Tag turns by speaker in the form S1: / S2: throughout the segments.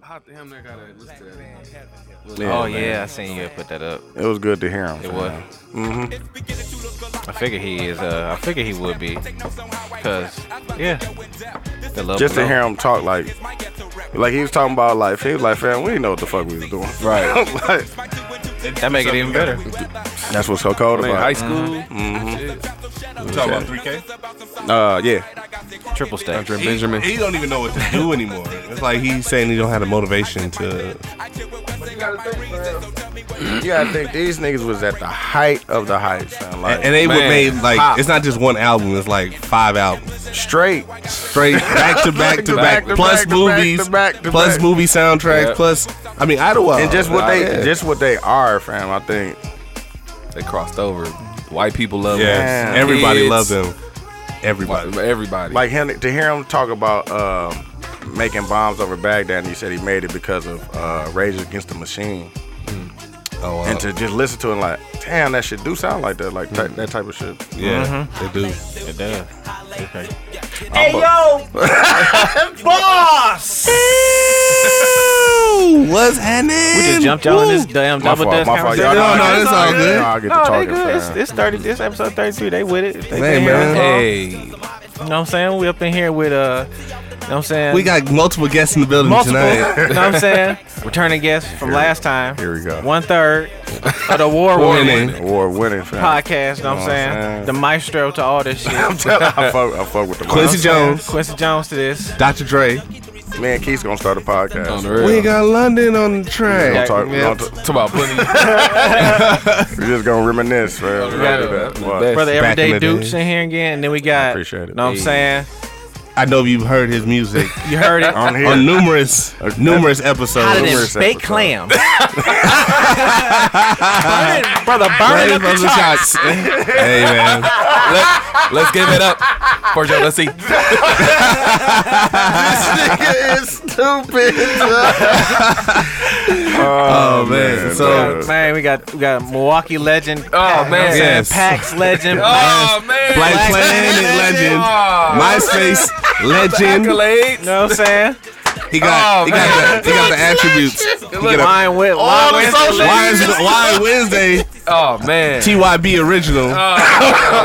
S1: hot to him that gotta listen to that.
S2: oh yeah, I seen you put that up.
S3: It was good to hear him.
S2: It was. I figure he is. Uh, I figure he would be. Cause yeah, the love
S3: Just to
S2: below.
S3: hear him talk like, like he was talking about life. He was like, fam, we didn't know what the fuck we was doing. Right. like,
S2: That make it even better.
S3: that's what's so cold
S1: Man,
S3: about
S1: high
S3: it. Mm-hmm.
S1: school.
S4: You talking about 3K?
S3: Uh, yeah.
S2: Triple stack.
S1: Dr. Benjamin.
S4: He don't even know what to do anymore. It's like he's saying he don't have the motivation to. uh,
S3: You gotta think these niggas was at the height of the height, son. Like,
S4: And, and they would
S1: Man,
S4: made like
S3: pop.
S4: it's not just one album. It's like five albums
S3: straight.
S4: straight back to back to back,
S3: to back
S4: plus
S3: to back to
S4: movies,
S3: back to
S4: plus
S3: back.
S4: movie soundtracks,
S1: Yeah.
S4: plus I mean Idlewild
S3: And just what they,
S4: Yeah.
S3: just what they are, fam. I think.
S1: They crossed over. White people love
S4: Yes.
S3: Yeah.
S4: Everybody
S1: Kids.
S4: loves him. Everybody.
S1: them. Everybody.
S3: Like him to hear him talk about um, making bombs over Baghdad, and he said he made it because of uh, Rage Against the Machine.
S4: Oh, wow. Mm.
S3: And to just listen to it, like, damn, that shit do sound like that, like that, that type of shit.
S4: yeah,
S3: Mm-hmm.
S4: they do.
S2: It does. Okay.
S5: Hey yo, boss.
S4: What's happening?
S2: We just jumped y'all in this damn
S3: My
S2: double
S3: fault,
S2: dash
S3: my fault. Y'all
S2: conversation.
S4: No,
S3: know I
S4: no,
S3: get- y'all
S4: it's all good.
S3: know I get to
S2: No, they
S3: talking,
S2: good. It's,
S3: fam.
S2: it's thirty. This episode thirty-three. They with it. They
S4: Hey,
S2: can
S4: man.
S2: hear us.
S1: hey.
S2: You know what I'm saying? We up in here with uh, you know what I'm saying?
S4: We got multiple guests in the building
S2: multiple.
S4: tonight.
S2: you know what I'm saying? Returning guests from last time.
S3: here we go.
S2: One third of the war winning
S4: Winning.
S3: Award winning, fam.
S2: podcast. You know what I'm saying? The maestro to all this shit.
S3: I'm telling I fuck, I fuck with the
S4: Quincy Jones,
S2: Quincy Jones to this.
S4: Dr. Dre.
S3: Jones. Man, Keith's gonna start a podcast.
S1: On the real.
S4: We got London on the train.
S3: Don't talk-
S2: Yeah.
S3: don't talk-
S1: Talk about putting
S3: We're just gonna reminisce, fam. Don't
S1: got
S3: do
S1: it.
S3: that. What?
S1: Best.
S2: Brother
S4: Back in
S2: Everyday
S4: the
S2: Dukes
S4: day.
S2: in here again. And then we got,
S3: Appreciate it.
S2: you know what I'm
S3: Hey.
S2: saying?
S4: I know you've heard his music
S2: You heard it.
S3: On here.
S4: on numerous numerous
S2: Out of
S4: episodes.
S2: them
S3: numerous
S2: fake
S3: episodes.
S2: clams. Burn- brother, burn
S4: Ready
S2: up
S4: for
S2: the
S4: some
S2: chart.
S4: shots. hey man.
S1: Let, let's give it up for Joe. Let's see.
S3: nigga is stupid. oh,
S4: Oh,
S3: man,
S4: man. So
S3: dog.
S2: Man, we got we got Milwaukee legend.
S1: Oh,
S2: you know what I'm
S1: man.
S2: saying?
S4: Yes.
S2: PAX legend.
S1: Oh man. Ah.
S4: Black Planet legend, MySpace legend.
S1: accolades.
S2: You know what I'm saying?
S4: He got
S1: Oh,
S4: he got the, he got the attributes. He
S1: Look,
S4: got
S2: Wine with
S1: All
S2: Lime
S1: the
S2: with-
S1: social-
S4: Why is Why Wednesday
S1: Oh man.
S4: TYB original?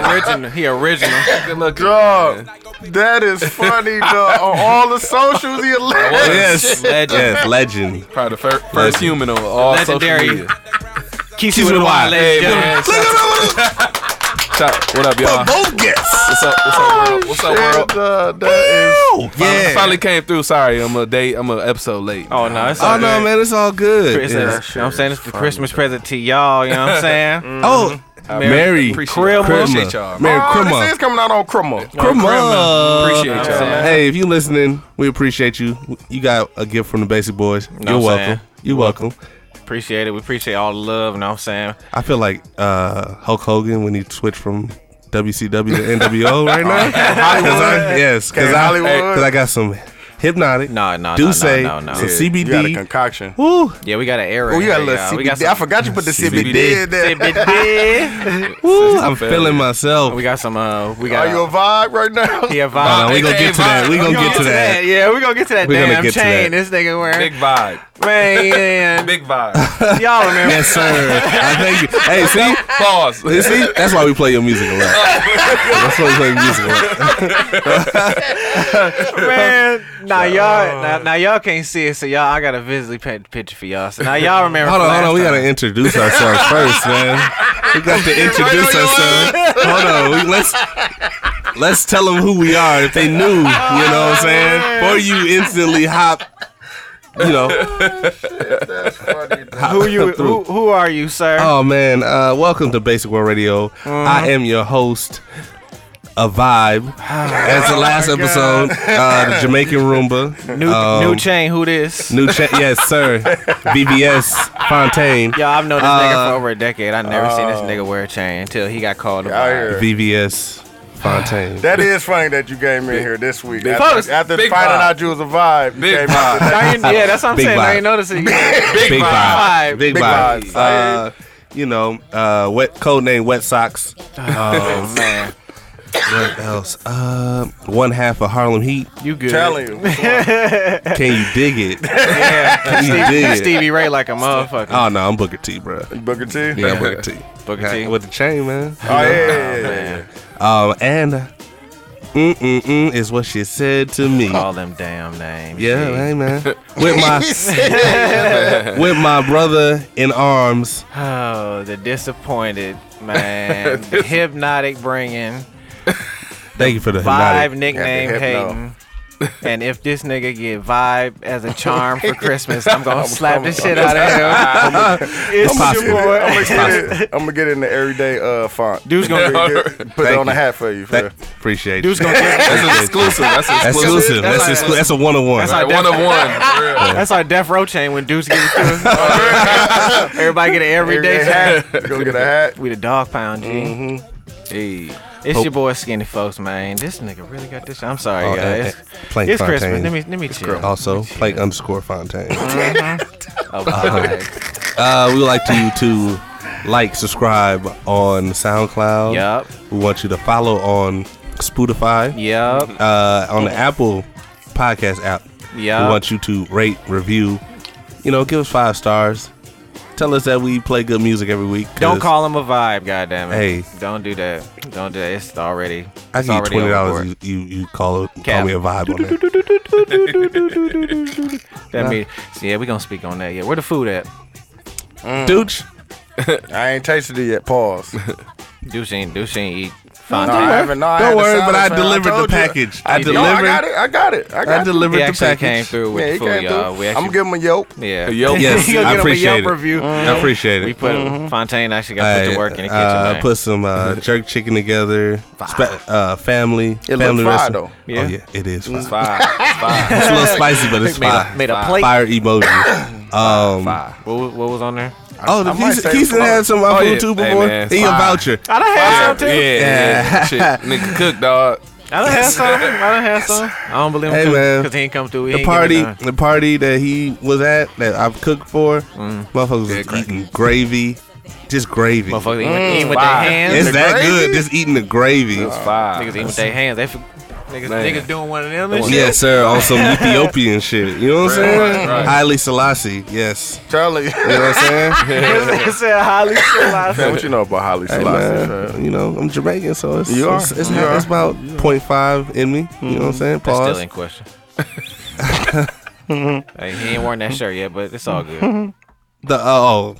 S2: original. He original.
S1: Good looking.
S3: Dog, that is funny, dog. On all the socials, he
S1: was.
S3: left.
S4: Yes,
S2: Legend.
S4: yes, legend.
S1: Probably the fir- first human on all
S2: Legendary.
S1: social media.
S2: Keeps
S4: Keeps
S2: you with
S4: with
S2: a
S4: a
S2: Y.
S4: Y.
S1: Hey,
S2: Ladies and
S1: man.
S2: gentlemen.
S1: shout- shout- What Oh, up, y'all?
S4: Both guests.
S1: What's up? What's up, world? What's up,
S3: Shit,
S1: world?
S3: dog, uh, that
S4: Oh,
S1: Finally,
S4: yeah.
S1: finally came through. Sorry, I'm a day. I'm a episode late.
S2: Oh no, it's
S4: Oh
S2: all
S4: no,
S2: good.
S4: man, it's all good.
S2: It's a-
S4: Yeah.
S2: you know what I'm saying? It's the Christmas present to y'all, you know what I'm saying?
S4: Oh,
S1: Mm-hmm.
S4: Mary, Mary
S1: Appreciate, y'all.
S2: Krimma.
S1: appreciate y'all.
S4: Mary
S3: is. Oh, this
S4: Krimma.
S3: is coming out on Crumma.
S4: Krimma.
S1: Appreciate y'all.
S2: saying?
S4: Hey, if you listening, we appreciate you. You got a gift from the Basic Boys. You're
S2: what I'm saying?
S4: welcome. You're welcome.
S2: Appreciate it. We appreciate all the love, you know what I'm saying?
S4: I feel like uh, Hulk Hogan when he switched from WCW to NWO right now. 'Cause I, yes, because
S3: King
S4: I,
S3: Hollywood.
S4: because I got some hypnotic.
S2: No, no, no,
S4: do say
S2: no, no, no.
S4: some
S2: Yeah,
S3: You got a
S4: CBD.
S3: concoction.
S4: Woo,
S2: Yeah, we got an error.
S3: Oh, you got a
S2: here,
S3: little
S2: y'all. We
S3: CBD.
S2: got
S3: I
S2: some
S3: forgot you put the CBD, in there.
S2: CBD.
S4: woo, I'm
S1: failure.
S4: feeling myself.
S2: we got some uh we got
S3: Are you a vibe right now?
S2: yeah,
S4: Hold
S2: vibe.
S4: on, we
S1: Hey,
S4: gonna
S1: hey,
S4: get to that. We
S1: Bob,
S4: gonna
S1: you
S4: get to that.
S2: Yeah, we gonna get to that
S4: We gonna
S2: damn
S4: get to
S2: chain
S4: that.
S2: this nigga
S1: Big
S2: wearing.
S1: vibe.
S2: Man,
S1: Big vibe.
S2: y'all remember
S4: Yes, sir. I thank you. Hey, see,
S1: Pause.
S4: You see, that's why we play your music a lot. That's why we play your music a lot.
S2: man. Now y'all, now, now y'all can't see it, so y'all, I gotta visibly paint the picture for y'all. So now y'all remember.
S4: Hold
S2: from
S4: on,
S2: last
S4: hold on. We
S2: time.
S4: gotta introduce ourselves first, man. We got to introduce ourselves. Hold on. We, let's let's tell them who we are if they knew. You know what I'm saying? Before you instantly hop. You know.
S2: who you?
S4: Come
S2: Who,
S4: through.
S2: who are you, sir?
S4: Oh man. Uh, welcome to Basic World Radio.
S2: Uh-huh.
S4: I am your host. A vibe. As the last episode, uh, the Jamaican Roomba.
S2: Oh new
S4: um,
S2: new chain. Who this?
S4: New check, yes, sir. BBS Fontaine.
S2: Y'all, I've known this nigga
S4: Uh,
S2: for over a decade. I've never seen this nigga wear a chain until he got called.
S3: Out
S2: Yeah,
S3: here.
S4: VVS Fontaine.
S3: That is funny that you came in here this week.
S1: Folks,
S3: After, after
S1: big
S3: finding
S1: vibe.
S3: out you was a vibe, you
S1: Big
S3: came out
S1: vibe.
S3: today.
S2: now you, yeah, that's what I'm
S4: Big
S2: saying. I
S4: vibe.
S2: ain't noticing.
S4: big,
S2: vibe.
S4: Big,
S3: Big
S4: vibe.
S3: vibe.
S4: Uh, you know, uh, wet code name Wet Socks.
S2: oh man,
S4: What else? Uh, one half of Harlem Heat.
S2: You good?
S3: Telling you.
S4: Can you dig it?
S2: Yeah.
S4: Can you dig it?
S2: Stevie Ray like a motherfucker.
S4: Oh no, I'm Booker T, bro.
S3: Booker T.
S4: Yeah, I'm Booker T.
S2: Booker T.
S4: with the chain, man.
S3: Oh yeah, yeah, yeah, yeah.
S4: Um, and uh, mm mm mm is what she said to me.
S2: All them damn names.
S4: Yeah,
S2: Gee.
S4: hey man. With my with my brother in arms.
S2: Oh, the disappointed man, the hypnotic bringing,
S4: Thank you for the
S2: vibe
S4: hypnotic.
S2: nickname
S3: Yeah, the
S2: hating. And if this nigga get vibe as a charm for Christmas, I'm gonna slap the shit out of him. it's
S4: It's
S2: your
S4: possible.
S2: boy.
S3: I'm gonna get it. I'm gonna get it in the everyday uh, font.
S2: Dude's gonna-
S3: Get- put it
S4: Thank
S3: on a
S4: you.
S3: hat for you. For
S4: Thank-
S3: real.
S4: appreciate
S2: Dude's
S4: you.
S2: gonna get,
S1: That's exclusive. That's exclusive.
S4: That's
S2: That's
S4: exclusive. That's
S2: like-
S4: exclusive. That's a one on one.
S2: that's like-
S1: Like one of one.
S2: that's our death row chain when Deuce gives it to us. Everybody get an everyday
S3: Everyday
S2: hat.
S3: hat. Go get a hat.
S2: We the dog pound, G.
S1: for real. Hey.
S2: It's
S4: Hope-
S2: your boy Skinny Folks, man. This nigga really got this. I'm sorry,
S4: Oh, eh, eh,
S2: guys.
S4: Plank
S2: it's
S4: Fontaine.
S2: Christmas. Let me let me chill.
S4: Also, Plank underscore Fontaine.
S2: Oh, bye.
S4: Uh, we would like you to like, subscribe on SoundCloud.
S2: Yup.
S4: We want you to follow on Spotify.
S2: Yup.
S4: Uh, on the Apple Podcast app.
S2: Yup.
S4: We want you to rate, review. You know, give us five stars. Tell us that we play good music every week. 'cause
S2: Don't call him a vibe, goddammit.
S4: Hey.
S2: don't do that. Don't do that. It's already.
S4: I
S2: it's
S4: give you
S2: already
S4: twenty
S2: overboard.
S4: dollars. You, you you call call
S2: Cap.
S4: me a vibe on that.
S2: That mean, so yeah, we gonna speak on that. Yeah, where the food at? Mm.
S4: Dooch.
S3: I ain't tasted it yet. Pause.
S2: Deuce ain't, Deuce ain't eat.
S3: No,
S2: Fine.
S3: I haven't. No, I
S4: Don't
S3: had the
S4: worry, but
S3: salad,
S4: I
S3: fam.
S4: delivered the
S3: told you.
S4: package. I
S2: He did.
S3: No, I got
S4: delivered.
S3: it. I got it. I got
S4: I
S3: it.
S4: delivered
S2: he
S4: the
S2: actually came
S4: package.
S2: through with
S3: Yeah,
S2: the
S3: he
S2: food,
S3: came
S2: y'all. We
S3: through.
S2: actually,
S3: I'm giving him a yelp.
S2: yeah.
S1: Yo.
S4: Yes,
S2: He gonna
S4: I
S2: give him a
S4: appreciate
S2: Yelp
S4: it.
S2: review.
S4: I appreciate it.
S2: We put Fontaine actually got put to work in the kitchen.
S4: uh,
S2: man.
S4: put some uh, jerk chicken together. Spe- uh, family.
S3: It look
S4: family
S3: fried,
S4: recipe.
S3: though.
S2: Yeah. Mm.
S4: Oh, yeah, it is. Fire.
S1: Five. Five.
S4: It's a little spicy, but it's
S2: made,
S4: fire.
S2: a, made a plate.
S4: Fire emoji. Um,
S2: What, was- what was on there?
S4: oh, the
S3: I might
S4: Keith
S3: say
S4: Keith
S3: fire.
S4: had some of my
S1: Oh,
S4: food
S1: yeah.
S4: too
S1: Hey,
S4: before.
S1: man,
S4: he a
S1: fire.
S4: voucher.
S2: I done had
S1: Yeah, yeah. Shit. Nigga cook, dog.
S2: I done had some. I done had some. I don't believe him
S4: Hey, man.
S2: because he ain't come through. He
S4: The
S2: ain't give me
S4: party,
S2: none.
S4: the party that he was at that I've cooked for, motherfuckers
S1: Yeah,
S4: was
S1: crack.
S4: eating gravy, just gravy.
S2: Motherfuckers eating eating with their
S1: wow.
S2: hands.
S4: It's that
S3: gravy?
S4: good, just eating the gravy.
S1: Five.
S2: Niggas eating with their hands. They, f- niggas,
S1: Man.
S2: niggas doing one of them and shit.
S4: Yes, sir. On some Ethiopian shit. You know what I'm
S1: Right,
S4: saying?
S1: right, right.
S4: Haile Selassie. Yes.
S3: Charlie.
S4: You know what I'm saying?
S2: They said highly
S3: Man,
S2: civilized.
S3: what you know about Holly
S4: Hey,
S3: Selassie?
S4: man,
S3: fam?
S4: you know, I'm Jamaican, so it's
S3: You are.
S4: it's, it's,
S3: You
S4: not-
S3: are.
S4: it's about 0.5 in me. You know what I'm saying?
S2: That's still
S4: Pause.
S2: in question. Hey, he ain't wearing that shirt yet, but it's all good.
S4: The oh,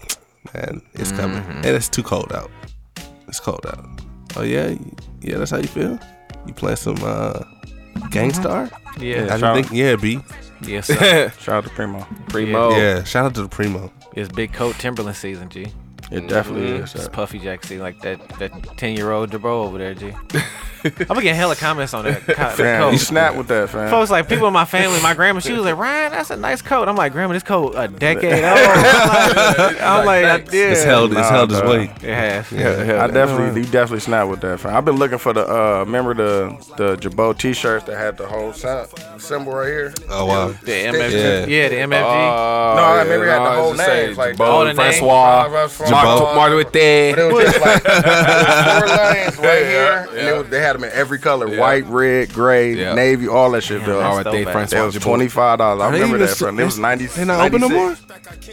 S4: man, it's coming,
S3: Mm-hmm.
S4: and it's too cold out. It's cold out. Oh yeah, yeah. That's how you feel. You playing some uh, Gangstar? I
S3: Mm-hmm.
S2: Yeah,
S4: didn't think. Yeah, B.
S2: yes, sir.
S3: Shout out to Primo.
S1: Primo.
S3: Oh.
S4: Yeah. Shout out to the Primo.
S2: It's big coat Timberland season, G.
S3: It definitely is.
S2: It's Puffy Jack season, like that that ten year old Jabro over there, G. I'm gonna get hella comments on that, co- that
S3: Fam, you
S2: coat.
S3: snap with that, fam.
S2: Folks like people in my family, my grandma, she was like, Ryan, that's a nice coat. I'm like, Grandma, this coat a decade old. I'm like, I'm like, I did.
S4: It's held.
S3: nah,
S4: it's held his
S3: dog.
S4: weight.
S2: It has.
S3: I definitely, you definitely snap with that. Fam. I've been looking for the, uh, remember the the Jabot T-shirts that had the whole sy- symbol right here.
S4: Oh wow.
S2: The MFG.
S4: Yeah.
S2: Yeah, the MFG.
S1: Oh,
S3: No, I
S1: yeah,
S3: remember you had the
S1: no,
S3: whole
S1: it's just say
S3: names, like-
S1: Jabot,
S2: All the names.
S1: Francois,
S3: Francois,
S1: Martin,
S3: Francois.
S1: Martin
S3: But it
S1: Luther.
S3: was just like four lanes right here,
S1: Yeah.
S3: and it was, they had them in every color: white, red, gray,
S1: Yeah.
S3: navy, all that shit.
S2: that's
S3: dog.
S2: dope.
S1: They
S2: Throwback.
S3: That
S1: Francois
S3: was
S1: Jabot.
S3: twenty five dollars. I
S4: Are they
S3: remember
S4: even
S3: that.
S4: still-
S3: From it was ninety.
S4: They not open no more.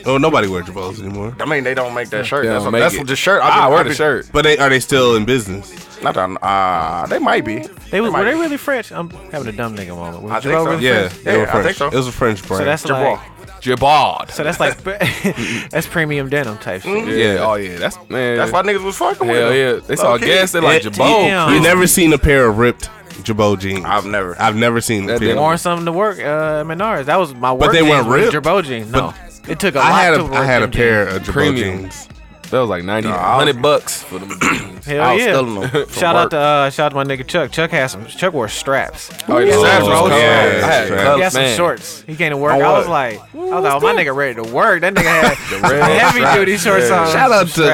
S4: Oh, nobody wear Jabos anymore.
S3: I mean, they don't make that shirt.
S1: They
S3: that's
S1: don't make
S3: what, that's
S1: it. Ah,
S3: what the shirt.
S1: I
S3: been-
S1: wear the
S3: been-
S1: shirt.
S4: But they are they still in business?
S3: Not that. Ah, they might be.
S2: They was,
S3: might
S2: were they
S3: be.
S2: really French? I'm having a dumb nigga moment. Was
S3: I think
S2: Jabot
S3: so.
S2: really
S4: Yeah,
S3: French?
S4: they
S3: Yeah,
S4: were
S3: I think
S4: French.
S3: so.
S4: It was a French brand.
S2: So that's
S3: Jabot.
S2: like
S1: Jabard.
S2: so that's like that's premium denim type shit.
S3: Mm-hmm.
S1: yeah. Oh yeah. That's man.
S3: That's why niggas was fucking with
S1: Hell
S3: them.
S1: yeah. They saw
S3: Low-key.
S1: gas. They like
S4: Yeah,
S1: Jabot.
S2: damn.
S4: you never seen a pair of ripped Jabot jeans.
S3: I've never.
S4: I've never seen a
S1: That
S4: pair.
S1: didn't-
S2: Wearing something to work uh, at Menards. That was my work.
S4: they
S2: jeans
S4: weren't
S2: was
S4: ripped.
S2: Jabot jeans. No, it took a lot
S4: I had
S2: to
S4: a
S2: work
S4: I had a
S2: them
S4: pair
S2: jeans.
S4: of Jabot
S1: Premium.
S4: jeans.
S1: That was like 90, 100 bucks for them jeans.
S2: Hell
S3: I was
S2: yeah!
S3: stealing them. from
S2: Shout out
S3: work.
S2: to uh, shout out to my nigga Chuck. Chuck has some. Chuck wore straps.
S1: Oh, yeah,
S4: Oh,
S1: straps was cold.
S4: yeah,
S1: I had
S4: straps.
S1: color-
S2: He had some
S1: man.
S2: shorts. He came to work.
S3: On
S2: I was
S3: what?
S2: like, I was like, oh, my nigga ready to work. That nigga had heavy duty shorts on.
S4: Shout out
S2: Some
S4: to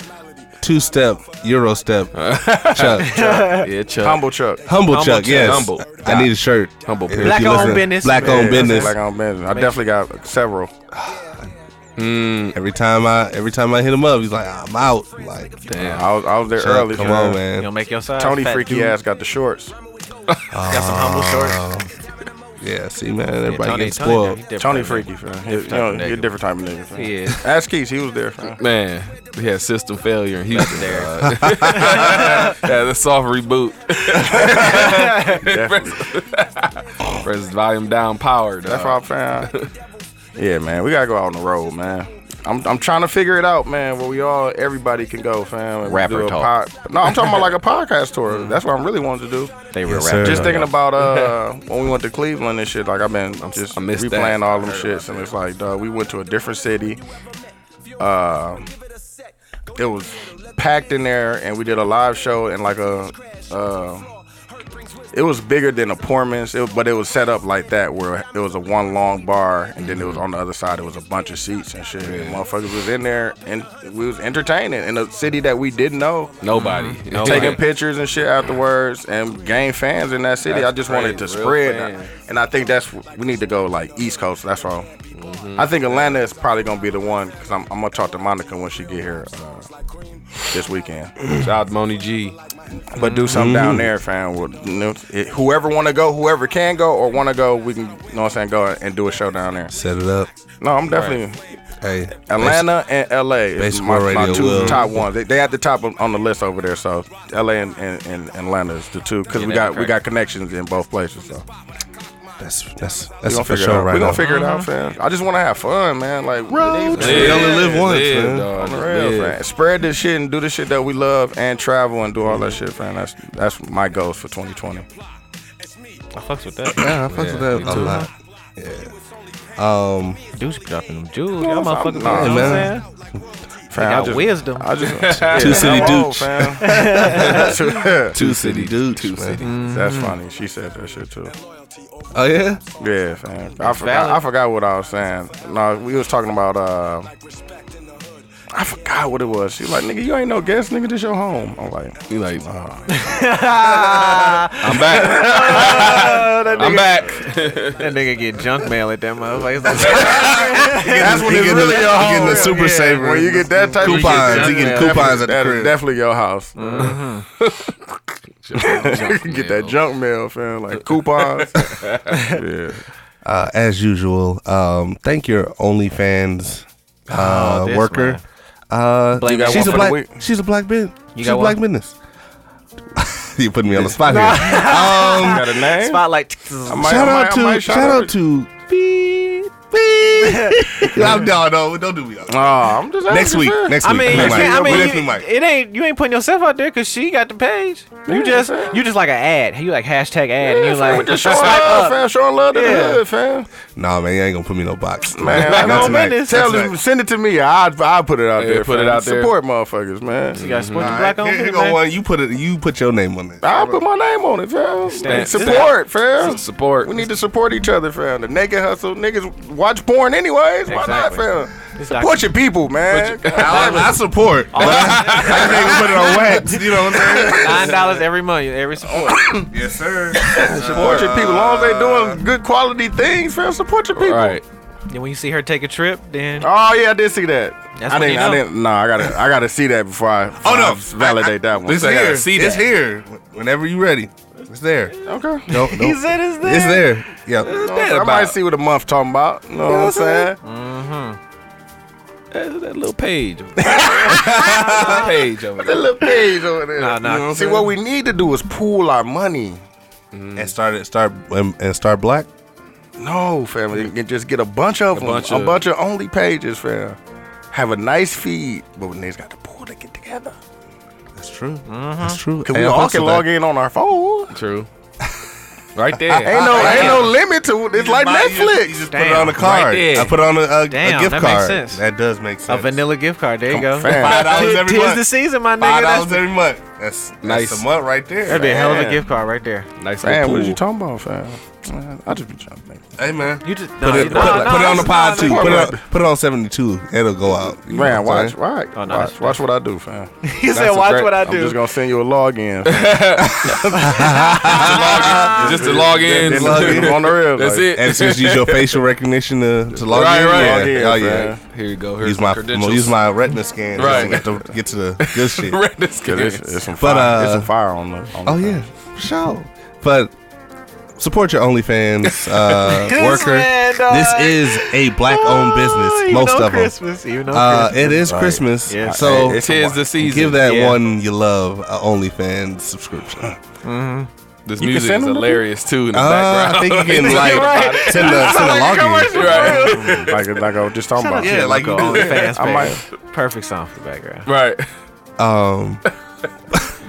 S2: straps.
S4: uh, two step Euro step Chuck
S1: Yeah, Chuck.
S3: Humble Chuck.
S1: Humble
S4: humble, Chuck.
S1: Chuck.
S4: Yes,
S1: Humble.
S4: I need a shirt.
S1: Humble
S4: If
S1: Black
S4: you
S2: owned
S4: listen-
S2: business.
S4: Black
S2: Yeah,
S4: owned
S3: Yeah, that's it,
S4: business.
S3: Like on business. I definitely got several.
S4: Every time I every time I hit him up, he's like, I'm out. I'm like, damn.
S3: I was, I was there
S4: Chuck,
S3: early.
S4: come
S3: man.
S4: on,
S2: You gonna
S4: man.
S2: make your size?
S3: Tony
S2: fat
S3: freaky
S2: dude?
S3: ass got the shorts.
S2: Got some humble shorts.
S4: Yeah, see, man, everybody
S2: Tony-
S4: gets
S2: Tony-
S4: spoiled.
S2: he different,
S3: Tony
S2: man.
S3: freaky, fam. He- You
S2: type
S3: know,
S2: of
S3: he a
S2: nigga.
S3: different type of nigga. Fam.
S2: He is.
S3: Ask Keith, he was there. Fam.
S1: Man, we had system failure in Houston. uh, yeah, the soft reboot. press, press volume down, power.
S3: That's
S1: Dog.
S3: what I found. yeah, man, we gotta go out on the road, man. I'm, I'm trying to figure it out, man. Where we all, everybody can go, fam. and
S2: Rapper
S3: do a
S2: talk.
S3: pod- no, I'm talking about like a podcast tour. That's what I'm really wanting to do.
S2: They were
S4: Yes,
S2: rapping.
S4: sir.
S3: Just thinking about uh when we went to Cleveland and shit. Like I've been I'm just
S1: I missed
S3: replaying
S1: that.
S3: all them shits, and it's like, duh, we went to a different city. Uh, it was packed in there, and we did a live show and like a. Uh, it was bigger than a poor man's, it, but it was set up like that where it was a one long bar, and then it was on the other side. It was a bunch of seats and shit. And motherfuckers was in there, and we was entertaining in a city that we didn't know
S1: Nobody. Nobody.
S3: taking pictures and shit afterwards and gain fans in that city.
S1: That's
S3: I just
S1: crazy,
S3: wanted to
S1: real
S3: spread, and I,
S1: fans.
S3: and I think that's we need to go like East Coast. That's all. I think Atlanta is probably gonna be the one because I'm, I'm gonna talk to Monica when she get here uh, this weekend.
S1: Shout out to Moni G.
S3: But do
S1: Mm-hmm.
S3: something down there, fam. With, you know, it- whoever want to go, whoever can go or want to go, we can. You know what I'm saying? Go and do a show down there.
S4: Set it up.
S3: No, I'm definitely
S4: Hey,
S3: Atlanta and LA is
S4: Basic
S3: my,
S4: World
S3: my
S4: Radio
S3: two
S4: will.
S3: top ones. They, they at the top of, on the list over there. So LA and, and, and Atlanta is the two because we
S1: that'd
S3: got
S1: be
S3: we got connections in both places. So
S4: that's that's
S3: we
S4: that's
S3: gonna
S4: for
S3: figure it
S4: sure
S3: out.
S4: right
S3: we
S4: now.
S3: gonna figure it out, fam. I just want to have fun, man. Like
S4: Uh-huh. Road
S3: we
S4: trip. We only live once,
S1: live,
S4: man.
S1: dog.
S3: on the
S1: Just
S3: real,
S1: live.
S3: fam. Spread this shit and do the shit that we love and travel and do all that shit, fam. That's that's my goals for 2020.
S2: I fucks with that.
S4: Yeah, I fucks
S1: Yeah,
S4: with
S1: me
S4: that a
S1: too.
S4: lot. Yeah. Um,
S2: Dudes be dropping them jewels. Y'all
S3: that's-
S2: motherfuckers, you know
S3: nah,
S2: what I'm
S4: man.
S2: saying?
S3: Fam,
S2: got wisdom.
S3: I just yeah,
S4: Two city
S3: I'm old,
S4: dudes.
S3: fam.
S4: two city dudes. Two
S1: city.
S4: Mm-hmm.
S3: That's funny. She said that shit too.
S4: Oh yeah.
S3: Yeah, fam. I forgot.
S2: valid.
S3: I forgot what I was saying. No, we was talking about. Uh, I forgot what it was. She was like, "Nigga, you ain't no guest, nigga. This your home." I'm like,
S1: You like, I'm back. I'm back.
S2: That nigga get junk mail at that motherfucker. It's like,
S3: "That's when
S4: he
S3: it's
S4: getting
S3: really
S4: the-
S3: your
S4: he
S3: home."
S4: getting the super
S3: yeah,
S4: saver.
S3: When you get that type
S4: Coupons.
S3: of
S4: He
S3: shit,
S4: getting
S3: that's definitely-
S4: coupons at the
S3: that is
S4: crib.
S3: Definitely your house.
S1: Jump
S3: get that
S1: mail.
S3: Mm-hmm. junk mail, fam. Like coupons. yeah.
S4: Uh, as usual, um, thank your OnlyFans uh,
S2: this
S4: worker.
S2: man.
S4: Uh,
S2: Blame You got
S4: she's
S3: one
S4: a
S3: for the
S4: black.
S3: week?
S4: She's a black bin. She's
S2: got
S4: a
S2: one?
S4: black business. you putting me on the spot here. Um,
S3: Got a name?
S2: spotlight.
S3: might-
S4: shout
S3: I might-
S4: out
S3: I
S4: to
S3: might
S4: shout, out to beep beep. I'm down. No, don't do me.
S3: Oh, I'm just
S4: Next
S3: asking,
S4: week.
S3: fam.
S4: Next
S2: I
S4: week.
S2: mean, you
S4: we might.
S2: can't, I
S4: We
S2: mean,
S4: definitely
S2: you,
S4: might.
S2: it ain't you ain't putting yourself out there because she got the page. You
S3: Yeah,
S2: just
S3: fam.
S2: you just like an ad. You like hashtag ad. and
S3: Yeah,
S2: you
S3: fam, we
S2: like
S3: just showing love, fam. Showing love to the
S2: Yeah.
S3: hood, fam.
S4: Nah, man, you ain't gonna put me in no box.
S3: Man,
S4: Not
S3: I know,
S4: tonight.
S3: man.
S4: Not
S3: Tell
S4: tonight.
S3: them, send it to me. I I put it out
S1: Yeah,
S3: there.
S1: put it
S3: fam.
S1: out there.
S3: Support motherfuckers, man.
S2: you got to
S4: All
S2: black
S4: right,
S2: on
S4: here,
S2: for
S4: here
S2: the
S4: go
S2: man.
S4: one. You put it. You put your name on it.
S3: I put my name on it, fam.
S2: Stand-
S3: support, fam.
S1: S- support.
S3: We need to support each other, fam. The naked hustle niggas watch porn anyways. Why not,
S2: Exactly.
S3: fam?
S2: It's
S3: Support your people, man.
S4: I, I support. But I, I can't even put it on wax. You know what I'm saying?
S2: Nine dollars every month, every support.
S4: Yes, sir.
S3: support your people. As long as they doing good quality things, fam. Support your people.
S1: Right.
S2: and when you see her take a trip, then
S3: Oh yeah, I did see that.
S2: That's
S3: I
S2: when
S3: didn't.
S2: you know.
S3: I didn't. No, I gotta. I gotta see that before I.
S4: Oh no!
S3: I validate that one.
S4: It's
S1: I gotta
S4: here.
S1: see
S4: It's
S1: that.
S4: here. Whenever you ready, it's there.
S3: Okay.
S4: No, no.
S2: he said it's there.
S4: It's there. Yeah. What's
S3: I might see what a month talking about. You know what I'm saying?
S1: That, that little page. That page over
S3: That
S1: there.
S3: little page over there.
S2: Nah, nah.
S3: You know what I'm See, what we need to do is pool our money.
S4: And start it. Start and, and start black.
S3: No, family, you can just get a bunch of
S1: A
S3: them,
S1: bunch
S3: a
S1: of-
S3: bunch of only pages, fam. Have a nice feed, but when niggas got to pool to get together,
S4: That's true. That's true.
S3: cause we
S4: Hey, I
S3: all
S4: fucks
S3: can
S4: with that.
S3: log in on our phone.
S1: True. Right there.
S3: Ain't no, ain't no limit to it. It's like
S4: Buy- you just- You
S3: Netflix.
S4: just put it on a
S1: Damn,
S4: card.
S1: right there.
S4: I put it on a, a, a
S2: Damn,
S4: gift
S2: that makes
S4: card.
S2: sense.
S4: That does make sense.
S2: a vanilla gift card. There you go.
S3: fam.
S4: Five dollars
S2: Tis
S4: every
S2: tis the
S4: month.
S2: season, my nigga.
S4: Five
S2: That's,
S4: dollars every month. That's
S1: Nice.
S4: That's a month right there.
S2: that'd be a hell of a
S3: Man.
S2: gift card right there.
S1: Nice
S3: Man,
S1: little
S3: what
S1: pool.
S3: you talking about, fam? I just be trying to make.
S4: Hey man,
S2: You just
S4: put
S2: no,
S4: it,
S2: you- no,
S4: put,
S2: no,
S4: put it on the
S2: it's
S4: pod
S2: not-
S4: too.
S3: it's
S4: Put it
S3: not-
S4: on, put it on seventy two. It'll go out. You know
S3: Man,
S4: what I'm
S3: watch,
S4: saying?
S3: right?
S2: Oh, no,
S3: watch,
S2: that's-
S3: watch what I do, fam.
S2: He said,
S3: a
S2: "Watch
S3: great-
S2: what I
S3: I'm just
S2: do."
S3: gonna send you a login.
S1: Just to log in.
S3: Just log in on the real.
S1: That's
S3: like,
S1: it.
S4: And since you use your facial recognition to, to log
S1: Right,
S4: in,
S1: right.
S4: yeah,
S3: Log in,
S4: oh
S3: man.
S4: yeah.
S1: Here you go. Here's
S4: Use my
S1: credentials.
S4: use my retina scan
S1: Right.
S4: right. get to get to the good shit.
S1: Red is
S3: Yeah,
S1: scared.
S3: there's, there's some fire.
S4: But,
S3: there's
S4: uh,
S3: some fire on the. On the
S4: Oh
S3: thing.
S4: yeah, for sure. But support your OnlyFans uh,
S2: This
S4: worker.
S2: man, dog.
S4: This is a black-owned business.
S2: You
S4: Most
S2: know
S4: of them.
S2: Christmas, you know
S4: Uh,
S2: Christmas.
S4: it is
S3: Right.
S4: Christmas,
S2: Yeah.
S4: so
S3: It's
S1: Tis the season.
S4: give that
S2: Yeah.
S4: one you love a OnlyFans subscription. Uh,
S1: This
S3: You can
S1: music
S3: send
S1: is
S3: them to
S1: hilarious too in the
S4: Uh, I
S1: background.
S4: think you can like send a, send a login.
S1: right.
S3: like like I was just talking about.
S4: Yeah, like you
S2: Go on
S4: do.
S2: fans
S3: I might-
S2: page. Perfect song for the background.
S1: Right.
S4: Um,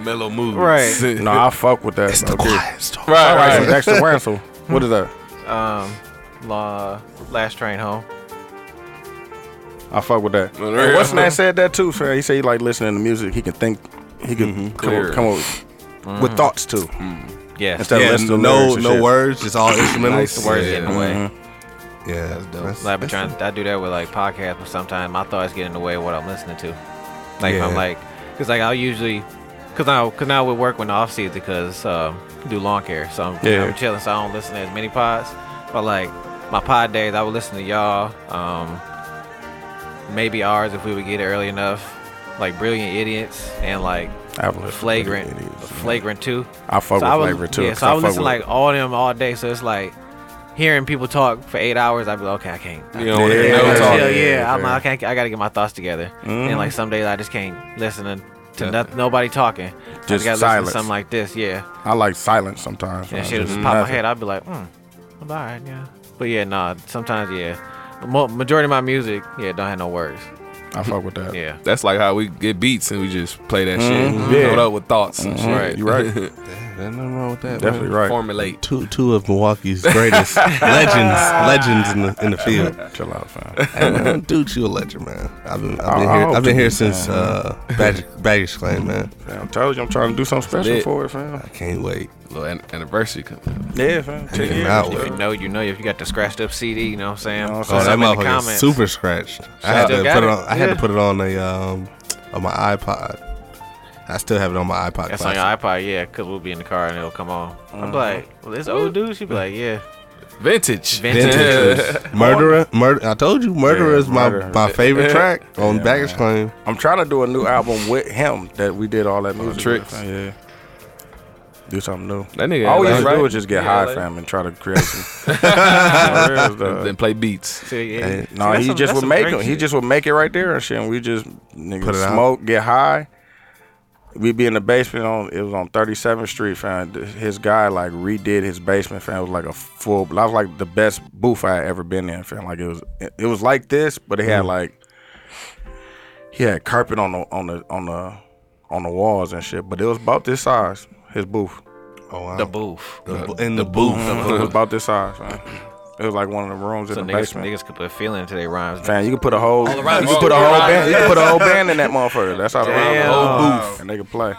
S1: Mellow movie.
S2: Right.
S1: Right.
S3: no, I fuck with that.
S4: the
S3: okay.
S4: quiet storm.
S1: Right.
S3: All right, so
S1: Right.
S3: Dexter Ransel. What is that?
S2: Um, La, last train home.
S3: I fuck with that.
S1: On the real.
S3: What's man said that too, sir. He said he like listening to music. He can think. He can come,
S1: Clear.
S3: up, come up with thoughts too.
S2: Yes.
S3: Instead of
S4: Yeah,
S3: listening to
S4: no,
S3: lyrics and
S4: no
S3: shit.
S4: words, just all instrumentals.
S2: the words get in the way.
S4: Yeah, yeah that's dope.
S2: Like, I've been trying. I do that with like podcasts, but sometimes my thoughts get in the way of what I'm listening to. Like if I'm
S4: Yeah.
S2: like, cause like I'll usually, cause now, cause now we work when the off season, cause um, do lawn care, so I'm,
S3: Yeah.
S2: I'm chilling, so I don't listen to as many pods. But like my pod days, I would listen to y'all. Um, maybe ours if we would get it early enough. Like brilliant idiots and like
S3: I would-
S2: flagrant,
S3: It is.
S2: flagrant too.
S3: I fuck
S2: I
S3: with
S2: would-
S3: flagrant too.
S2: Yeah,
S3: 'cause
S2: so I, would
S3: fuck
S2: listen
S3: with-
S2: like all them all day. So it's like hearing people talk for eight hours. I'd be like, okay, I can't.
S1: You don't wanna
S3: Yeah,
S1: hear
S2: Yeah,
S1: no
S3: yeah,
S1: talk.
S2: yeah,
S3: yeah, Mm-hmm.
S2: I'm
S3: yeah.
S2: like, I, can't, I gotta get my thoughts together. And like some days I just can't listen to, to noth- nobody talking. I
S3: Just
S2: gotta listen
S3: silence.
S2: to something like this, yeah.
S3: I like silence sometimes. Mm-hmm.
S2: And
S3: man.
S2: shit will just
S3: Just
S2: pop my
S3: nothing.
S2: head. I'll be like, hmm, I'm alright, yeah. But yeah, nah, sometimes, yeah. But mo- majority of my music, yeah, don't have no words.
S3: I fuck with that.
S2: Yeah.
S1: That's like how we get beats and we just play that
S3: Mhm.
S1: shit.
S3: Yeah.
S1: Load up with thoughts and shit.
S3: Right. You right.
S4: There's nothing wrong with that.
S3: Definitely right.
S1: Formulate.
S4: Two two of Milwaukee's greatest legends, legends in the in the field.
S3: Chill out, fam.
S4: Hey, man, dude, you a legend, man. I've been, I've been
S3: I- I
S4: here.
S3: hope
S4: I've been
S3: you
S4: here
S3: do,
S4: since
S3: man.
S4: uh, Baggage, baggage Claim, man.
S3: fam. I told you I'm trying to do something special
S1: lit.
S3: for it, fam.
S4: I can't wait.
S1: Little an- anniversary coming.
S3: Yeah, fam. Ten
S4: Came
S3: years,
S4: out
S3: bro.
S4: with-
S2: If you know, you know. If you got the scratched up CD, you know what I'm saying?
S3: You know what
S4: Oh,
S3: I'm
S2: Send
S4: that
S2: them in the
S4: motherfucker is
S2: comments.
S4: super scratched. I had to
S2: Still
S4: put
S2: got
S4: it
S2: it.
S4: on. I had to
S2: Yeah.
S4: put it on a um on my iPod. I still have it on my iPod.
S2: That's on
S4: Classic.
S2: your iPod, yeah, because we'll be in the car and it'll come on.
S3: Mm-hmm.
S2: I'm like, well, this old dude, she'd be like, yeah.
S1: Vintage.
S2: Vintage.
S1: Yeah.
S4: Vintage. murderer, murder. I told you, murderer
S3: Yeah,
S4: is my
S3: Murderer.
S4: my favorite track on Baggage Claim.
S3: I'm trying to do a new album with him that we did all that music.
S1: Tricks.
S3: with, Yeah. Do something new.
S1: That nigga.
S3: All we
S1: LA,
S3: used to
S1: right?
S3: do was just get
S1: Yeah,
S3: high,
S1: LA.
S3: fam, and try to create some. Yeah, real
S1: And
S3: stuff.
S1: Then play beats.
S2: So, yeah.
S4: Hey,
S2: See,
S3: No,
S2: that's
S3: he
S2: some-
S3: just
S2: that's
S3: would
S2: some
S3: make
S2: great
S3: it. He
S2: shit.
S3: just would make it right there and shit. And we just nigga
S4: Put it out.
S3: smoke, get high. We'd be in the basement on it was on 37th Street, fam. Th- His guy like redid his basement, fam. It was like a full. I was like the best booth I had ever been in, fam. Like it was, it, it was like this, but it had
S4: Mm.
S3: like he had carpet on the on the on the on the walls and shit. But it was about this size. His booth,
S4: Oh wow.
S2: the booth.
S4: The bo- in the booth.
S3: it was about this size, fam. It was like one of the rooms
S2: So
S3: in the
S2: niggas,
S3: basement.
S2: niggas could put feeling into their rhymes.
S3: Fam, you can put a whole, you
S1: around.
S3: can put a
S1: All
S3: whole
S1: around.
S3: band, you can put a whole band in that motherfucker. That's how
S2: Damn.
S3: around the whole booth, and they can play.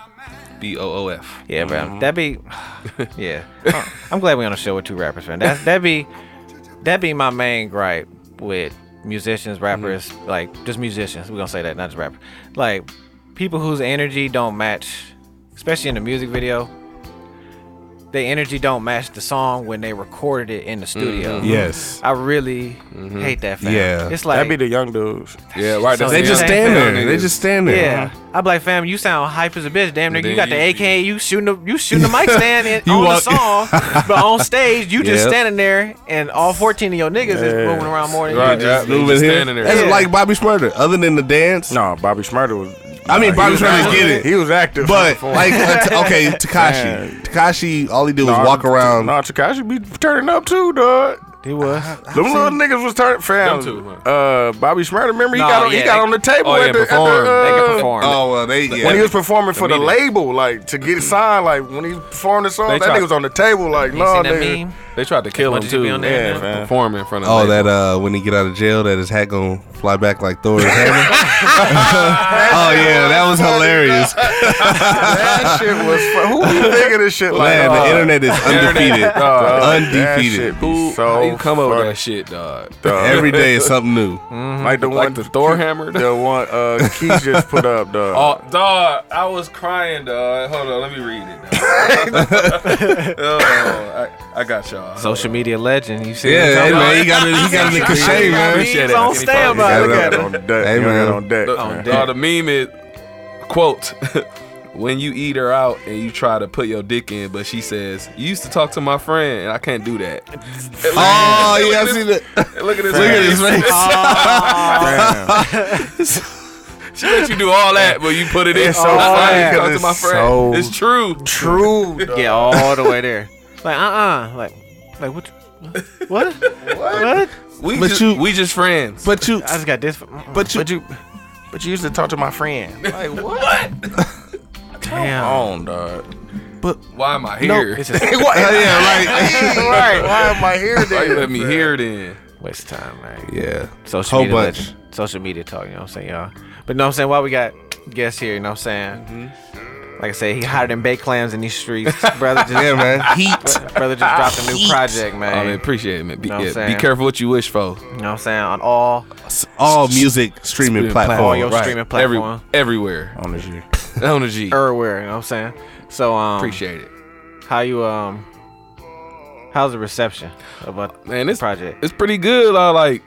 S1: B O O F.
S2: Yeah, bro. That'd be, yeah. I'm glad we on a show with two rappers, man. That that be, that be my main gripe with musicians, rappers,
S3: Mm-hmm.
S2: like just musicians. We're gonna say that, not just rappers. Like people whose energy don't match, especially in the music video. Their energy don't match the song when they recorded it in the
S3: Mm-hmm.
S2: studio.
S4: Yes.
S2: I really hate that. Fact.
S4: Yeah.
S2: it's
S3: That'd
S2: like
S3: be the young dudes.
S1: Oh, Yeah. Right.
S2: So
S1: that's
S4: They
S2: Yeah.
S4: just
S2: Same
S4: stand
S2: thing.
S4: there. They just stand there.
S2: Yeah, I'm like, fam, you sound hype as a bitch, damn nigga.
S1: then
S2: You got the
S1: you-
S2: AK, you shooting the you shooting the mic stand in,
S4: You
S2: on
S4: walk-
S2: the song, but on stage you just
S4: Yep.
S2: standing there, and all 14 of your niggas is
S3: Yeah.
S2: moving around more than
S1: Right,
S2: you.
S1: yeah.
S4: Just moving
S1: Just
S4: here.
S1: standing there.
S4: That's
S2: Yeah.
S4: like Bobby Smurder. Other than the dance,
S3: No, Bobby Schmurder was.
S4: I mean,
S3: nah,
S4: Bobby
S3: he was
S4: Schmurder's
S3: active.
S4: get it.
S3: He was active,
S4: But
S3: before.
S4: like, uh, okay,
S3: Man.
S4: Takashi. Takashi, all he did was
S3: Nah,
S4: walk around.
S3: Nah, Takashi be turning up too, dog.
S2: He was.
S3: Them little niggas was turning. Fam,
S1: Them two,
S3: uh, Bobby Schmurder, remember he
S2: Nah,
S3: got on,
S2: yeah,
S3: he got
S2: they-
S3: on the table
S1: Oh,
S3: at
S1: yeah,
S3: the, at the,
S1: perform. They
S2: They
S3: uh,
S2: can perform.
S4: oh well, they yeah.
S3: When he was performing for the
S1: media.
S3: label, like to get signed, like when he performed the song,
S1: They
S3: that
S1: tried-
S3: nigga was on the table, like
S2: you
S3: no,
S2: seen that
S3: nigga.
S2: meme?
S1: They tried to kill
S2: Why
S1: him
S2: did you
S1: too.
S2: be on there,
S1: Yeah,
S2: man?
S1: man. Perform in front of.
S4: oh
S1: label.
S4: that uh when he get out of jail, that his hat gonna Fly back like Thor's hammer. oh yeah, that was hilarious.
S3: that shit was. Fun. Who be thinking this shit like?
S4: Man, the
S3: dog?
S4: internet is undefeated.
S3: Dog, Oh, That
S4: undefeated.
S3: shit
S1: Who,
S3: be so
S1: how you come up with that
S3: fucked
S1: shit, dog?
S3: up.
S4: Every day is something new. Oh,
S3: like the
S1: Like
S3: one
S1: the Thor hammer?
S3: the one uh, Keith just put up, dog.
S1: Oh, dog, I was crying, dog. Hold on, let me read it. dog. oh, I, I got y'all.
S2: Social media legend. You see?
S4: Yeah, hey,
S2: what
S4: man, he got it. He got it in cachet, man.
S1: Appreciate
S2: He's
S1: it.
S2: on
S1: Any
S2: standby.
S3: You
S1: problems?
S3: got
S4: Got it up.
S3: it on deck.
S4: Hey,
S3: you got it
S4: man.
S3: on deck.
S1: The,
S3: man.
S1: dawg, the meme is quote when you eat her out and you try to put your dick in, but she says, You used to talk to my friend and I can't do that.
S4: Oh yeah, I
S1: Look at
S4: see that.
S1: this- Look at this.
S4: Look at his face.
S3: Damn.
S1: She let you do all that, but you put it in.
S3: It's so
S1: That's why I
S3: funny
S1: used to
S3: 'cause
S1: talk to
S3: it's
S1: my friend.
S3: so-
S1: It's true.
S3: True.
S2: I'm saying? Get all the way there. Like uh uh Like like what? What? What?
S1: We
S4: But
S1: just,
S4: you-
S1: we just friends.
S4: But you,
S2: I just got this. uh-uh, But
S4: but you,
S3: But you used to talk to my friend. Like what?
S1: Oh,
S2: damn.
S3: on, dog.
S1: Why am I here?
S2: This is
S3: What?
S4: yeah, like,
S3: right. Why am I here?
S1: why you
S3: then,
S1: let me
S3: bruh?
S1: here then?
S2: waste of time, man.
S4: yeah.
S2: Social
S4: Whole
S2: media
S4: bunch.
S2: legend. Social media talk. You know what I'm saying, y'all. But no, I'm saying why we got guests here. You know what I'm saying.
S1: Mm-hmm.
S2: Like I said, he hotter than baked clams in these streets, brother. Just,
S4: Yeah, man. Heat.
S2: Brother just dropped a new
S4: Heat.
S2: project, man.
S1: I mean, appreciate it, Oh, man. Be,
S2: Know what I'm
S1: yeah, be
S2: saying?
S1: careful what you wish for.
S2: You know what I'm saying? On all
S4: All music streaming
S1: Streaming platform.
S2: all
S4: platform.
S2: your
S1: Right.
S2: streaming
S1: Every,
S2: platforms.
S1: everywhere.
S3: On this year.
S1: On the G.
S2: everywhere, you know what I'm saying? So um
S1: Appreciate it.
S2: how you um how's the reception about
S1: Man,
S2: this
S1: this
S2: project?
S1: it's pretty good. I like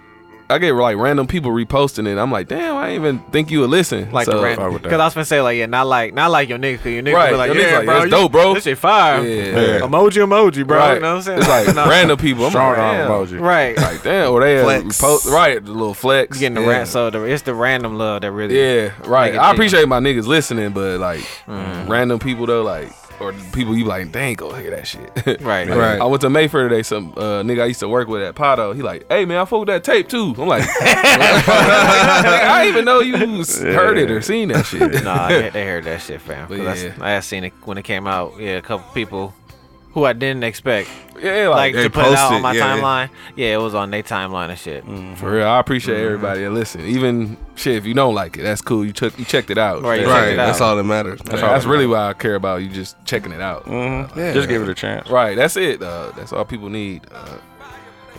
S1: I get like random people reposting it. I'm like, damn, I didn't even think you would listen.
S2: Like
S1: so,
S2: the rant.
S3: fuck with that.
S2: Because I was gonna say like yeah, not like not like your nigga, 'cause your nigga
S1: uh, Right,
S2: be like,
S1: your
S2: yeah,
S1: nigga like,
S2: bro,
S1: that's dope, bro.
S2: This shit fire.
S1: Yeah.
S2: Emoji, emoji, bro.
S1: Right.
S2: You know what I'm saying?
S1: It's like
S2: Nah,
S1: random people. I'm
S3: Strong
S1: like,
S3: arm
S1: damn.
S3: emoji.
S2: right.
S1: Like damn, or they had
S4: Flex.
S1: repost right the little flex.
S2: Getting the
S1: yeah.
S2: rant, so the, it's the random love that really
S1: Yeah, right.
S2: Nigga, Mm.
S1: I
S2: dig.
S1: appreciate my niggas listening, but like random people though, like or people you like, dang, go hear that shit.
S2: Right.
S1: Like,
S4: Right.
S1: I went to Mayfair today. Some uh, nigga I used to work with at Pado. He like, hey man, I fuck with that tape too. I'm like, I didn't even know you s- heard it or seen that shit.
S2: Nah, they, they heard that shit, fam. 'Cause
S1: But
S2: that's-
S1: yeah.
S2: I had seen it when it came out. Yeah, a couple people who I didn't expect
S1: Yeah, like,
S2: like
S4: they
S2: to put it out
S4: posted,
S2: on my
S4: yeah.
S2: timeline. Yeah, it was on their timeline and shit.
S1: for real. I appreciate everybody that listen. Even shit, if you don't like it, that's cool. You took you checked it out.
S2: Right, you
S1: That's,
S2: checked
S4: Right.
S2: it
S4: That's
S2: out.
S4: all that matters.
S1: that's really why I care about you just checking it out.
S4: Yeah.
S3: Just give it a chance.
S1: Right, that's it. Uh, that's all people need. Uh,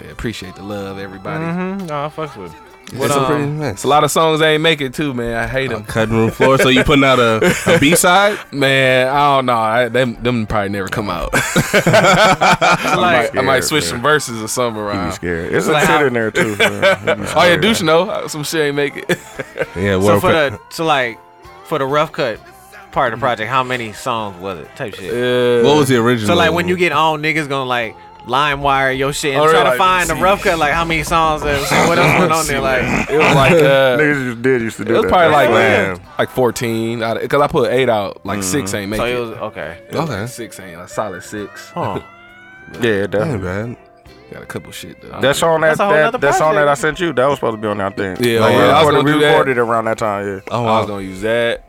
S1: yeah, appreciate the love, everybody.
S2: Mm, no, I fucks with. it.
S4: What,
S2: um,
S4: pretty nice.
S1: It's a lot of songs I ain't make it too, man. I hate them.
S4: Cutting room floor. So you putting out a, a B side?
S1: Man, I don't know. I, them, them probably never come out. I, might, I might
S3: scared,
S1: switch
S3: man.
S1: some verses or something
S3: You
S1: around.
S3: scared. It's a
S2: Like
S3: tit
S2: how-
S3: in there too.
S1: Oh
S3: oh
S1: yeah, douche know uh, some shit ain't make it.
S4: Yeah.
S2: So
S4: World
S2: for
S4: pre-
S2: the so like for the rough cut part of the project, how many songs was it? Type shit.
S1: Yeah.
S4: what was the original?
S2: So like when you get on, niggas gonna like LimeWire your shit and
S1: Oh,
S2: try
S1: really?
S2: to find the rough cut. Like how many songs? And what else went on there? Like
S1: It was like uh,
S3: Niggas just did used to do
S1: it was
S3: that.
S1: probably like
S3: man.
S1: like fourteen. Because I put eight out, like six ain't make
S2: Mm-hmm. so
S1: it.
S2: it was okay.
S1: It was like
S4: Okay.
S1: six ain't a solid six.
S2: Huh.
S3: Yeah,
S4: Yeah,
S3: that,
S4: man.
S1: Got a couple shit though.
S3: that song that
S2: That's a whole
S3: that,
S2: nother
S3: that song
S2: project.
S3: that I sent you that was supposed to be on that thing.
S1: Yeah,
S3: Like,
S1: oh,
S3: we
S1: yeah, I was
S3: recorded,
S1: gonna do
S3: we
S1: that.
S3: recorded around that time.
S4: Oh,
S3: Yeah,
S1: I was gonna use that.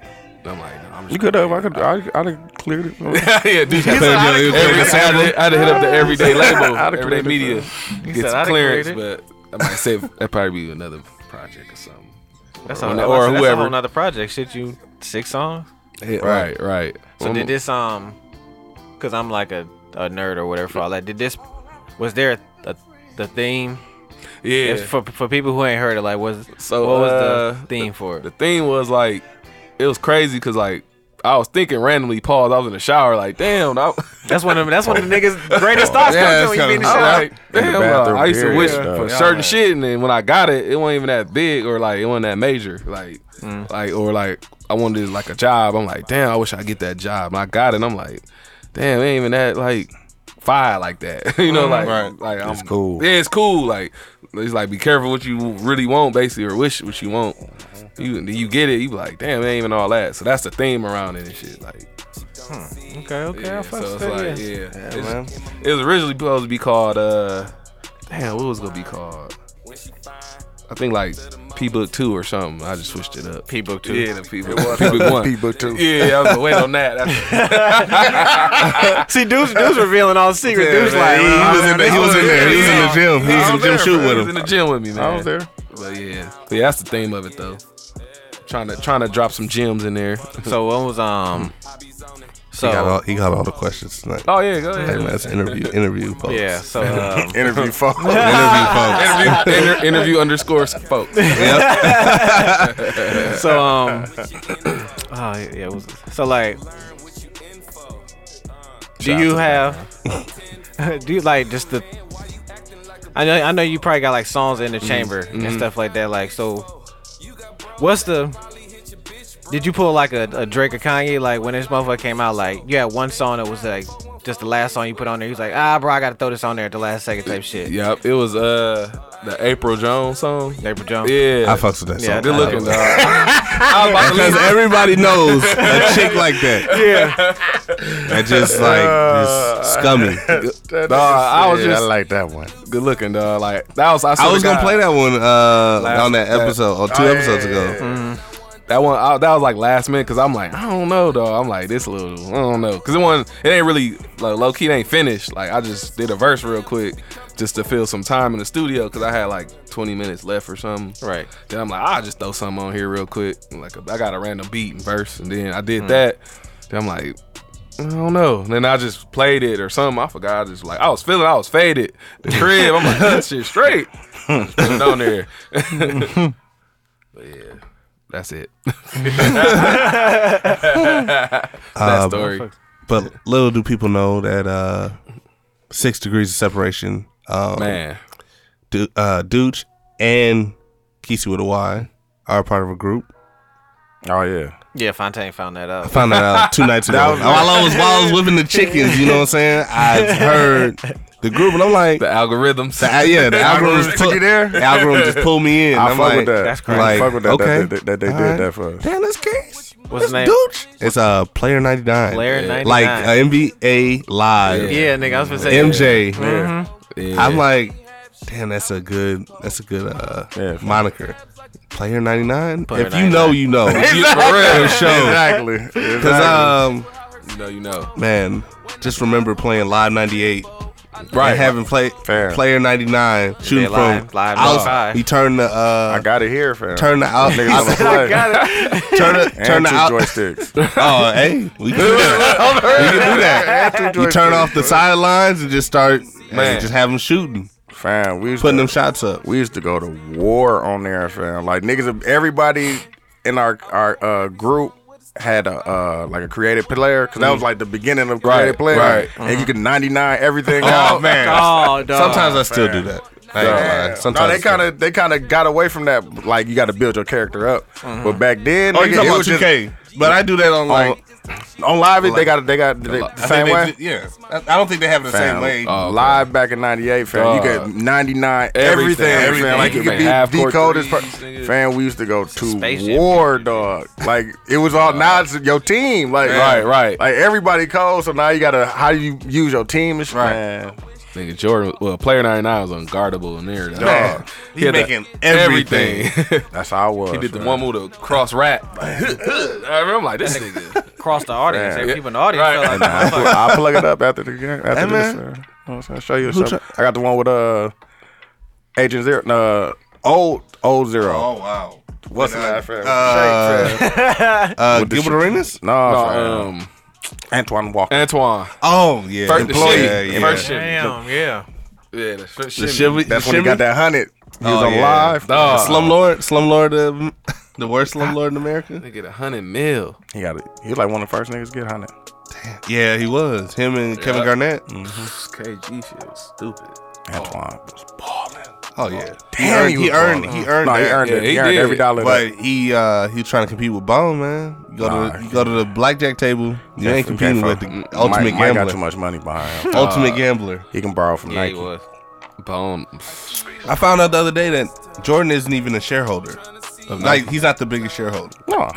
S1: I'm like, no, I'm just
S3: you could have. I could. I I'd have cleared it.
S1: yeah, dude.
S4: said, "I done cleared
S1: every,
S4: it."
S1: I had to- I had to hit up the everyday label,
S3: I done
S1: everyday
S3: cleared it,
S1: media,
S2: You
S1: get
S2: said, "I
S1: some
S2: done
S1: clearance.
S2: cleared
S1: But I might say that probably be another project or something.
S2: That's
S1: Or
S2: a,
S1: no-
S2: or
S1: or
S2: that's whoever.
S1: whoever.
S2: A whole nother project. Shit, you six songs.
S1: Yeah, right, right.
S2: So did this um, cause I'm like a, a nerd or whatever for all that. Did this was there a, a, the theme
S1: Yeah.
S2: It's for for people who ain't heard it? Like was
S1: So,
S2: so what was
S1: uh,
S2: the theme for it?
S1: the thing was like, it was crazy because like I was thinking randomly. Pause. I was in the shower. Like, damn. I,
S2: That's one of that's one of the niggas greatest thoughts
S4: Yeah,
S2: come
S4: that's
S2: to when you
S4: kinda-
S2: beat the
S1: I was like,
S2: shit out.
S3: Oh, the
S1: damn. uh,
S3: bathroom,
S1: I used to
S3: period,
S1: wish
S3: yeah.
S1: for
S3: Yeah,
S1: certain shit, and then when I got it, it wasn't even that big or like it wasn't that major. Like,
S2: Mm.
S1: like or like I wanted like a job. I'm like, damn. I wish I get that job. And I got it. and I'm like, damn. It ain't even that like fire like that. you know, like
S4: Right.
S1: like I'm,
S4: cool.
S1: Yeah, it's cool. Like it's like be careful what you really want, basically, or wish what you want. You you get it. You be like, damn, it ain't even all that. So that's the theme around it and shit. Like.
S2: Hmm. Okay, okay,
S1: Yeah,
S2: I
S1: so
S2: fucks
S1: it's
S2: with that,
S1: like,
S2: yeah.
S1: yeah. It's- It was originally supposed to be called, uh, damn, what was it gonna be called? I think like P Book 2 or something. I just switched it up.
S2: P book two.
S1: Yeah, the P Book 1.
S3: People too.
S1: Yeah, I was gonna wait on that. That's,
S2: See, dude's dude's revealing all the secrets. dude's like,
S4: He was in there. He was in there. He was in the gym. He was
S1: I
S4: in the
S1: was
S4: gym
S1: there,
S2: Oh,
S4: shoot
S1: bro. He was in
S4: with him.
S1: the gym with me, man.
S3: I was there.
S1: But yeah, but yeah, that's the theme of it though. Trying to trying to drop some gems in there.
S2: So what was um? So
S4: He got all, he got all the questions tonight.
S1: oh yeah, go ahead.
S4: Hey, man, that's interview, interview folks.
S2: yeah, so um,
S3: Interview phone.
S4: Interview folks.
S1: interview, inter- interview underscore folks.
S4: yep.
S2: so um, oh yeah, it was, so like, do you have? do you like just the? I know, I know you probably got like songs in the chamber and stuff like that. Like, so what's the? Did you pull like a, a Drake or Kanye? Like when this motherfucker came out, like you had one song that was like just the last song you put on there. He was like, ah, bro, I gotta throw this on there at the last second type shit.
S1: Yep, it was uh the April Jones song.
S2: April Jones.
S1: Yeah,
S4: I fucks with that song.
S2: Yeah,
S1: good looking. dog.
S4: Because everybody knows a chick like that. Yeah. And just like just scummy.
S1: Nah, I was
S3: Yeah,
S1: just
S3: I like that one.
S1: good looking, dog. Like that was I,
S4: I was gonna play
S1: that.
S4: that one uh, on that
S1: that-
S4: episode or two
S3: Oh, yeah,
S4: episodes
S3: yeah,
S4: ago.
S3: yeah,
S1: That one I, that was like last minute because I'm like I don't know, dog. I'm like this little I don't know because it wasn't it ain't really like low key it ain't finished. Like I just did a verse real quick just to fill some time in the studio because I had like 20 minutes left or something.
S2: Right.
S1: Then I'm like I'll just throw something on here real quick. Like I got a random beat and verse and then I did that. Then I'm like I don't know. And then I just played it or something. I forgot. I just like I was feeling. I was faded. The crib. I'm like that shit straight. Just put it on there. but yeah, that's it. that
S4: Um,
S1: story.
S4: But little do people know that uh, six degrees of separation. Um,
S1: Man.
S4: Du- uh, Dooch and Kisi with a Y are part of a group.
S3: Oh yeah.
S2: Yeah, Fontaine found that out.
S4: Found that out two nights ago. while I was while I was whipping the chickens, you know what I'm saying? I heard the group and I'm like,
S1: The algorithms.
S4: the- Ah, yeah, the algorithm
S3: algorithm
S4: just
S3: took
S4: put,
S3: you there?
S4: The algorithm just pulled me in.
S3: I
S4: am
S3: fuck
S4: like,
S3: with that.
S2: that's crazy.
S4: Like,
S3: I fuck with that.
S4: okay,
S3: That, that, that they did
S4: alright.
S3: that for us.
S4: Damn, that's case.
S2: What's his name?
S4: Dooch. It's uh, player ninety nine.
S2: Player 99.
S4: Like uh, NBA live.
S2: yeah, nigga, I was gonna say Mm-hmm.
S4: MJ.
S1: Yeah.
S4: I'm like, damn, that's a good, that's a good uh,
S3: Yeah.
S4: moniker. Player 99.
S2: Player
S4: if you know,
S2: 99.
S4: you know.
S1: you, for real.
S4: For sure.
S3: Exactly.
S4: Cause
S3: exactly.
S4: um,
S1: You know. You know.
S4: man, just remember playing Live 98.
S1: Right.
S4: And having play,
S3: Fair.
S4: Player 99 shooting
S2: live-
S4: from
S2: live
S4: out,
S2: 95.
S4: he turned the
S3: I
S4: uh,
S3: got it here, fam.
S4: turn the out,
S3: Niggas on the play.
S4: turn the
S3: And
S4: turn the
S3: two
S4: out.
S3: joysticks.
S4: Oh, hey, we can do that. we can do that.
S3: And two
S4: You turn
S3: joysticks.
S4: off the sidelines and just start, man,
S1: Man.
S4: just have them shooting,
S3: Fam, we was
S4: putting them shots up.
S3: We used to go to war on there, fam. Like niggas, everybody in our our uh, group had a uh, like a creative player because that
S4: Mm.
S3: was like the beginning of creative
S1: Right,
S3: player,
S1: right.
S3: and you could ninety nine everything.
S4: Oh
S3: out.
S4: man.
S2: Oh, dog.
S4: Sometimes I still do that. I ain't gonna lie.
S3: Yeah.
S4: Sometimes
S3: no, they kind of they kind of got away from that. Like you got to build your character up, but back then,
S4: Oh,
S3: nigga,
S4: you
S3: it
S4: talking about
S3: was
S4: two
S3: just,
S4: K? But I do that on like
S3: on live. it they got they got they, the
S4: I
S3: same
S4: think
S3: way.
S4: they do- yeah, I, I don't think they have it the
S3: Fam,
S4: same way.
S1: Oh, okay.
S3: Live back in '98, fam. you
S1: Dog.
S3: could 99 everything,
S1: Everything,
S3: fam.
S4: everything.
S3: Like you
S1: You
S3: could
S1: made half
S3: be
S1: court
S3: decoded. Per-
S1: threes, nigga.
S3: fam, we used to go to
S2: Spaceship.
S3: war, dog. Like it was all now it's your team. Like
S1: Right, right.
S3: Like everybody cold, so now you gotta how do you use your team? It's right. man.
S1: Nigga Jordan. Well, player 99 was unguardable in there. Dog.
S3: Man,
S1: He
S4: he's
S1: had the-
S4: making uh, everything.
S1: everything.
S3: That's how I was.
S1: he did the
S3: fam.
S1: one move to cross rap. I remember I'm like this nigga.
S2: across the audience.
S3: Yeah.
S2: Every people in the audience
S1: Right.
S2: felt
S3: I
S2: like,
S3: pl- I'll plug it up after the game. After
S4: Hey,
S3: this,
S4: man.
S3: uh, you know what I'm saying? show you something. I got the one with uh, Agent Zero, uh, old old zero.
S4: Oh wow.
S3: What's that, fam? Shake, fam.
S4: Uh,
S3: the
S4: Gilbert Arenas?
S3: No, fam.
S1: Um,
S3: Antoine Walker.
S1: Antoine.
S4: Oh yeah.
S1: First employee.
S4: Yeah, yeah.
S1: First shit.
S2: damn, yeah.
S1: Yeah, the first
S4: The
S1: shimmy.
S4: shimmy-
S3: That's
S4: the
S3: when he got
S4: shimmy?
S3: that hundred. He was
S4: Oh,
S3: on
S4: yeah.
S3: live.
S1: Dog.
S4: Slumlord, Slumlord, uh, the worst Slumlord in America.
S1: They get a hundred mil.
S3: He got it. He was like one of the first niggas to get hundred.
S4: Yeah, he was. Him and Kevin Garnett.
S1: KG shit was stupid.
S3: Antoine was balling.
S4: Oh yeah.
S3: Damn, he
S4: he
S3: was balling.
S4: earned. He earned. He earned.
S3: No, he
S4: that.
S3: earned
S1: Yeah,
S3: it. He,
S1: he
S3: earned
S1: did.
S3: every dollar.
S4: But he uh he was trying to compete with Bone, man. You go
S3: Nah.
S4: to you go to the blackjack table. You ain't competing with the ultimate
S3: Mike, Mike got too
S4: gambler.
S3: much money behind him.
S4: Ultimate gambler.
S3: he can borrow from
S2: Yeah, he
S3: Nike.
S2: was.
S1: Bone.
S4: I found out the other day that Jordan isn't even a shareholder. Like he's not the biggest shareholder.
S3: No,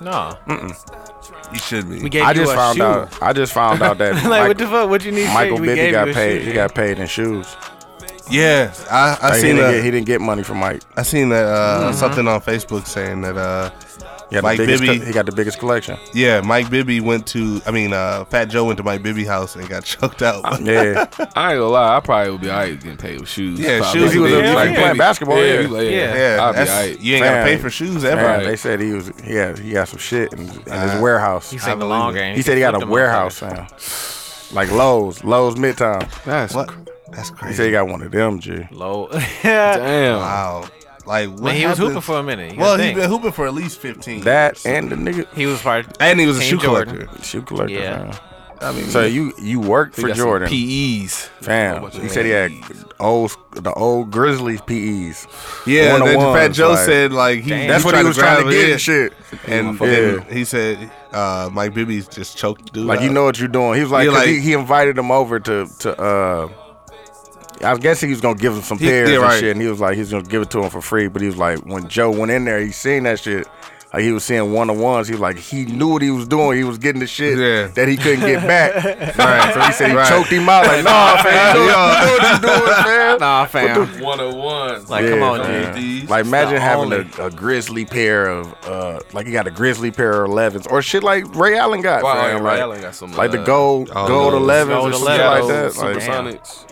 S2: No.
S4: He should be.
S2: We gave
S3: I
S2: you
S3: just
S2: a
S3: found
S2: shoe.
S3: out. I just found out that
S2: like,
S3: Mike-
S2: what the fuck? What you need?
S3: Michael
S2: shit? we
S3: Bibby
S2: gave
S3: got
S2: you a
S3: paid.
S2: shoe.
S3: He got paid in shoes.
S4: yeah, I, I
S3: Like, he,
S4: seen
S3: didn't
S4: a,
S3: get, he didn't get money from Mike.
S4: I seen that uh, something on Facebook saying that uh,
S3: He got,
S4: Mike
S3: the biggest,
S4: Bibby.
S3: co- he got the biggest collection.
S4: Yeah, Mike Bibby went to. I mean, uh, Fat Joe went to Mike Bibby house and got choked out.
S3: Yeah,
S1: I ain't gonna lie, I probably would be alright getting paid with shoes.
S4: Yeah,
S1: Probably.
S4: shoes,
S1: Like,
S4: you was-
S1: baby,
S4: you
S1: like,
S4: was
S3: playing
S1: baby.
S3: basketball, yeah.
S1: you like, yeah,
S2: Yeah,
S1: I'll be
S4: that's-
S1: alright.
S4: you ain't gotta
S3: Fam.
S4: pay for shoes ever.
S3: man,
S1: Right.
S3: they said he was. Yeah, he got some shit in, in
S4: Uh,
S3: his warehouse.
S2: He's in the long game.
S3: He said he got a warehouse now. Like Lowe's, Lowe's Midtown.
S1: That's
S4: What? That's
S3: He
S4: crazy.
S3: said he got one of them, G.
S2: Low. yeah.
S1: damn.
S4: wow. Like what
S2: Man, he was
S4: happened-
S2: hooping for a minute. You
S4: Well,
S2: gotta
S4: he's
S2: think.
S4: been hooping for at least fifteen.
S3: That and the nigga
S2: he was part.
S4: and he was a
S2: Team
S4: shoe
S2: Jordan.
S4: collector.
S3: shoe collector.
S2: Yeah.
S3: Yeah.
S4: I mean,
S3: So you you worked
S1: He
S3: for
S1: got some
S3: Jordan,
S1: PEs.
S3: fam. He said he had old the old Grizzlies PEs.
S4: yeah.
S3: one of
S4: Then Fat
S3: ones,
S4: Joe
S3: like-
S4: said like he,
S2: Damn.
S3: That's what he
S4: tried
S3: was trying to
S4: grab
S3: get
S4: it,
S3: and shit.
S4: And,
S3: Yeah.
S4: and he said uh, Mike Bibby just choked the dude.
S3: Like
S4: out.
S3: you know what you're doing. He was like,
S4: You're
S3: 'cause
S4: like-
S3: he, he invited him over to to. uh I guess he was gonna give him some
S4: He-
S3: pairs
S4: yeah,
S3: and
S4: right.
S3: shit, and he was like he was gonna give it to him for free. But he was like, when Joe went in there, he seen that shit. Like he was seeing one on ones. He was like he knew what he was doing. He was getting the shit
S4: Yeah.
S3: that he couldn't get back.
S4: right? So he said
S3: He choked him out like, nah, fam, you know, you know what you're doing, man.
S2: Nah, fam.
S1: One of one.
S2: Like, come
S3: Yeah,
S2: on,
S3: fam.
S2: dude.
S3: Like imagine
S2: the
S3: having
S2: only-
S3: a, a grizzly pair of uh like you got a grizzly pair of elevens or shit like Ray Allen got.
S1: Wow,
S3: fam.
S1: oh, Ray
S3: like,
S1: Allen got some,
S3: like the
S1: uh,
S3: gold
S4: Oh,
S3: gold
S4: those
S3: elevens
S2: gold
S3: or something
S2: 11s.
S3: like that. Like,
S1: Supersonics.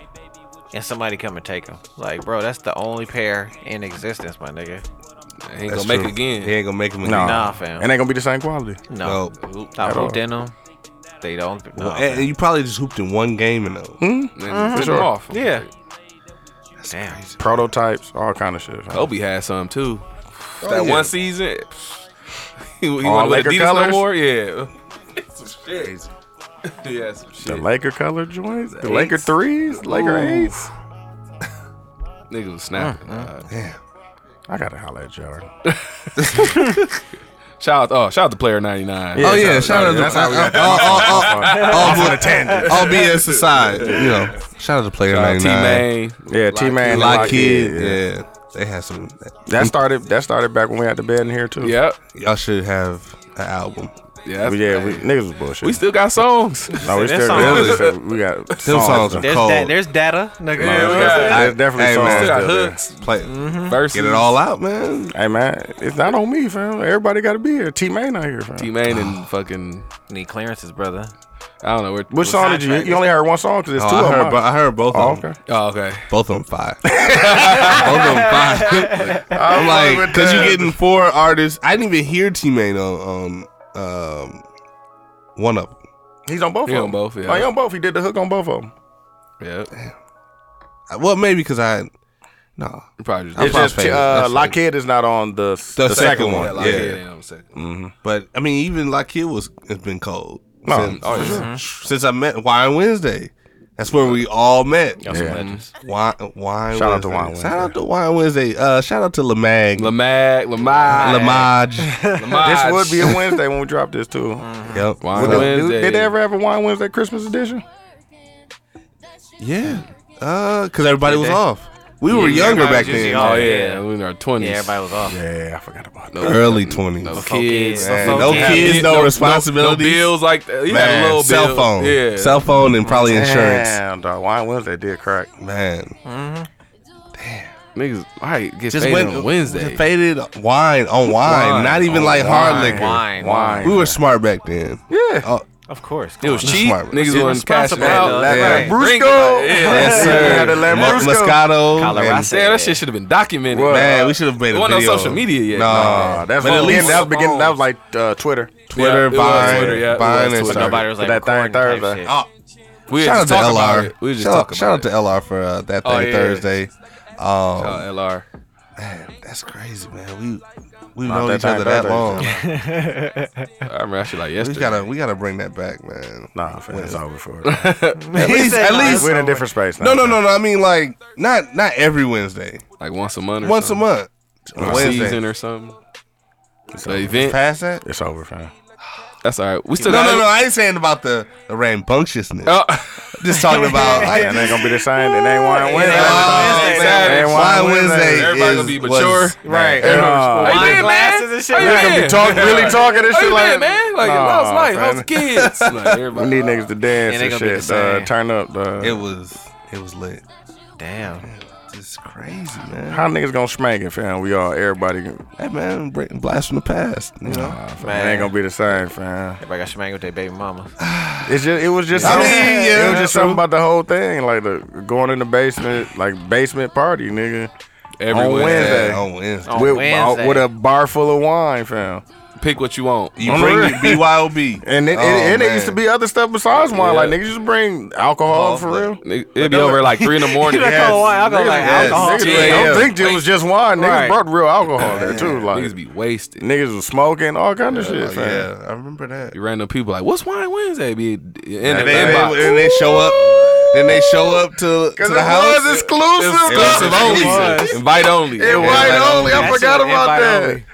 S2: And somebody come and take him. Like, bro, that's the only pair in existence, my nigga.
S1: Ain't
S4: That's
S1: gonna make
S4: true.
S1: it again.
S4: He ain't gonna make him again.
S3: nah,
S2: Nah, fam.
S3: And they gonna be the same quality.
S2: No. Not
S3: at all. eh,
S2: hooped in them. They don't. No,
S4: Well, and, and you probably just hooped in one game and though.
S3: Mm-hmm.
S1: Man, flip
S3: sure.
S1: them off.
S2: Yeah. Damn.
S3: Prototypes, all kind of shit. fam.
S1: Kobe had some too.
S4: yeah.
S1: that one season, he, he
S3: All
S1: went with
S3: Laker
S1: Adidas no
S3: colours?
S1: more. Yeah, some shit. Yeah, some
S3: The
S1: shit.
S3: Laker color joints, the Laker threes, Laker
S1: Ooh.
S3: eights.
S1: Nigga was snapping. Uh,
S3: I gotta holler at Jordan.
S1: shout out, oh, shout out to Player Uh, ninety nine.
S4: Oh yeah, shout out to
S3: That's how we got
S4: all, all, all,
S3: that.
S4: all,
S3: On a tangent.
S4: all BS aside, you know. Shout out to player
S1: T
S4: 99.
S1: Main.
S3: Yeah, T Man,
S4: Lock kid, yeah. Hmm? They had some.
S3: That started. That started back when we had the bed in here too.
S1: Yep.
S4: Y'all should have an album.
S1: Yeah.
S3: We- yeah. We, niggas was bullshit.
S1: we still got songs.
S3: no, we
S2: Them
S3: still,
S2: songs-
S3: we still- we got
S4: Them songs are
S2: There's,
S4: cold.
S2: da- there's data,
S1: Yeah,
S2: nigga.
S3: There's
S1: we got-
S3: definitely- there's definitely
S4: Hey,
S3: songs
S4: man.
S1: still got
S3: out there.
S1: hooks.
S4: Play,
S1: Verses.
S4: Get it all out, man.
S3: Hey man, it's not on me, fam. Everybody got to be here. T Main out here, fam.
S1: T Main and fucking.
S2: Need clearances, brother.
S1: I don't know. Where,
S3: Which song did you? You only heard one song because there's
S4: Oh,
S3: two
S4: I,
S3: of
S4: heard,
S3: them.
S4: bo- I heard both
S3: Oh,
S4: of them.
S3: okay.
S1: Oh, okay.
S4: Both of them fire. both of them fire. I'm like, because you're getting four artists. I didn't even hear T Main on, on um, one of them.
S3: He's on both.
S1: He
S3: of
S1: on
S3: them.
S1: both, yeah.
S3: Oh, he on both. He did the hook on both of them.
S1: Yeah.
S4: Well, maybe because I. No.
S1: Probably just.
S4: I'm
S3: It's just
S4: probably-
S3: uh,
S4: that's like-
S3: Lockheed is not on the
S4: The
S3: the,
S4: second one.
S1: Yeah,
S3: one.
S1: like,
S4: yeah.
S1: yeah, yeah, I'm saying.
S4: But I mean, even Lockheed was has been cold
S3: No,
S4: since,
S3: oh, yeah.
S4: since I met Wine Wednesday. That's where we all met.
S2: Y'all
S3: Yeah.
S2: some legends.
S4: Wine, wine
S3: Shout
S4: Wednesday.
S3: out to Wine
S4: Shout out to Wine Wednesday. Uh, shout out to Lamag,
S1: Lamag, Lamag,
S4: Lamaj.
S1: Lamag.
S3: This would be a Wednesday when we drop this too.
S4: yep.
S1: Wine
S4: So-
S1: Wednesday.
S3: Did, did they ever have a Wine Wednesday Christmas edition?
S4: Yeah. Uh, because everybody was
S2: they?
S4: off. We were younger
S2: everybody
S4: back
S2: was usually
S4: then.
S2: off.
S1: Oh yeah,
S2: Yeah.
S1: we in our twenties.
S2: Yeah, everybody was off.
S3: Yeah, I forgot about that.
S4: Early twenties.
S1: No
S2: Folk
S1: kids,
S2: kids,
S4: no
S2: folk
S4: no
S2: kids.
S4: kids, no,
S1: No
S4: responsibilities.
S1: bills like that. You had a
S4: Man,
S1: little
S4: cell
S1: bill.
S4: phone.
S1: Yeah.
S4: Cell phone and probably insurance.
S3: Damn, dog. Wine Wednesday did crack.
S4: Man.
S1: Niggas, all right, get just went, on Wednesday.
S4: just faded wine on wine,
S1: Wine
S4: not even
S1: on
S4: like hard liquor.
S2: Wine.
S3: Wine.
S4: We were smart back then.
S3: Yeah.
S4: Oh,
S2: Of course.
S1: it was
S4: That's
S1: cheap.
S4: smart. It's
S1: Niggas wasn't cashing
S2: irresponsible,
S1: out.
S2: though.
S1: Like,
S4: Yeah.
S1: like, drink
S3: Brusco.
S1: it.
S4: yes,
S1: Yeah.
S4: sir.
S3: Had a Lambrusco.
S4: Mo- Moscato.
S2: Colorado.
S4: and-
S1: Yeah, that shit should have been documented.
S3: Well,
S4: Man, we should have made
S1: It
S4: a
S1: wasn't on
S4: video.
S1: social media yet.
S4: Nah,
S1: man.
S3: Uh, That's
S1: But
S3: what
S1: at
S3: beginning.
S1: least-
S3: That was beginning. That was like uh, Twitter.
S1: Yeah,
S4: Twitter,
S1: it was
S4: Vine,
S1: Twitter, yeah, it
S4: Vine,
S1: was
S4: and
S1: Twitter.
S4: stuff.
S2: Nobody was like
S3: That thing
S2: recording type
S3: Thursday.
S2: shit.
S4: Oh,
S1: We
S4: shout out
S1: just
S4: to
S1: talk about
S4: LR.
S1: it. We was just
S4: shout,
S1: talking
S4: shout
S1: about
S4: out to LR for uh, that thing
S1: Oh, yeah.
S4: Thursday. Um,
S1: it. Uh, LR.
S4: man, that's crazy, man. We we
S3: Not
S4: known
S3: that
S4: each other
S3: thing
S4: that
S3: Thursday.
S4: long.
S1: I remember that shit like
S4: we
S1: yesterday.
S4: gotta we gotta bring that back, man.
S3: Nah, fam, it's over for it.
S4: At least, at least.
S3: We're in a different space. Now,
S4: No, no,
S3: fam.
S4: no, no. I mean, like, not not every Wednesday.
S1: like once a month. Or
S4: Once a
S1: something.
S4: month.
S1: Or
S4: Wednesday.
S1: season or something. So event.
S4: Past that?
S3: It's over, fam.
S1: That's all right. We
S4: No,
S1: still got
S4: no,
S1: it.
S4: no. I ain't saying about the, the rambunctiousness.
S1: Oh,
S4: Just talking about like,
S3: And it ain't gonna be the same. It ain't Wine
S4: Oh,
S3: Wednesday.
S1: Wednesday,
S4: man,
S1: Saturday.
S4: Wine Wednesday.
S1: Everybody gonna
S4: is-
S1: be
S4: was-
S1: mature.
S3: Right.
S1: How
S3: Uh,
S1: you
S2: Wine
S1: been, man?
S2: glasses and shit.
S1: How you
S2: Niggas
S1: been?
S3: Niggas be talking, really talking this
S1: How
S3: shit
S1: you
S3: like,
S1: been, man? Like,
S3: Nah,
S1: how's life?
S3: fam.
S1: How's kids? Like,
S3: We
S1: everybody.
S3: need niggas to dance
S2: It ain't
S3: and
S2: gonna be the
S3: shit. Uh,
S2: same.
S3: turn up, dog.
S4: It was it was lit.
S2: Damn.
S4: is crazy, man.
S3: How niggas gonna smack it, fam? We all, everybody, gonna-
S4: Hey, man, break, blast from the past. You know,
S3: nah, fam,
S2: Man.
S3: it ain't gonna be the same, fam.
S2: Everybody got shamangled with their baby mama.
S3: It's just, it was just,
S4: Yeah.
S3: something-
S4: Yeah,
S3: it was
S4: that's
S3: just
S4: true.
S3: something about the whole thing, like the going in the basement, like basement party, nigga, on
S1: Everywhere.
S3: Wednesday,
S4: Yeah, on Wednesday.
S2: On
S3: with,
S2: Wednesday.
S3: with a bar full of wine, fam.
S1: Pick what you want.
S4: You
S3: On
S4: bring
S3: the-
S4: your BYOB,
S3: And it,
S4: Oh,
S3: and it
S4: man.
S3: used to be other stuff besides wine.
S1: Yeah.
S3: Like niggas just bring alcohol for real.
S1: Nigga, It'd be over at, like three in the morning.
S2: Like, oh, why? I go
S3: Niggas-
S2: like
S3: yeah,
S2: alcohol.
S3: niggas-
S1: Yeah.
S3: I don't think it was just wine. Niggas
S2: Right.
S3: brought real alcohol there too. Like
S1: Niggas be wasted.
S3: niggas was smoking all kind of shit,
S4: Like,
S3: fam.
S4: Oh, yeah, I remember that.
S1: You random people like, what's Wine Wednesday? Be in the
S4: And they,
S1: inbox.
S4: and they show up. Oh, Then they show up to, to
S3: Cause
S4: the
S3: it
S4: house.
S3: was
S1: It
S3: exclusive.
S1: was
S3: though.
S1: exclusive only. Invite only.
S3: It was
S4: Invite
S3: only. I
S2: only.
S3: forgot
S2: That's it,
S3: about
S2: invite
S3: that.
S2: only.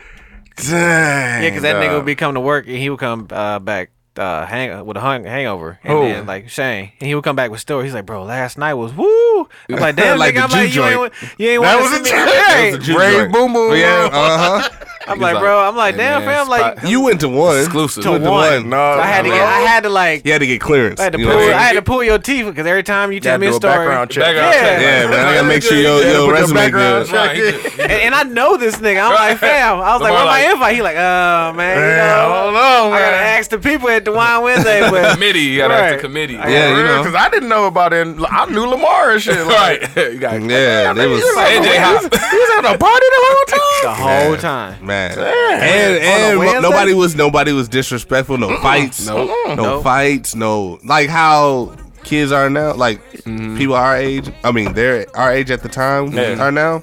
S3: Dang.
S2: Yeah, because that
S3: dog.
S2: nigga would be coming to work and he would come uh, back uh, hang with a hung- hangover. And
S3: Who?
S2: then, like, Shane. And he would come back with stories. He's like, bro, last night was woo. I'm like, damn,
S4: Like
S2: nigga.
S4: a
S2: I'm like,
S4: Jew
S2: you ain't,
S4: joint.
S2: wa- you ain't
S3: That
S2: want to
S3: was a
S2: see me.
S4: a
S3: tag.
S4: Jew
S3: Ray
S4: joint.
S3: Boom Boom.
S4: Yeah, uh
S3: uh-huh.
S4: huh.
S2: I'm like, bro, I'm like,
S1: and
S2: damn,
S1: then
S2: fam. Like,
S1: spot-
S4: You went to one
S1: Exclusive.
S4: You went to
S2: To
S4: one.
S2: one.
S3: No,
S2: I had to get, I had to, like,
S4: You had to get clearance.
S2: I had to
S4: you
S2: pull,
S4: know what I'm
S2: I
S4: saying?
S2: had to pull your teeth because every time you tell me a story,
S3: background check.
S1: Background
S2: Yeah.
S1: check.
S4: yeah, man. I gotta make sure your,
S3: Yeah, put
S4: your
S3: the
S4: resume
S3: background
S4: good.
S3: check.
S1: Right, he just-
S2: and, and I know this nigga. I'm like, fam. I was
S1: Lamar
S2: like, where
S1: like-
S2: my invite? He like, oh man, you
S3: Man,
S2: know,
S3: I don't know,
S2: I gotta
S3: man.
S2: ask the people at the wine Wednesday, but
S1: committee. You gotta ask
S2: Right.
S1: the committee.
S4: Yeah, you know.
S3: Because I didn't know about it. I knew Lamar and shit. Like,
S1: right. you got
S4: Yeah, they was
S1: AJ Hop.
S3: He was at a party the whole
S2: the
S3: time.
S2: whole
S4: Man.
S2: time.
S4: man. And and
S2: Wednesday?
S4: nobody was nobody was disrespectful. No fights.
S1: Nope.
S4: No fights. No like how kids are now. Like
S2: Mm-hmm.
S4: people our age. I mean, they're our age at the time
S1: Yeah.
S4: are now.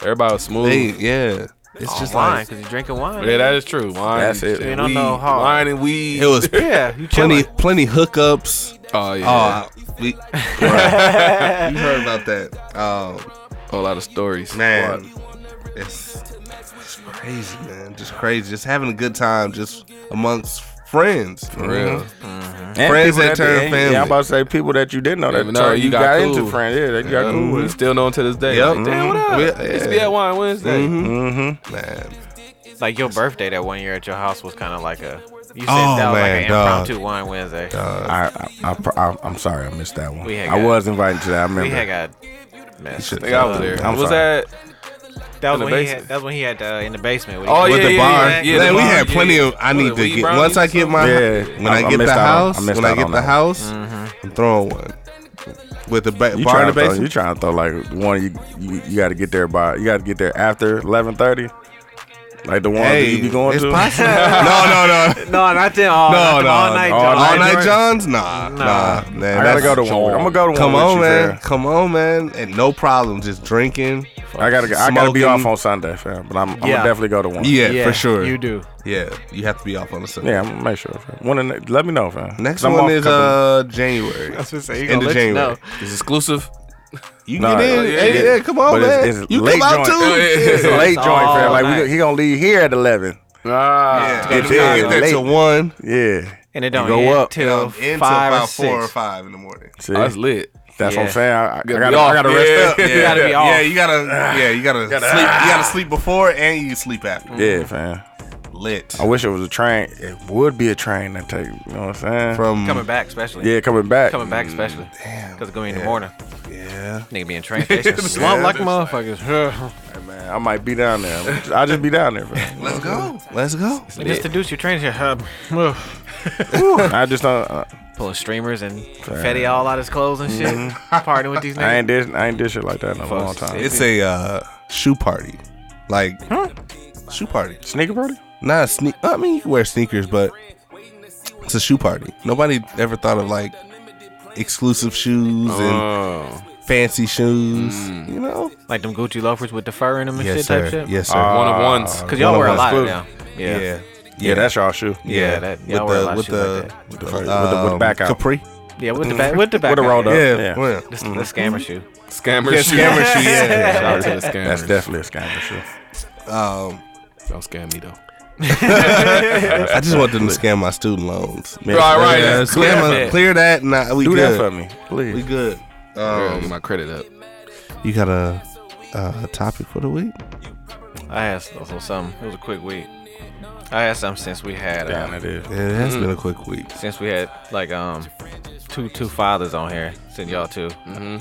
S1: Everybody was smooth.
S4: They yeah. It's just
S2: wine
S4: like
S2: because you're drinking wine.
S1: Yeah, that is true. Wine.
S3: That's
S1: and
S3: it.
S1: shit,
S2: You don't
S1: weed.
S2: know how.
S1: Wine and weed.
S4: it was
S2: yeah, you
S4: plenty
S2: chilling.
S4: plenty hookups.
S1: Oh yeah.
S4: Oh, I- we, Bruh. you heard about that? Um,
S1: a whole lot of stories.
S4: man, it's, it's crazy, man. Just crazy. Just having a good time, just amongst friends, for real. Friends
S3: people
S4: that turn family.
S3: Yeah, I'm about to say people that you didn't know that
S1: Yeah,
S3: turned,
S1: no, you
S3: you
S1: got
S3: got,
S1: cool.
S3: into friends. Yeah, that you got cool
S1: Mm-hmm. We
S3: with.
S1: still known to this day.
S4: Yep.
S1: Like, Damn, what up?
S4: We- Mm-hmm.
S1: Used to be
S4: yeah.
S1: at Wine Wednesday.
S4: Man,
S2: Like your birthday that one year at your house was kind of like a. You said
S4: Oh,
S2: that was
S4: man,
S2: like an
S4: dog.
S2: impromptu wine Wednesday.
S3: I, I, I, pro- I, I'm sorry, I missed that one.
S2: We had
S3: I
S2: got-
S3: was invited to that. I remember.
S2: We had got messed.
S1: I think I was
S2: up.
S1: there.
S3: I'm
S1: was
S3: sorry.
S1: that?
S2: That was
S1: In the
S2: when he
S1: basement.
S2: had. That was when he had uh, in the basement. With
S1: Oh,
S2: you.
S4: with
S1: yeah,
S4: the
S1: yeah,
S4: bar,
S1: yeah, yeah,
S4: man,
S1: the
S4: we
S1: bar,
S4: had plenty
S1: yeah.
S4: of. I need
S1: What,
S4: to
S1: weed
S4: get
S1: brownies
S4: once I
S1: or
S4: get my
S3: Yeah.
S4: when
S3: I-
S4: I,
S3: I missed
S4: get the
S3: out on-
S4: house
S3: I missed
S4: when I
S3: out
S4: get
S3: on
S4: the
S3: that.
S4: house,
S1: Mm-hmm.
S4: I'm throwing one with the ba-
S3: You
S4: bar in
S3: trying, to
S4: the
S3: throw,
S4: basement.
S3: you trying to throw like one? You you, you got to get there by. You got to get there after eleven thirty. Like the one that you be going
S4: it's
S3: to.
S4: possible. no, no, no.
S2: No, not then. All,
S4: No,
S2: Oh, not
S4: no,
S2: the all night.
S4: all
S2: dog.
S4: night,
S3: joint?
S4: Johns. Nah, nah, man.
S3: I gotta
S4: that's-
S3: go to one. I'm gonna go to one.
S4: Come
S3: with
S4: on,
S3: you,
S4: man.
S3: fam.
S4: Come on, man. And no problem, just drinking.
S3: I gotta. go- I gotta be
S4: Smoking.
S3: off on Sunday, fam. But I'm. I'm
S2: Yeah.
S3: gonna definitely go to one.
S4: Yeah, for sure.
S2: You do.
S4: Yeah, you have to be off on the Sunday.
S3: Yeah, I'm gonna make sure. Fam. One. In the, let me know, fam.
S4: Next
S3: 'Cause I'm
S4: one
S3: off
S4: is
S3: couple-
S4: uh January.
S2: I was gonna say, he
S4: End
S2: gonna
S4: of
S2: let you
S4: January.
S2: know.
S1: It's exclusive.
S4: You
S3: Nah,
S4: get in.
S3: yeah,
S4: hey,
S3: yeah.
S4: yeah, come on,
S3: But it's-
S4: man.
S3: it's
S4: you
S3: late
S4: come out
S3: joint.
S4: too.
S3: Yeah, It's a
S4: Yeah.
S3: late joint,
S2: all
S3: fam. Like
S2: night.
S3: we, he gonna leave here at eleven.
S1: Ah.
S4: Yeah,
S3: Yeah,
S4: you gotta get
S3: late.
S4: that to one.
S3: Yeah.
S2: And it don't
S3: go
S2: end
S3: up.
S2: till
S4: um, into
S2: five or
S4: about
S2: six.
S4: four or five in the morning.
S3: See,
S1: That's lit.
S3: that's what
S2: Yeah.
S3: I'm saying. I, I
S1: Gotta
S3: gotta.
S1: be off.
S3: I gotta rest
S1: Yeah.
S3: up. Yeah,
S2: You gotta be off.
S4: Yeah, you gotta. Yeah, you gotta, sleep. You gotta sleep before and you sleep after.
S3: yeah, fam.
S4: Lit
S3: I wish it was a train. It would be a train that take. You know what I'm saying?
S4: from
S2: Coming back, especially.
S3: yeah, coming back.
S2: Coming back, especially.
S4: Damn.
S2: Because it's going to be in the morning.
S4: Yeah.
S2: Nigga be in train stations. Slump like motherfuckers. Huh.
S3: Man, I might be down there. I'll just be down there, fam.
S4: Let's go. Let's go.
S2: Nigga, Just deduce your train here.
S3: I just don't. Uh,
S2: Pulling streamers and confetti all out his clothes and shit. Partying with these
S3: Mm-hmm. I
S2: niggas.
S3: ain't did. I ain't did shit like that in a long
S2: Fuck.
S3: time.
S4: It's a uh, shoe party. Like shoe party.
S3: Sneaker party?
S4: Not a sneak I mean you can wear sneakers, but it's a shoe party. Nobody ever thought of like exclusive shoes
S1: Oh.
S4: and fancy shoes. You know?
S2: Like them Gucci loafers with the fur in them and shit type shit.
S4: Yes, sir.
S3: Uh,
S1: One of
S3: Ah,
S1: ones.
S2: Because y'all
S4: One
S2: wear a
S4: of
S2: lot
S4: us.
S2: now. Yeah.
S4: yeah. yeah.
S3: Yeah, that's y'all shoe.
S4: yeah.
S2: yeah, that-
S4: with
S2: y'all wear a
S4: the
S2: lot of
S4: with
S2: shoes
S4: the,
S2: like
S4: with
S3: With
S4: the,
S3: the- with the
S4: um,
S3: back out.
S4: capri.
S2: Yeah, with the back. With the back.
S3: Mm-hmm. With the rolled up. Mm-hmm.
S4: Yeah,
S3: Yeah.
S4: well,
S2: The, the scammer shoe.
S1: Scammer
S4: yeah,
S1: shit.
S4: scammer shoe. Yeah,
S1: Shout out to the scammers.
S3: That's definitely a scammer shoe.
S4: um,
S1: Don't scam me though.
S4: I just want them to scam my student loans.
S1: Right, right.
S4: Yeah,
S1: that's-
S4: clear,
S1: yeah,
S4: my,
S1: man.
S4: clear that. Nah, we
S3: Do
S4: good.
S3: that for me,
S4: We
S3: please.
S4: good.
S1: Girl,
S4: Um,
S1: Get my credit up.
S4: you got a, a topic for the week?
S2: I had s- so something. It was a quick week. I had something since we had. Uh,
S3: Damn, it is.
S4: Yeah, it has been a quick week.
S2: since we had like um two two fathers on here. Send y'all 2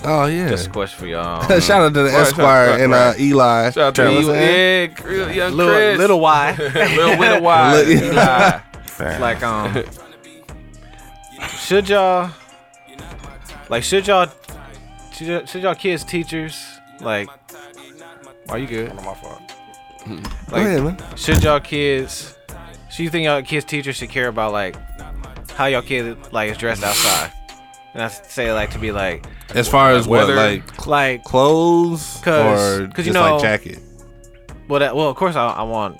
S4: Oh yeah.
S2: Just a question for y'all.
S4: Shout out to the
S1: Right,
S4: Esquire
S1: right,
S4: and uh, Eli.
S1: Shout out to
S4: You know what I'm
S1: you,
S4: saying?
S1: yeah, Chris- young
S2: little,
S1: Chris,
S2: little Y.
S1: little little wise.
S4: Little-
S1: Eli.
S2: It's like um should y'all like should y'all should, y'all- should y'all kids teachers like are you good
S3: My fault.
S4: Go ahead, man.
S2: should y'all kids should you think y'all kids teachers should care about like how y'all kid like is dressed outside and I say like to be like
S4: As far as what,
S1: Weather.
S4: like
S2: like
S4: clothes
S2: 'Cause-
S4: or
S2: 'cause
S4: just
S2: you know-
S4: like jacket?
S2: well that, well of course I, I want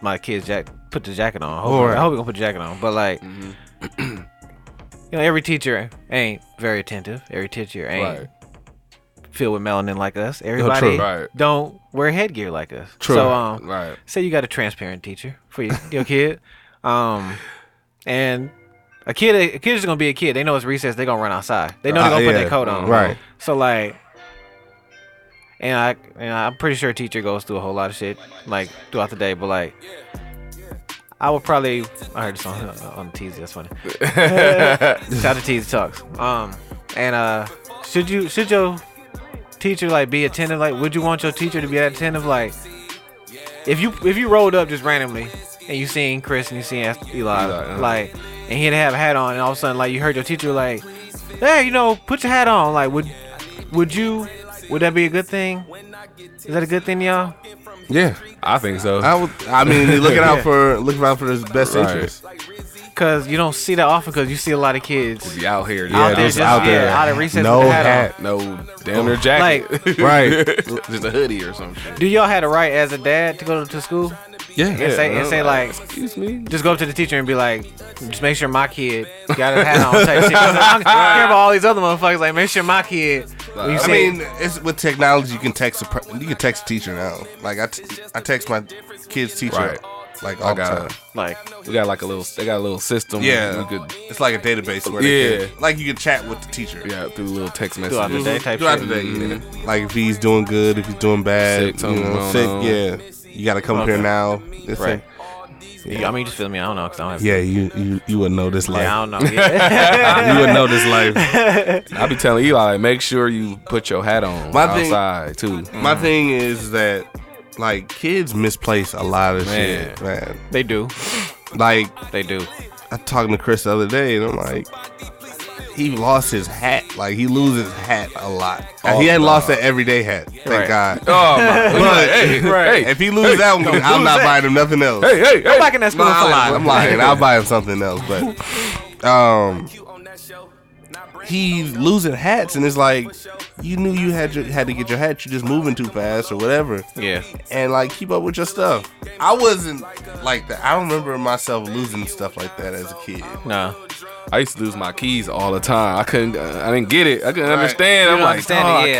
S2: my kids jack put the jacket on I hope,
S4: Alright.
S2: I hope we gonna put the jacket on but like
S4: Mm-hmm.
S2: you know every teacher ain't very attentive every teacher ain't
S1: Right.
S2: filled with melanin like us. Everybody
S1: Right.
S2: don't wear headgear like us.
S4: True.
S2: So um,
S1: Right.
S2: say you got a transparent teacher for your, your kid, um, and a kid a kid's just gonna be a kid. They know it's recess. They gonna run outside. They know they're
S4: Uh,
S2: gonna put
S4: yeah,
S2: their coat on.
S4: right.
S2: So like. And I and I'm pretty sure a teacher goes through a whole lot of shit like throughout the day, but like I would probably I heard this on on TZ. That's funny. Shout out to TZ Talks. Um, and uh, should you should your teacher like be attentive? Like, would you want your teacher to be that attentive? Like, if you if you rolled up just randomly and you seen Chris and you seen Eli,
S1: uh-huh.
S2: like, and he didn't have a hat on, and all of a sudden like you heard your teacher like, hey, you know, put your hat on. Like, would would you? Would that be a good thing? Is that a good thing, y'all?
S4: Yeah,
S1: I think so.
S4: I would. I mean, they're looking out
S2: Yeah.
S4: for looking out for his best
S1: Right.
S4: interest.
S2: Cause you don't see that often. Cause you see a lot of kids
S1: Be out here.
S2: out
S1: yeah,
S2: there
S1: just
S2: just out, yeah, out of recess
S4: No
S2: with a hat, on.
S4: hat.
S1: No damn near jacket.
S4: Right.
S1: just a hoodie or something.
S2: Do y'all have a right as a dad to go to school
S4: Yeah.
S2: and say and say like
S1: Excuse me.
S2: just go up to the teacher and be like, just make sure my kid got his hat on. Type shit. 'Cause I don't care about all these other motherfuckers. Like make sure my kid. When you
S4: I
S2: see,
S4: mean, it's with technology. You can text a per- you can text a teacher now. Like I, t- I text my kids' teacher
S1: Right.
S4: like all the
S1: got
S4: time.
S1: it.
S2: like
S1: We got like a little. They got a little system.
S4: Yeah,
S1: We could.
S4: it's like a database where they
S1: Yeah.
S4: can, like you can chat with the teacher
S1: Yeah, through little text
S2: throughout the
S1: messages.
S2: day type
S4: throughout
S2: shit.
S4: the day. Mm-hmm. Like if he's doing good, if he's doing bad,
S1: Sick,
S4: you
S1: something
S4: know,
S1: going
S4: sick.
S1: on.
S4: Yeah, you got to come here
S2: Okay.
S4: now. This
S2: Right.
S4: thing.
S2: Yeah, I mean, just feel me. I don't know. Cause I don't have.
S4: Yeah, you you you would know this life.
S2: Yeah, I don't know. Yeah.
S4: you would know this life.
S1: I be telling Eli, like, make sure you put your hat on
S4: My thing-
S1: outside too.
S4: My thing is that like kids misplace a lot of
S1: Man.
S4: shit, man.
S2: they do.
S4: Like
S2: They do.
S4: I talking to Chris the other day, and I'm like, he lost his hat. Like he loses his hat a lot. Now, he had lost that everyday hat. Thank
S2: Right.
S4: God.
S1: Oh my!
S4: But
S1: hey, right.
S4: if he loses that one, I'm not buying him nothing else.
S1: hey, hey, hey!
S2: I'm back in that
S4: No,
S2: school.
S4: I'm
S2: fight,
S4: lying.
S2: bro.
S4: I'm lying. I'll buy him something else. But um, he's losing hats, and it's like you knew you had your, had to get your hat. You're just moving too fast or whatever
S2: Yeah.
S4: and like keep up with your stuff. I wasn't like that. I remember myself losing stuff like that as a kid.
S2: No.
S1: I used to lose my keys all the time. I couldn't. I didn't get it. I couldn't
S4: Right.
S1: understand.
S2: You
S1: I'm
S2: don't
S1: like,
S2: understand
S1: oh,
S2: it, yeah.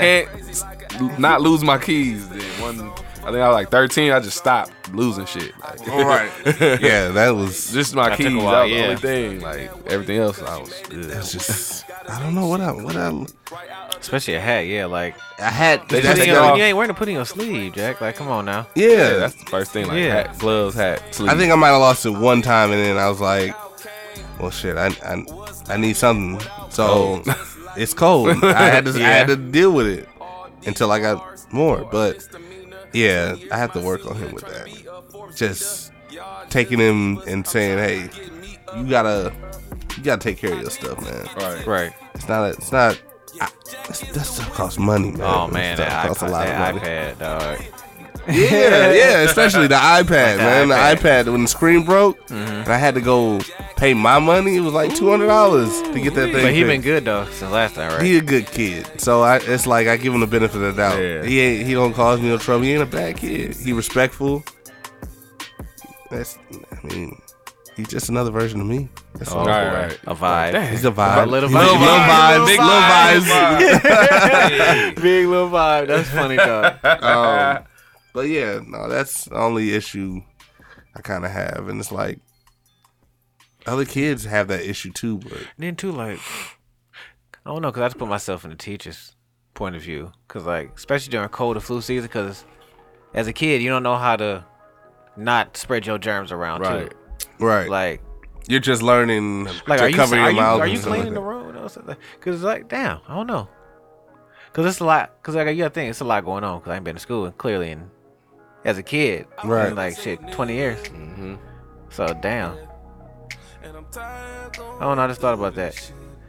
S1: I can't s- not lose my keys. Then one, I think I was like 13. I just stopped losing shit. Like,
S4: All right. yeah, that was
S1: just my
S2: That took a
S1: keys.
S2: while,
S1: that was
S2: yeah.
S1: the only thing. Like everything else, I was good.
S4: that's just. I don't know what I what I
S2: Especially a hat. Yeah. Like
S4: I had.
S1: They
S2: put
S1: just
S2: it
S1: take
S2: in-
S1: it off.
S2: you ain't wearing to put in your sleeve, Jack. Like come on now.
S4: yeah,
S1: Yeah, that's the first thing. Like
S2: Yeah.
S1: hat, gloves, hat, sleeve.
S4: I think I might have lost it one time, and then I was like, "Well, shit, I I, I need something." So it's cold. I had to I had to deal with it until I got more. But yeah, I have to work on him with that. Just taking him and saying, "Hey, you gotta you gotta take care of your stuff, man.
S1: Right.
S2: Right.
S4: It's not a, it's not." I, that's- that stuff costs money, man.
S2: Oh man,
S4: that
S2: that,
S4: stuff costs
S2: iPod,
S4: a lot of
S2: that
S4: money.
S2: iPad, dog.
S4: Yeah, yeah, especially the iPad,
S2: iPad.
S4: man. The iPad when the screen broke, and I had to go pay my money. It was like two hundred dollars to get that thing.
S2: But he been
S4: fixed.
S2: good though since last time, right?
S4: He a good kid, so I, it's like I give him the benefit of the doubt.
S1: Yeah.
S4: He ain't, he don't cause me no trouble. He ain't a bad kid. He respectful. That's I mean, he's just another version of me. That's all.
S2: Oh,
S1: Right,
S2: boy.
S1: right.
S2: A vibe.
S4: He's a vibe.
S2: Little
S4: He's a
S2: vibe.
S4: vibe. Big little vibes.
S2: Big little vibe. That's funny, dog.
S4: um, but yeah, no, that's the only issue I kind of have, and it's like other kids have that issue too. But
S2: then too, like, I don't know, cause I just put myself in the teacher's point of view, cause like, especially during cold and flu season, cause as a kid you don't know how to not spread your germs around
S1: Right.
S2: too.
S4: right,
S2: Like,
S4: you're just learning
S2: like
S4: to
S2: are you
S4: cover
S2: are
S4: your
S2: you,
S4: mouth.
S2: are
S4: and
S2: you
S4: stuff
S2: cleaning the
S4: like
S2: room? know, because it's like, damn, I don't know. Because it's a lot. Because like you gotta think, it's a lot going on. Because I ain't been to school and clearly, and as a kid,
S4: Right.
S2: been, like shit, twenty years. Mm-hmm. So damn. I don't know. I just thought about that.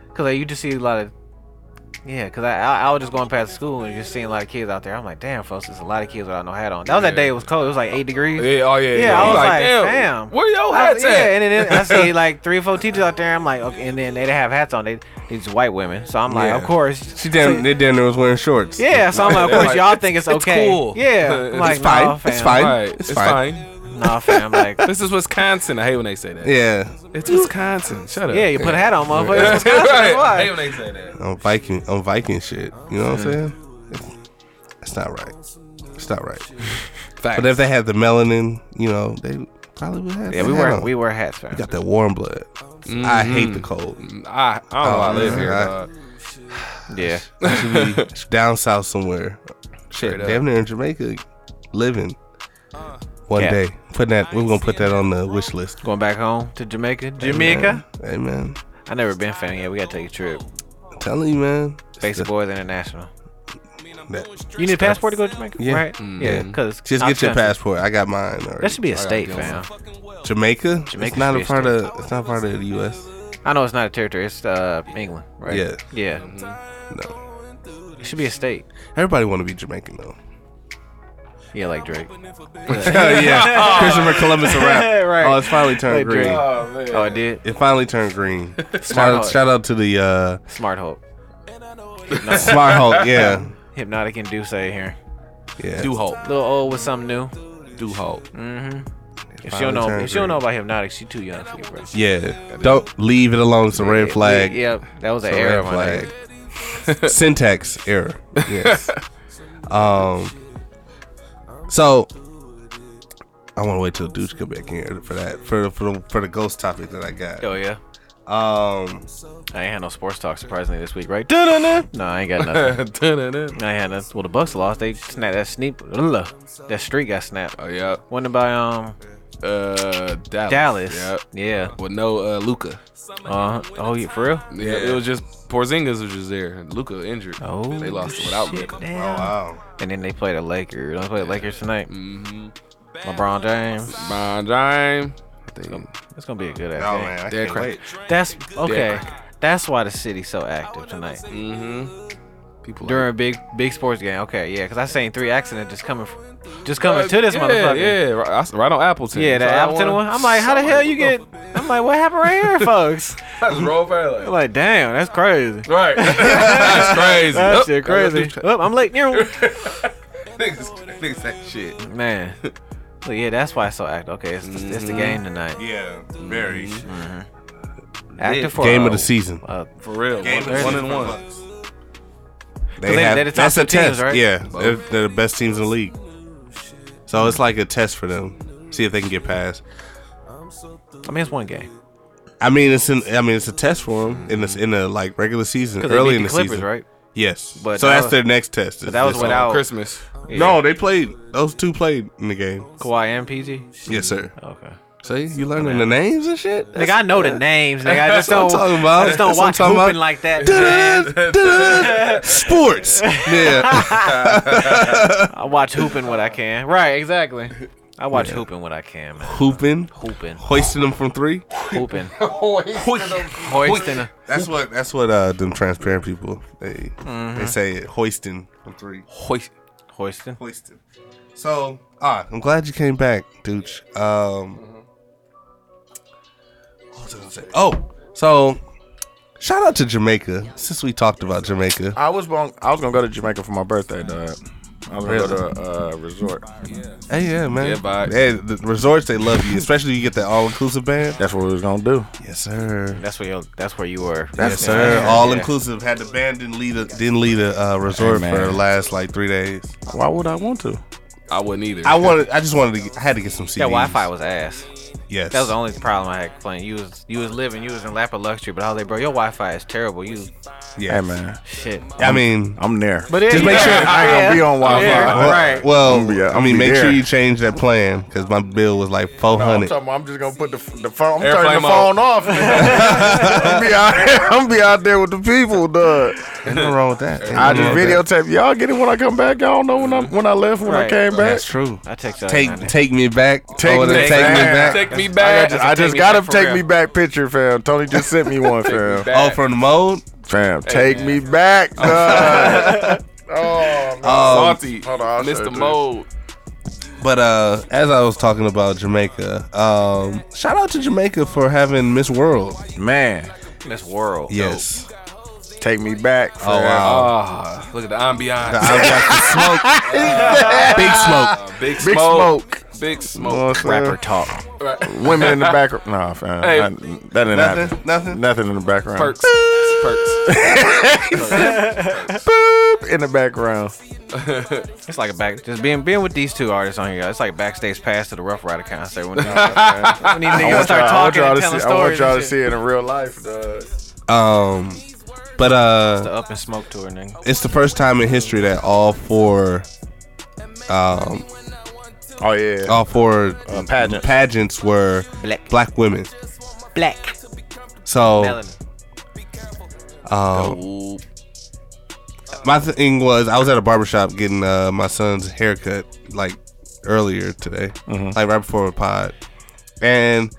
S2: Because like, you just see a lot of, yeah. Because I, I I was just going past school and just seeing a lot of kids out there. I'm like, damn, folks, there's a lot of kids without no hat on. That was that
S1: Yeah.
S2: day. It was cold. It was like eight degrees.
S1: Yeah, oh yeah.
S2: Yeah, I
S1: You
S2: was like, damn,
S1: Where your
S2: I-
S1: hats
S2: yeah,
S1: at?
S2: and then I see like three or four teachers out there. I'm like, okay, and then they didn't have hats on. They these white women, so I'm like,
S4: Yeah.
S2: of course.
S4: She damn, they damn near was wearing shorts.
S2: Yeah, so I'm like, of course, y'all think it's
S4: It's
S2: okay.
S4: cool.
S2: Yeah, I'm like,
S4: it's fine.
S2: Nah, fam.
S4: it's fine.
S1: Right,
S4: It's, fine.
S2: Nah, fam. Like,
S1: This is Wisconsin. I hate when they say that.
S4: Yeah.
S1: It's Wisconsin. Shut up.
S2: yeah, you put a hat on, motherfucker. It's Wisconsin, that's
S1: right.
S2: why.
S1: I hate when they say that.
S4: on Viking on Viking shit. You know what I'm saying? That's not right. It's not right.
S1: Facts.
S4: But if they had the melanin, you know, they probably would have.
S2: Yeah, we
S4: that
S2: wear
S4: on.
S2: we Mm-hmm. wear hats, fam.
S4: We got that warm blood. I hate the cold.
S1: I, I don't know. why I live here.
S4: I-
S1: dog.
S2: Yeah,
S4: I should be down south somewhere.
S1: Straight
S4: Shit,
S1: up.
S4: damn near in Jamaica, living. One
S2: Yeah.
S4: day, putting that we're gonna put that on the wish list.
S2: going back home to Jamaica. Jamaica.
S4: Hey man,
S2: I never been fam. Yeah, we gotta take a trip.
S4: I'm telling you, man.
S2: Basic Boys International.
S4: That-
S2: You need a passport to go to Jamaica,
S4: Yeah. Mm-hmm.
S2: right? Yeah, because
S4: just get your passport. I got mine. Already.
S2: That should be a
S1: gotta
S2: state,
S1: get
S2: fam.
S4: Jamaica.
S2: Jamaica's
S4: It's not
S2: be
S4: a
S2: a
S4: part
S2: state.
S4: of. It's not part of the U.S.
S2: I know it's not a territory. It's uh England, right?
S4: Yeah.
S2: Yeah.
S4: No.
S2: It should be a state.
S4: Everybody want to be Jamaican though.
S2: Yeah, like Drake.
S4: Oh yeah, Christopher Columbus a rap.
S2: Right.
S4: Oh, it's finally turned
S2: Like
S4: green.
S2: Drake.
S1: Oh, man.
S2: Oh, I did.
S4: It finally turned green. shout,
S2: Smart
S4: out,
S2: Hulk.
S4: shout out to the uh,
S2: Smart Hulk.
S4: Smart Hulk. Yeah,
S2: Hypnotic and Duce here.
S4: yeah.
S1: Do hope.
S2: Little old with something new. Mm-hmm.
S1: Do hope.
S2: If she don't know,
S4: Finally
S2: if she don't
S4: turned
S2: know about hypnotic, she too young for you, bro.
S4: Yeah, don't leave it alone. It's a red flag.
S2: Yeah, yeah, that was an
S4: It's a
S2: error.
S4: red
S2: my nigga.
S4: flag. Syntax error. Yes. um. So. I want to wait till dudes come back here for that for the, for the, for the ghost topic that I got.
S2: Oh yeah.
S4: Um,
S2: I ain't had no sports talk surprisingly this week, right? Dun-dun-dun. No, I ain't got nothing.
S1: Dun-dun-dun.
S2: I ain't had nothing. Well, the Bucks lost. They snapped that sneak. ugh, That streak got snapped.
S1: oh, yeah.
S2: Won it by um
S1: Uh, Dallas.
S2: Dallas.
S1: Yep.
S2: Yeah.
S1: With no uh, Luca.
S2: Uh, oh, yeah, for real?
S1: Yeah, it was just Porzingis was just there. Luca injured.
S2: Oh,
S1: they lost without
S2: shit,
S1: Luca.
S2: damn.
S4: Oh, wow.
S2: And then they play the Lakers. They play the Lakers tonight. Mm-hmm. LeBron James.
S1: Bond James. I think
S2: It's gonna be a good ass
S4: Oh
S2: game.
S4: man, I
S1: Dead
S4: can't
S1: crack.
S4: wait.
S2: That's okay.
S1: crack.
S2: That's why the city's so active tonight
S1: Mm-hmm. people
S2: during
S1: like,
S2: a big big sports game. Okay, yeah, because I seen three accidents just coming, from, just
S4: Uh,
S2: coming to this
S1: yeah,
S2: motherfucker. Yeah,
S1: Yeah, right, I- right on Appleton.
S2: that
S1: So I
S2: Appleton
S1: wanna-
S2: one. I'm like, how the hell you get? I'm like, what happened right here, folks?
S1: I just roll by
S2: I'm
S1: like,
S2: like, damn, that's crazy.
S1: right. That's crazy.
S2: That
S1: Yup.
S2: shit crazy. Oh, I'm late. You're-
S4: Niggas, niggas that shit.
S2: Man. But yeah, that's why it's so active. Okay, it's, the it's the game tonight.
S4: Mm-hmm. Yeah, very.
S2: Active for
S4: Mm-hmm.
S2: uh,
S4: Game
S2: a-
S4: of the season.
S2: a
S1: For real.
S4: uh, Game
S1: One, one and one.
S4: They
S2: they-
S4: have,
S2: they're the top
S4: that's a
S2: two teams,
S4: test,
S2: right?
S4: Yeah, they're, they're the best teams in the league. So it's like a test for them. See if they can get past.
S2: I mean, it's one game.
S4: I mean, it's in, I mean, it's a test for them in the in the like regular season,
S2: 'Cause they
S4: early
S2: beat
S4: in
S2: the
S4: the
S2: Clippers,
S4: season,
S2: right?
S4: Yes.
S2: But
S4: so
S2: that
S4: that's
S2: was-
S4: their next test. is
S2: But that was
S4: this
S2: without-
S4: one.
S1: Oh, Christmas.
S2: Yeah.
S4: No, they played. Those two played in the game.
S2: Kawhi and PG.
S4: Yes, sir.
S2: Okay.
S4: See, you learning the names and shit.
S2: Nigga, I know the names. Nigga, I
S4: That's
S2: just
S4: what I'm
S2: don't.
S4: talking about.
S2: I just don't
S4: That's what I'm
S2: watch
S4: talking
S2: hooping
S4: about.
S2: like that. man.
S4: Da-da-da, da-da-da. Sports. Yeah.
S2: I watch hooping what I can. Right, exactly. I watch hooping what I can, man.
S4: Hooping,
S2: Hooping,
S4: hoisting them from three.
S2: hooping, hoisting. a-
S4: That's what that's what uh them transparent people they
S2: Mm-hmm.
S4: they say it, hoisting from three.
S1: Hoist.
S2: Hoisting.
S4: Hoisting. So ah, I'm glad you came back, dude. Um, what was I gonna say? Oh, so shout out to Jamaica since we talked about Jamaica.
S3: I was going. I was gonna go to Jamaica for my birthday, dog. I was gonna go to a uh, resort.
S4: Hey, yeah, man.
S1: Yeah, vibes.
S4: Hey, the resorts they love you, especially you get that all inclusive band.
S3: That's what we was gonna do.
S4: Yes, sir.
S2: That's where you. That's where you were.
S4: Yes, sir. All inclusive. Had the band didn't lead a, didn't lead a uh, resort
S3: Hey, man.
S4: for the last like three days.
S3: Why would I want to?
S1: I wouldn't either.
S4: I wanted. I just wanted to. Get, I had to get some CDs.
S2: That Wi-Fi was ass.
S4: Yes.
S2: That was the only problem I had complaining. You was you was living, you was in lap of luxury, but I was like, bro, your Wi-Fi is terrible. You
S4: Yeah.
S3: Hey man,
S2: Shit.
S4: I mean,
S3: I'm there.
S2: But
S4: Just make sure-
S3: I ain't gonna be on Wi-Fi.
S2: Yeah.
S4: well,
S2: Right.
S4: well,
S3: be-
S4: I
S3: I'm
S4: mean,
S3: be
S4: make sure
S3: there.
S4: you change that plan because my bill was like four
S3: No, I'm,
S4: hundred.
S3: talking about, I'm just gonna put the, the phone. I'm
S1: Airplane
S3: turning the
S1: mode.
S3: phone off. I'm, be out, I'm be out there with the people, dog.
S4: Nothing wrong with that. Ain't
S3: I
S4: nothing
S3: just
S4: wrong with that.
S3: videotape y'all. Get it when I come back. Y'all don't know when I when I left when
S2: Right.
S3: I came back.
S4: That's true.
S2: I text that.
S4: Take
S2: man.
S4: take me back.
S3: Take
S4: Order
S3: me
S4: take me back.
S1: Take me
S3: I,
S1: back.
S3: got- I just got
S1: to
S3: him take me back picture, fam. Tony just sent me one, fam.
S4: Oh, from the mode.
S3: Fam, take me back, dog. oh man.
S4: Um,
S1: Monty,
S3: Hold on, I'll show it to
S1: Mr.
S3: you.
S1: Mode.
S4: but uh, as I was talking about Jamaica, um, shout out to Jamaica for having Miss World.
S3: man,
S2: Miss World.
S4: Yes.
S3: take me back. Fam.
S4: Oh wow.
S1: Ah, look at the ambiance.
S4: I got the smoke. Big smoke.
S1: big,
S3: Big
S1: smoke.
S3: smoke.
S1: Big
S3: You know
S1: smoke.
S3: what I'm saying?
S2: Rapper talk.
S3: Women in the background. Nah, fam.
S1: Hey.
S3: I- that didn't
S4: Nothing?
S3: happen.
S4: Nothing?
S3: Nothing in the background.
S1: Perks. Perks.
S3: Boop in the background.
S2: It's like a back. Just being being with these two artists on here. It's like a backstage pass to the Rough Rider concert. When, when these niggas start
S3: I want
S2: talking
S3: y'all
S2: and
S3: to
S2: telling
S3: see. I want
S2: stories.
S3: y'all
S2: and
S3: to
S2: shit.
S3: see it in real life, dog.
S4: Um, but
S2: The
S4: uh,
S2: Up and Smoke tour, nigga.
S4: it's the first time in history that all four, um,
S3: Oh yeah.
S4: all four
S3: Uh, pageants.
S4: pageants were
S2: Black.
S4: black women.
S2: Black.
S4: So,
S2: Melanin.
S4: um, my thing was I was at a barbershop getting uh, my son's haircut like earlier today,
S3: Mm-hmm.
S4: like right before a pod, and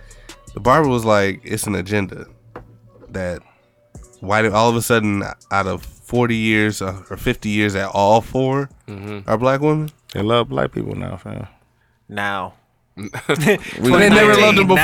S4: the barber was like, "It's an agenda that why did all of a sudden out of forty years uh, or fifty years that all 4
S2: Mm-hmm.
S4: are black women?
S3: They love black people now, fam.
S2: Now.
S4: But they never loved
S2: 2019
S4: them
S2: now.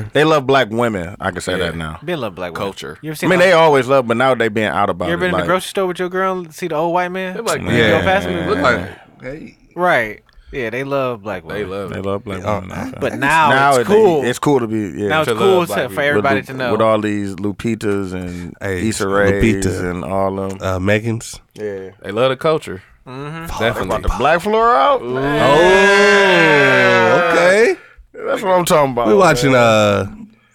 S4: before.
S3: They love black women. I can say that now.
S2: Be a little black woman.
S1: Culture.
S2: You ever
S3: I
S2: seen?
S3: mean,
S2: like-
S3: they always love, but now they being out about
S2: you ever
S3: it.
S2: been in
S3: like,
S2: the grocery store with your girl and see the old white man?
S1: They're like,
S2: You
S4: Yeah.
S2: go past him and
S1: Look
S2: look-
S1: like
S4: Hey,
S2: Right. Yeah, they love black women.
S1: they love
S3: they
S1: it.
S3: love black
S4: Oh,
S3: women now. fam.
S2: But now,
S3: now
S2: it's cool.
S3: It's cool to be. Yeah,
S2: now it's
S1: to
S2: cool
S1: love
S2: to,
S1: black
S2: for
S1: people.
S2: everybody
S3: with,
S2: to know.
S3: With all these Lupitas and
S4: Hey,
S3: Issa Rae's
S4: Lupita.
S3: and all them.
S4: uh, Megan's.
S3: Yeah.
S1: They love the culture.
S3: Mm-hmm.
S1: Definitely.
S3: The black floor out?
S4: Oh, okay.
S3: That's what I'm talking about.
S4: We watching
S3: Oh, man.
S4: uh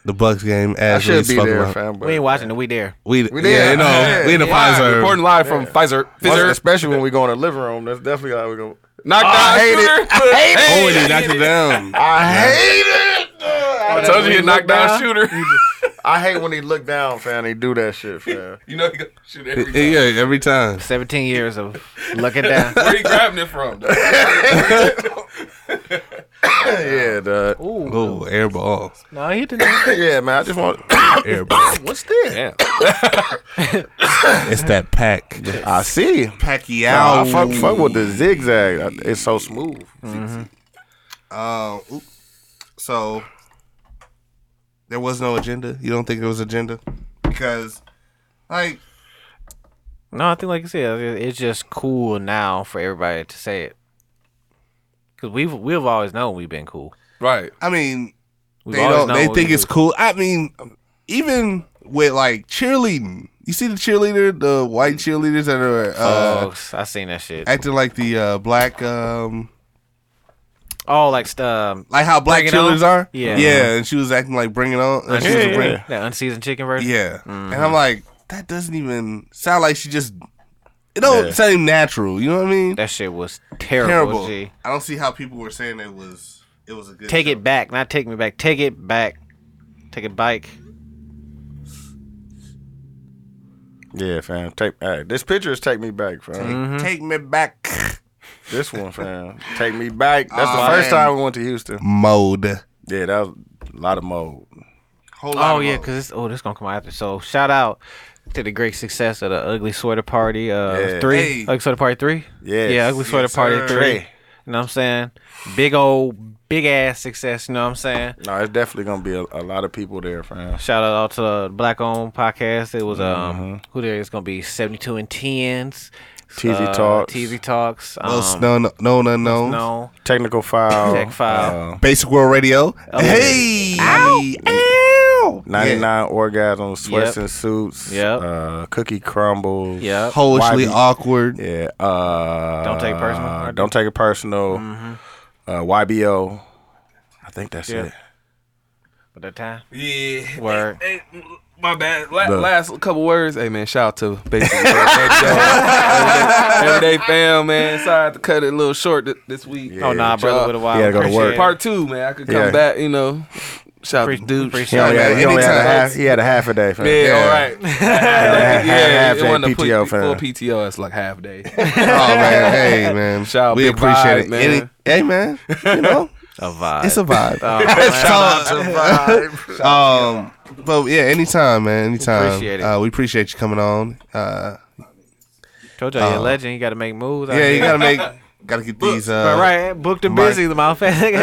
S4: the Bucks game
S3: I
S4: as we
S3: should be
S4: spoke
S3: there,
S4: about.
S3: fam. but-
S2: we ain't watching it. We there.
S4: We,
S3: We
S4: yeah,
S3: there.
S4: you know,
S3: Yeah.
S4: we in the
S1: Live,
S4: Pfizer.
S1: Reporting live from Pfizer. Pfizer.
S3: Especially when we go in the living room. That's definitely how we go.
S1: Knocked down.
S3: I hate
S1: shooter.
S3: it. I hate it.
S4: Oh, and he knocked it down.
S3: I hate it.
S1: I
S3: I
S1: told you
S3: hate
S1: he
S3: when
S1: knocked down
S2: down.
S1: shooter.
S3: I hate when he look down, fam. He do that shit, fam.
S1: You know he gonna shoot every time.
S4: Yeah, every time.
S2: 17 years of looking down.
S1: Where he grabbing it from? though?
S3: yeah, duh.
S2: Ooh.
S4: Oh, air ball.
S2: No, he didn't.
S3: Yeah, man. I just want.
S4: Air ball.
S3: What's this?
S1: Damn.
S4: It's that pack.
S3: I see. Nah,
S4: Pacquiao.
S3: I fuck, fuck with the zigzag. I- It's so smooth.
S4: Uh, oop. so, there was no agenda? You don't think there was agenda? Because, like,
S2: No, I think, like you said, it- it's just cool now for everybody to say it. Because we've, we've always known we've been cool.
S1: Right.
S4: I mean,
S2: We've
S4: they
S2: always
S4: don't.
S2: known
S4: They
S2: what
S4: think
S2: we
S4: it's
S2: do.
S4: cool. I mean, even with like cheerleading, you see the cheerleader, the white cheerleaders that are uh,
S2: Oh, I seen that shit.
S4: acting like the uh, black, um,
S2: Oh, like st- um,
S4: like how black
S2: Bring It
S4: cheerleaders
S2: On?
S4: are.
S2: Yeah.
S4: yeah. And she was acting like bringing on. uh, she was
S2: yeah,
S4: bring-
S2: that unseasoned chicken version.
S4: Yeah. And
S2: Mm-hmm.
S4: I'm like, that doesn't even sound like she just it don't
S3: Yeah.
S4: seem natural, you know what I mean?
S2: That shit was terrible.
S4: Terrible.
S2: G.
S4: I don't see how people were saying it was it was a good
S2: Take
S4: show.
S2: it back, not take me back. Take it back. Take it back.
S3: Yeah, fam. Take hey, this picture is take me back, fam.
S2: mm-hmm.
S4: Take me back
S3: This one, fam. take me back. That's
S4: Aw,
S3: the first
S4: man.
S3: time we went to Houston.
S4: mode.
S3: Oh, Yeah, that was a lot of mode.
S4: Whole lot
S2: Oh
S4: of
S2: yeah,
S4: mode.
S2: because it's oh this gonna come out after. So shout out to the great success of the Ugly Sweater Party uh
S3: Yeah.
S2: three.
S4: Hey.
S2: Ugly Sweater Party three.
S3: Yes.
S2: Yeah, Ugly Sweater
S4: Yes,
S2: Party
S4: sir.
S2: three. You know what I'm saying? Big old big ass success. You know what I'm saying?
S3: No, it's definitely gonna be a, a lot of people there, fam.
S2: Shout out to the Black Owned Podcast. It was um
S3: Mm-hmm.
S2: who there is gonna be seventy two and tens.
S3: TZ Talks.
S2: TZ Talks. Um,
S4: Most known known unknowns.
S2: no.
S3: Technical file.
S2: Tech file.
S3: uh,
S4: Basic World Radio.
S2: Oh,
S4: hey. Ow, ow.
S3: 99
S4: Yeah.
S3: orgasms, sweats
S2: Yep.
S3: and suits.
S2: Yep.
S3: Uh, cookie crumbles.
S2: Yep.
S4: Hoishly
S3: YB.
S4: awkward.
S3: Yeah. Uh,
S2: Don't take it personal.
S3: Don't take it personal. Uh, YBO. I think that's
S2: Yeah.
S3: it.
S2: At that time.
S1: Yeah.
S2: Word.
S1: Hey, my bad. La-
S3: Look.
S1: Last couple words. Hey man, shout out to basically everyday, everyday fam, man. Sorry I had to cut it a little short th- this week.
S2: Oh nah,
S1: But
S2: brother,
S1: y'all-
S2: with a while.
S3: Yeah, gotta go to work.
S1: Part two, man. I could come
S3: Yeah.
S1: back. You know, shout out
S2: Pre-
S1: to dude.
S2: appreciate
S3: He only, had, he only had a
S1: Anytime.
S3: half. He had a half a day. Fam.
S1: Yeah, all right.
S3: half- half
S1: it
S3: day
S1: wasn't a full-
S3: PTO,
S1: full
S3: fam.
S1: PTO. It's like half day.
S3: Oh man, hey man,
S1: Shout out
S4: we
S1: Big Vibe,
S4: appreciate it.
S1: man.
S4: Any- hey man, you know
S2: A vibe. Oh,
S4: it's a vibe.
S2: Uh,
S3: Shout out to Vibe.
S4: um, but yeah, anytime, man, anytime.
S2: Appreciate it.
S4: Uh, we appreciate you coming on. Uh,
S2: Told you
S3: Uh-huh.
S2: you're a legend. You got to make moves. out
S4: yeah, you
S2: here.
S4: gotta make, gotta get these. Uh,
S2: But right, booked and
S4: Mike.
S2: busy. The mouth. That's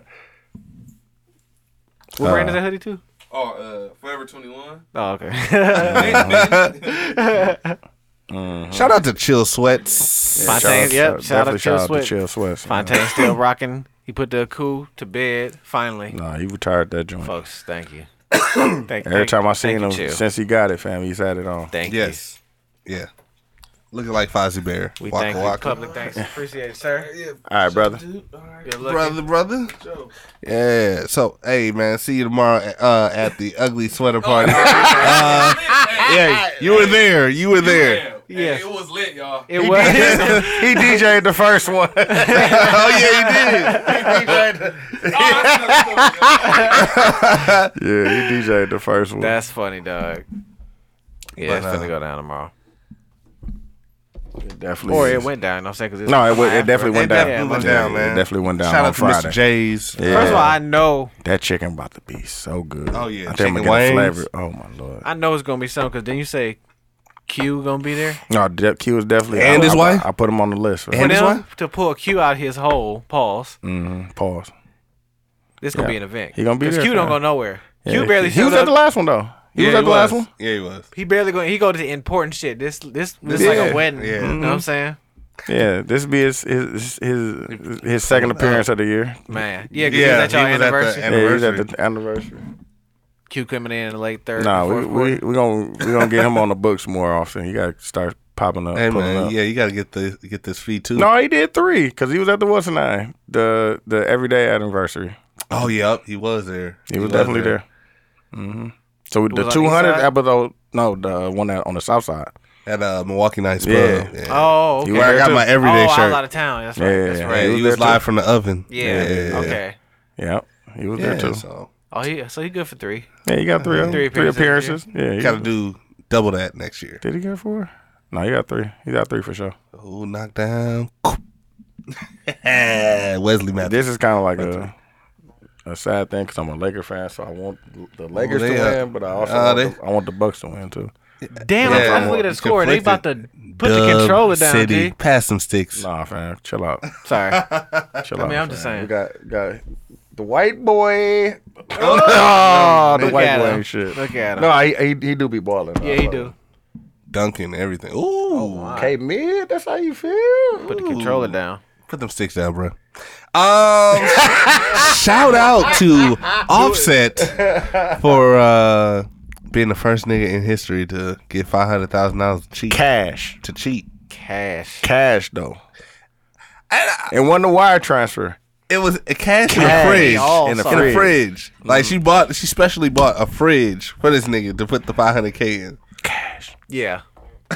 S2: what brand is that hoodie too?
S1: Oh, uh, Forever 21.
S2: Oh, okay.
S4: Shout out to Chill Sweats.
S2: Fontaine, yep, shout out
S3: definitely
S2: to Chill Sweat.
S3: Chill Sweat. fam.
S2: Fontaine's still rocking. He put the coup to bed finally.
S3: Nah, he retired that joint.
S2: Folks, thank you. thank,
S3: Every time I seen him
S2: thank you, Chill.
S3: since he got it, fam, he's had it on.
S2: Thank
S4: Yes. Yeah. Looking like Fozzie Bear.
S2: you. We
S4: Waka
S2: thank
S4: waka.
S2: you. Public thanks. Appreciate it, sir.
S3: All right, brother.
S2: Good looking.
S4: Brother, brother. Yeah. So, hey, man, see you tomorrow uh, at the Ugly Sweater Party. uh, yeah, you were there. You were there.
S2: Yes.
S1: It was lit, y'all.
S2: It was.
S3: He DJ'd the first one.
S4: oh, yeah,
S3: yeah, he DJ'd the first one.
S2: That's funny, dog. Yeah,
S4: But,
S2: it's
S4: uh,
S2: gonna go down tomorrow.
S3: It definitely.
S2: Or it
S3: is.
S2: went down. You know what I'm saying? 'Cause it's
S3: No, it, went, it
S2: after.
S3: definitely went
S4: It
S3: down.
S4: definitely went
S3: Yeah,
S4: down,
S3: it
S4: man.
S3: definitely went
S4: you did.
S3: down
S4: Shout
S3: on
S4: out to
S3: Friday.
S4: Mr. J's.
S3: Yeah.
S2: First of all, I know,
S3: That chicken about to be so good.
S4: Oh,
S3: I think
S4: yeah,
S3: I'm
S4: chicken
S3: gonna get a
S4: wings.
S3: flavor. Oh my lord.
S2: I know it's gonna be something. Cause then you say Q gonna be there.
S3: No, De- Q was definitely
S4: And
S3: I-
S4: his
S3: I-
S4: wife?
S3: I put him on the list.
S2: For
S4: And this
S2: them
S4: one?
S2: to pull Q out his hole, pause.
S3: mm-hmm. Pause.
S2: This gonna
S3: Yeah.
S2: be an event.
S3: He gonna be
S2: 'Cause
S3: there,
S2: Q don't
S3: fam.
S2: go nowhere.
S3: Yeah.
S2: Q barely
S3: He was
S2: shows
S3: at the
S2: up.
S3: last one though. He was
S4: he
S3: at the last one.
S4: Yeah, he was.
S2: He barely going. He go to the important shit. This this this like
S3: Yeah.
S2: a wedding.
S4: Yeah.
S2: You know what I'm saying?
S3: Yeah, this be his his his, his second appearance of the year.
S2: Man, yeah. 'cause
S4: Yeah,
S2: he was at your
S4: he was at the
S2: anniversary.
S4: an-
S3: Yeah, he's at
S4: Anniversary.
S3: the anniversary.
S2: Q coming in in the late third.
S3: Nah, we
S2: fourth
S3: we
S2: quarter.
S3: we gonna we gonna get him on the books more often. He gotta start popping up.
S4: Hey,
S3: pulling
S4: man.
S3: up.
S4: Yeah, you got to get the get this fee, too.
S3: No, he did three because he was at the what's nine the the everyday anniversary.
S4: Oh, yep. He was there.
S3: He was definitely there. hmm So
S2: was on
S3: the
S2: the
S3: two
S2: east
S3: hundred
S2: side?
S3: episode, no, the one that on the south side.
S4: At uh, Milwaukee Nights Pub.
S3: Yeah.
S4: Yeah.
S2: Oh, okay.
S3: You
S4: Where I
S3: there
S4: got
S3: too.
S4: my
S2: oh,
S4: everyday
S2: I
S4: shirt.
S2: was out of town. That's right.
S3: Yeah,
S2: That's
S3: yeah,
S2: right.
S4: Right,
S3: He was
S4: he was
S3: there,
S4: live
S3: too.
S4: from the oven.
S2: Yeah.
S4: yeah, yeah.
S2: Okay.
S3: Yeah, he was
S4: Yeah,
S3: there too.
S4: so
S2: Oh, he so he good for three.
S3: Yeah, he got three of them.
S2: Three
S3: three,
S2: appearances
S3: appearances. Yeah, he
S4: got to
S3: got-
S4: do double that next year.
S3: Did he get four? No, he got three. He got three for sure.
S4: Who knocked down? Wesley Matthews.
S3: This is kind of like a a sad thing because I'm a Laker fan, so I want the Lakers
S4: they,
S3: to
S4: uh,
S3: win, but I also
S4: uh,
S3: want
S4: they-
S3: the, I want the Bucks to win too.
S2: Damn, I'm
S4: Yeah.
S2: trying to look at the
S4: It's
S2: score. They about to put the controller down,
S4: City,
S2: G.
S4: pass some sticks.
S3: Nah, fam, chill out,
S2: Sorry.
S3: chill
S2: I
S3: out.
S2: mean, I'm just
S3: fam.
S2: saying.
S3: We got got the white boy. Oh, the
S2: Look
S3: white
S2: at
S3: boy
S2: him.
S3: ain't shit.
S2: Look at him.
S3: No, he, he he do be balling.
S2: yeah, he do.
S4: Dunking everything. Ooh,
S3: Oh, K mid, that's how you feel.
S2: Put the controller down.
S4: put them sticks down, bro. Um, shout out to Offset for uh, being the first nigga in history to get five hundred thousand dollars to cheat.
S3: Cash,
S4: To cheat,
S2: Cash.
S3: cash though. And won the wire transfer.
S4: it was a cash,
S3: Cash.
S4: in a fridge.
S2: Oh,
S3: in the
S2: sorry.
S4: In a fridge, like she bought, she specially bought a fridge for this nigga to put the five hundred k in.
S2: Yeah.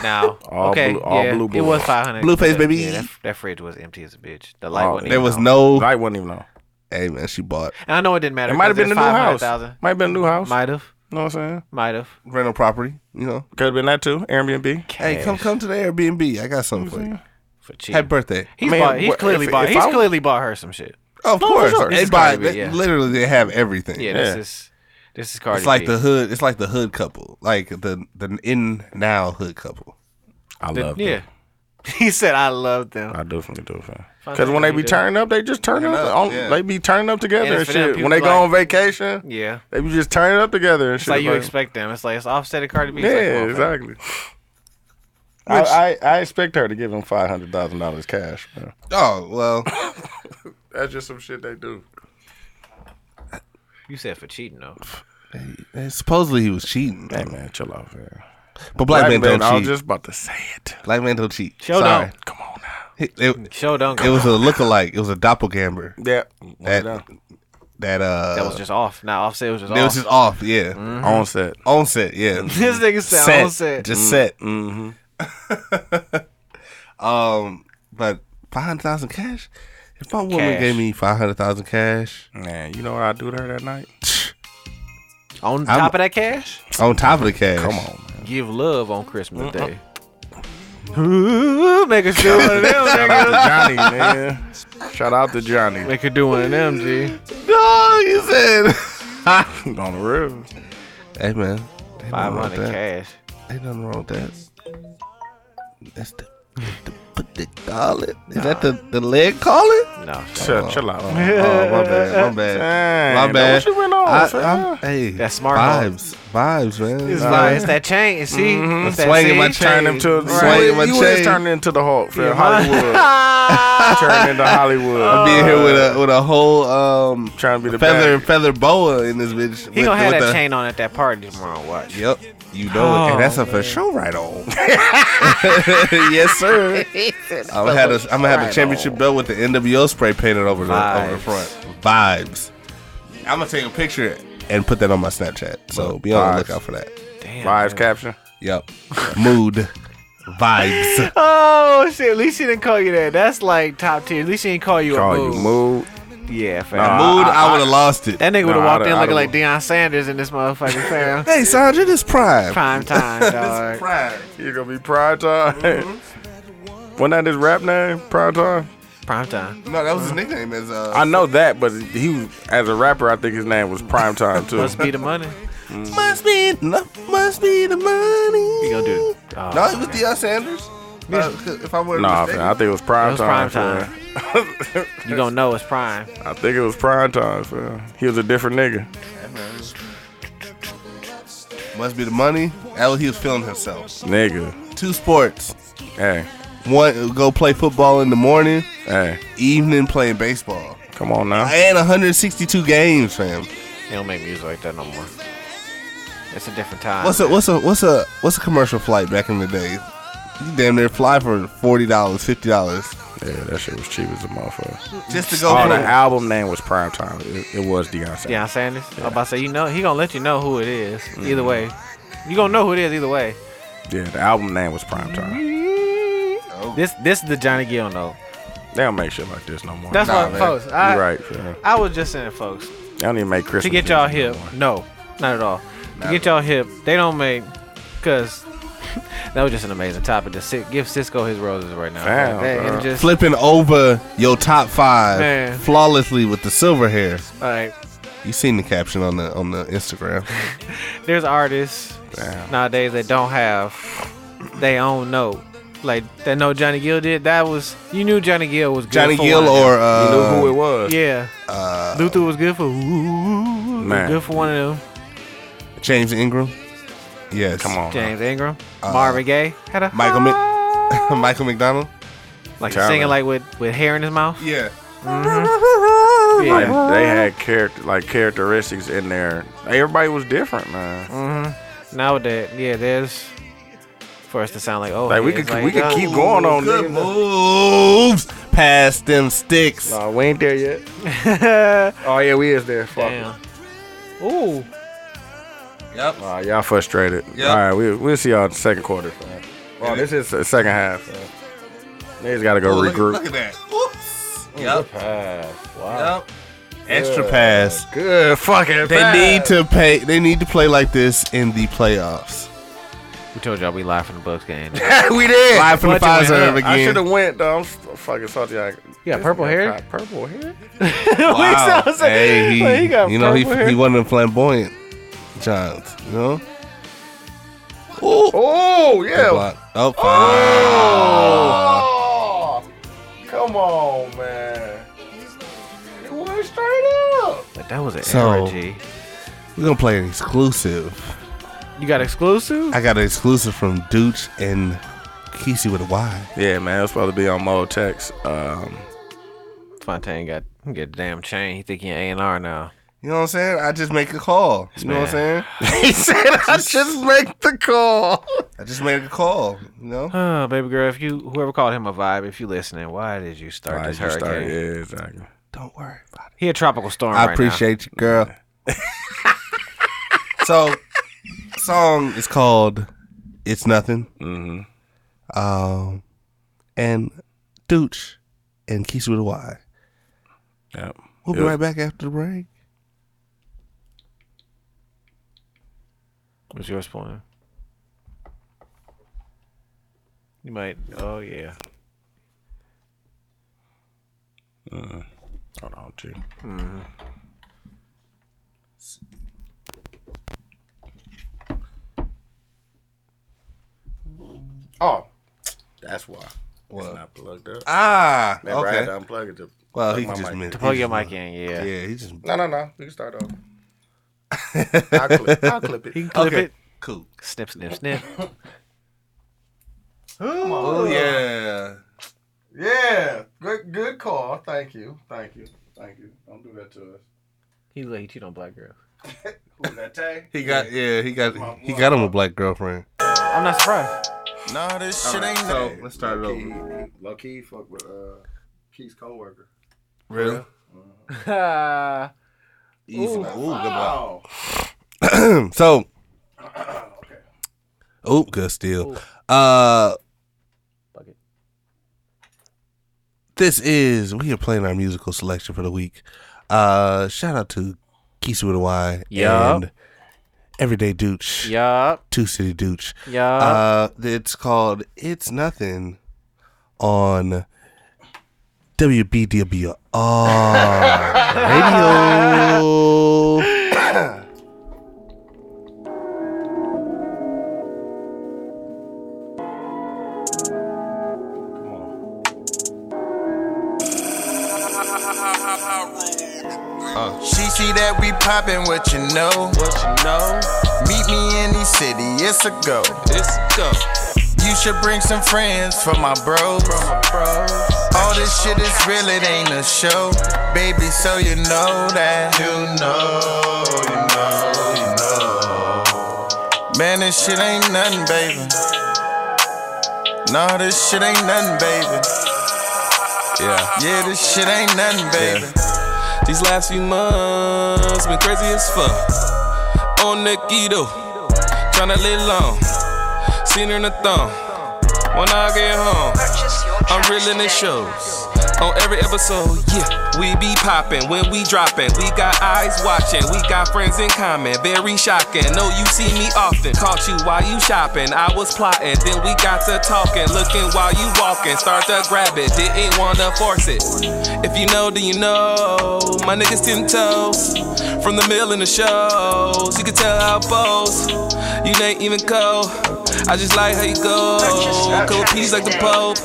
S2: Now,
S3: All
S2: okay,
S3: blue- all
S2: yeah,
S3: blue
S2: it
S3: boys.
S2: was 500.
S4: Blueface,
S2: Yeah,
S4: baby.
S2: Yeah, that, that fridge was empty as a bitch. The light
S3: Oh,
S2: wasn't
S3: there
S4: There
S2: even
S4: was
S2: on.
S4: no,
S3: I wouldn't even know.
S4: hey man, she bought
S2: And I know it didn't matter.
S3: It might have
S2: 'cause
S3: been
S2: it's
S3: a new house.
S2: 500,000.
S3: Might have been a new house.
S2: Might have.
S3: know what I'm saying?
S2: Might have.
S4: rental property. You know,
S3: Could have been that too. Airbnb.
S4: hey, come come to the Airbnb. I got something for you.
S2: For cheap.
S4: Happy birthday.
S2: He's,
S3: Man,
S2: bought, he's
S3: what-
S2: clearly
S3: if-
S2: bought.
S3: if
S2: he's
S3: I-
S2: clearly bought her some shit.
S4: Of course,
S2: sure.
S4: they
S2: It's
S4: buy.
S2: Cardi B,
S4: they-
S2: yeah.
S4: Literally, they have everything.
S2: Yeah,
S3: Yeah.
S2: this is this is Cardi.
S4: It's like
S2: B.
S4: the hood. It's like the hood couple, like the the in now hood couple.
S3: I
S2: The-
S3: love it.
S2: yeah. He said, "I love them."
S3: I definitely do, fam.
S2: Find
S3: Because
S2: out
S3: when
S2: what
S3: they
S2: you
S3: be
S2: do.
S3: turning up, they just turn up.
S4: up,
S3: on-
S4: yeah.
S3: They be turning up together
S2: And
S3: and,
S2: it's for them
S3: shit. When they
S2: people
S3: go
S2: like-
S3: on vacation,
S2: Yeah,
S3: they be just turning up together and
S2: it's
S3: shit.
S2: like you
S3: like-
S2: expect them. It's like it's offset of Cardi B. It's like,
S3: yeah,
S2: come on, fam.
S3: exactly. I, I, I expect her to give him five hundred thousand dollars cash. Man.
S4: Oh well,
S3: That's just some shit they do.
S2: You said for cheating though.
S4: and eh, supposedly he was cheating,
S3: Hey man, chill out, man.
S4: but black, men don't
S3: I
S4: cheat.
S3: was just about to say it.
S4: Black men don't cheat.
S2: Show
S4: Sorry,
S2: don't.
S3: Come on now.
S4: it, it,
S2: Show don't
S4: it
S2: go.
S4: was a lookalike. It was a doppelganger.
S3: Yeah,
S4: That,
S3: Well done.
S4: that uh
S2: That was just off. Not offset. It was just
S4: it was
S2: off. Mm-hmm.
S4: just off, yeah.
S3: on set.
S4: On set, yeah.
S2: This nigga said
S4: set,
S2: offset.
S4: Just set.
S3: Mm-hmm.
S4: um but five hundred thousand cash? If my woman
S2: Cash.
S4: gave me five hundred thousand cash
S3: Man, you know what I do to her that night?
S2: on top of that cash,
S4: on top of the cash.
S3: Come on, man.
S2: give love on Christmas Day. Ooh, make her do one of them,
S3: Shout
S2: nigga.
S3: out to Johnny, man. Shout out to Johnny.
S2: Make her do one of them, G.
S4: No, you said
S3: On the real.
S4: Hey man. ain't nothing
S2: Five
S4: wrong with
S2: hundred
S4: that.
S2: cash.
S4: Ain't nothing wrong with that. That's the, the put the garlic. Is that the, the leg calling?
S2: No,
S3: Chill, chill out.
S4: Oh, my bad. My bad.
S3: Dang,
S4: my
S3: that
S4: bad.
S3: what you went on, fam?
S4: I, I'm, hey,
S2: That smart
S4: vibes. Vibes, man.
S2: it's, like, it's that chain. See, it's that
S4: Uh, mm-hmm. Swinging my
S2: see?
S4: chain.
S3: Turn him to
S4: Swinging my
S3: you is
S4: chain.
S3: turning into the Hulk, fam. Hollywood.
S2: Ah!
S3: turning into Hollywood.
S4: I'm being here with
S2: uh,
S4: a with a whole um
S3: Trying to be the
S4: feather
S3: bad-
S4: and feather boa in this bitch.
S2: He
S4: with-
S2: gonna have
S4: with
S2: that
S4: the-
S2: chain on at that party tomorrow. Watch.
S4: Yep. You know it.
S2: Oh,
S4: And that's a for sure right on. yes, sir. I'm gonna have the, I'm gonna have the championship belt with the NWO spray painted over the, over
S2: Vibes.
S4: the front. Vibes. I'm gonna take a picture and put that on my Snapchat. So be on
S3: Vibes.
S4: the lookout for that.
S2: Damn.
S3: Vibes caption.
S4: Yep. Mood. Vibes.
S2: Oh shit! At least she didn't call you that. That's like top tier. At least she didn't call you
S3: Call
S2: a
S3: you
S2: move.
S3: mood.
S2: Yeah, fam.
S3: Nah.
S4: Mood,
S3: I-
S4: I,
S3: I-
S4: would have lost it.
S2: That nigga would have
S3: Nah,
S2: walked
S3: I'da-
S2: in
S3: I'da-
S2: looking like Deion Sanders in this motherfucking fam.
S4: Hey, Sandra, this prime.
S2: Prime time, dog.
S4: Prime.
S3: You gonna be prime time. Wasn't that his rap name? Prime time.
S2: Prime time.
S4: No, that was his nickname. As uh,
S3: I know that, but he was, as a rapper, I think his name was Prime Time too.
S2: Must be the money.
S4: must be, no, must be the money.
S2: You gonna do? it. Oh,
S4: No, it was Deion Sanders. Uh, 'cause if I were
S3: Nah, fam, I think it was Prime
S2: It was
S3: Time.
S2: Prime Time.
S3: fam.
S2: You gonna know it's prime.
S3: I think it was Prime Time. Fam. He was a different nigga.
S4: must be the money. That was, he was feeling himself.
S3: Nigga.
S4: Two sports.
S3: Hey,
S4: One, go play football in the morning.
S3: hey,
S4: Evening, playing baseball.
S3: come on now.
S4: And 162 games, fam.
S2: They don't make music like that no more. It's a different time.
S4: What's a what's a what's a what's a commercial flight back in the day? You damn near fly for forty dollars, fifty dollars,
S3: Yeah, that shit was cheap as a motherfucker.
S4: just to go.
S3: Oh, the
S4: from,
S3: album name was Prime Time. It, it was Deion Sanders.
S2: Deion Sanders. I'm about to say you know he gonna let you know who it is. Either way, you gonna know who it is. Either way,
S3: Yeah, the album name was Prime Time.
S2: this this is the Johnny Gill note.
S3: They don't make shit like this no more.
S2: That's
S4: Nah,
S2: what,
S4: man.
S2: folks. I,
S3: you right. Fam.
S2: I was just saying, folks,
S3: They don't even make Christmas.
S2: to get y'all
S3: music
S2: hip.
S3: no more.
S2: No, not at all. to get y'all hip, they don't make because that was just an amazing topic. To sit, give Cisco his roses right now.
S3: Damn,
S2: Like, that-
S3: bro.
S2: and just
S4: flipping over your top five
S2: Man.
S4: flawlessly with the silver hair.
S2: like
S4: You seen the caption on the on the Instagram.
S2: there's artists
S3: Damn.
S2: nowadays that don't have they own note. Like that no Johnny Gill did. That was you knew Johnny Gill was good
S4: Johnny
S2: for
S4: Gill
S2: one.
S4: or
S3: You
S4: uh,
S3: knew who it was.
S2: yeah. Luther was good for ooh,
S3: Man.
S2: good for one of them.
S4: James Ingram. Yes.
S3: Come on.
S2: James Ingram, Marvin Gaye had a
S4: Michael Mc- Michael McDonald.
S2: like
S3: Tyler.
S2: singing like with with hair in his mouth.
S4: Yeah.
S2: Yeah.
S3: Like, they had character like characteristics in there. Everybody was different, man.
S2: Mm. Now that yeah, there's for us to sound like oh,
S3: Like, we
S2: yeah,
S3: could-
S2: it's like,
S3: we could
S2: uh,
S3: keep- going on,
S4: Good
S3: nigga.
S4: moves. Pass them sticks.
S3: Nah, we ain't there yet. oh yeah, we is there. Fuck. it.
S2: Damn. Ooh,
S4: Yep.
S3: Nah, y'all frustrated.
S4: Yeah.
S3: All right, we we'll see y'all in the second quarter. fam. Oh, this is the second half. fam. Niggas gotta go
S4: Ooh, look,
S3: regroup.
S4: look at that. Oops. Yep.
S3: Wow.
S4: Yep. Extra pass.
S3: Good fucking.
S4: They need to pay. They need to play like this in the playoffs.
S2: we told y'all we live from the Bucks game. You
S3: to. we did.
S4: Live from the
S2: Bunch of
S4: Pfizer
S2: it.
S3: I should
S4: again.
S3: have went though. I'm st- fucking salty. I
S2: got purple hair.
S3: got purple hair.
S4: Wow.
S2: sound so-
S4: Hey, he,
S2: Like, he got
S4: you know he,
S2: purple hair.
S4: he wasn't flamboyant, Johns. You know. Ooh.
S3: Oh yeah.
S4: Block. Oh, fine.
S3: Oh, come on, man. It went straight up.
S2: But that was an
S4: So-
S2: error, G.
S4: We're gonna play an exclusive.
S2: You got exclusive.
S4: I got an exclusive from Dooch and Kesey with a Y.
S3: Yeah, man, it's supposed to be on Mo Text. Um,
S2: Fontaine got he get a damn chain. He think he A and R now.
S4: You know what I'm saying? I just make a call. You know what I'm saying?
S3: he said, "I just make the call."
S4: I just made a call. You know?
S2: Oh, baby girl, if you whoever called him a vibe, if you listening, why did you start
S3: Alright,
S2: this
S3: you
S2: hurricane?
S3: start. Yeah, exactly.
S4: Don't worry about it.
S2: He a tropical storm.
S4: I
S2: right now.
S4: appreciate you, girl. so, song is called "It's Nothing." Mm-hmm. Um, and Dooch and Keys with a Y.
S3: Yep.
S4: We'll be
S3: Yep.
S4: right back after the break.
S2: What's yours playing? You might. Oh yeah.
S3: Hold on, G. Oh, that's why. It's not plugged up.
S4: Ah,
S3: Remember, I had
S4: okay.
S3: to unplug it. To
S4: Well,
S3: plug
S4: he
S3: my
S4: just
S3: mic.
S4: meant-
S2: Plug
S4: he
S2: your
S4: just-
S2: mic in. Yeah.
S4: Yeah, he just
S3: No, no, no. We can start over. I'll, clip, I'll clip it.
S2: You can clip
S4: Okay.
S2: it.
S4: cool.
S2: Snip, snip, snip.
S4: Oh yeah.
S3: Yeah, good, good call. Thank you, thank you, thank you. Don't do that to us.
S2: he he cheat on black girls.
S3: Who's that, Tay?
S4: He got yeah, he got he got him a black girlfriend.
S2: I'm not surprised.
S6: Nah, this shit ain't
S4: So let's start it over.
S3: Low key, fuck with uh, Keith's coworker.
S4: Really? Ooh,
S3: Wow.
S4: so Oh, good steal. Uh
S2: Bucket.
S4: this is we are playing our musical selection for the week. Uh shout out to Kisu with a Y
S2: Yup.
S4: and Everyday Dooch.
S2: yup.
S4: Two City Dooch.
S2: Yup.
S4: Uh, it's called It's Nothing on WBWR Radio.
S7: She see that we poppin', what you know? What you know? Meet me in the city, it's a go. It's a go. You should bring some friends for my bros. For my bros. All this shit is real, it ain't a show. Baby, so you know that. You know, you know, you know. Man, this shit ain't nothing, baby. Nah, this shit ain't nothing, baby.
S1: Yeah.
S7: Yeah, this shit ain't nothing, baby.
S1: These last few months been crazy as fuck. On the keto, tryna live long. Seen her in the thumb. When I get home, I'm reeling the shows. On every episode, yeah, we be poppin' when we droppin'. We got eyes watching, we got friends in common. Very shocking. No, you see me often. Caught you while you shopping. I was plotting, then we got to talking. Looking while you walking, start to grab it. Didn't wanna force it. If you know, then you know. My niggas ten toes from the mill and the shows. You can tell how I pose. You ain't even cold. I just like how you go. Couple pieces like the Pope.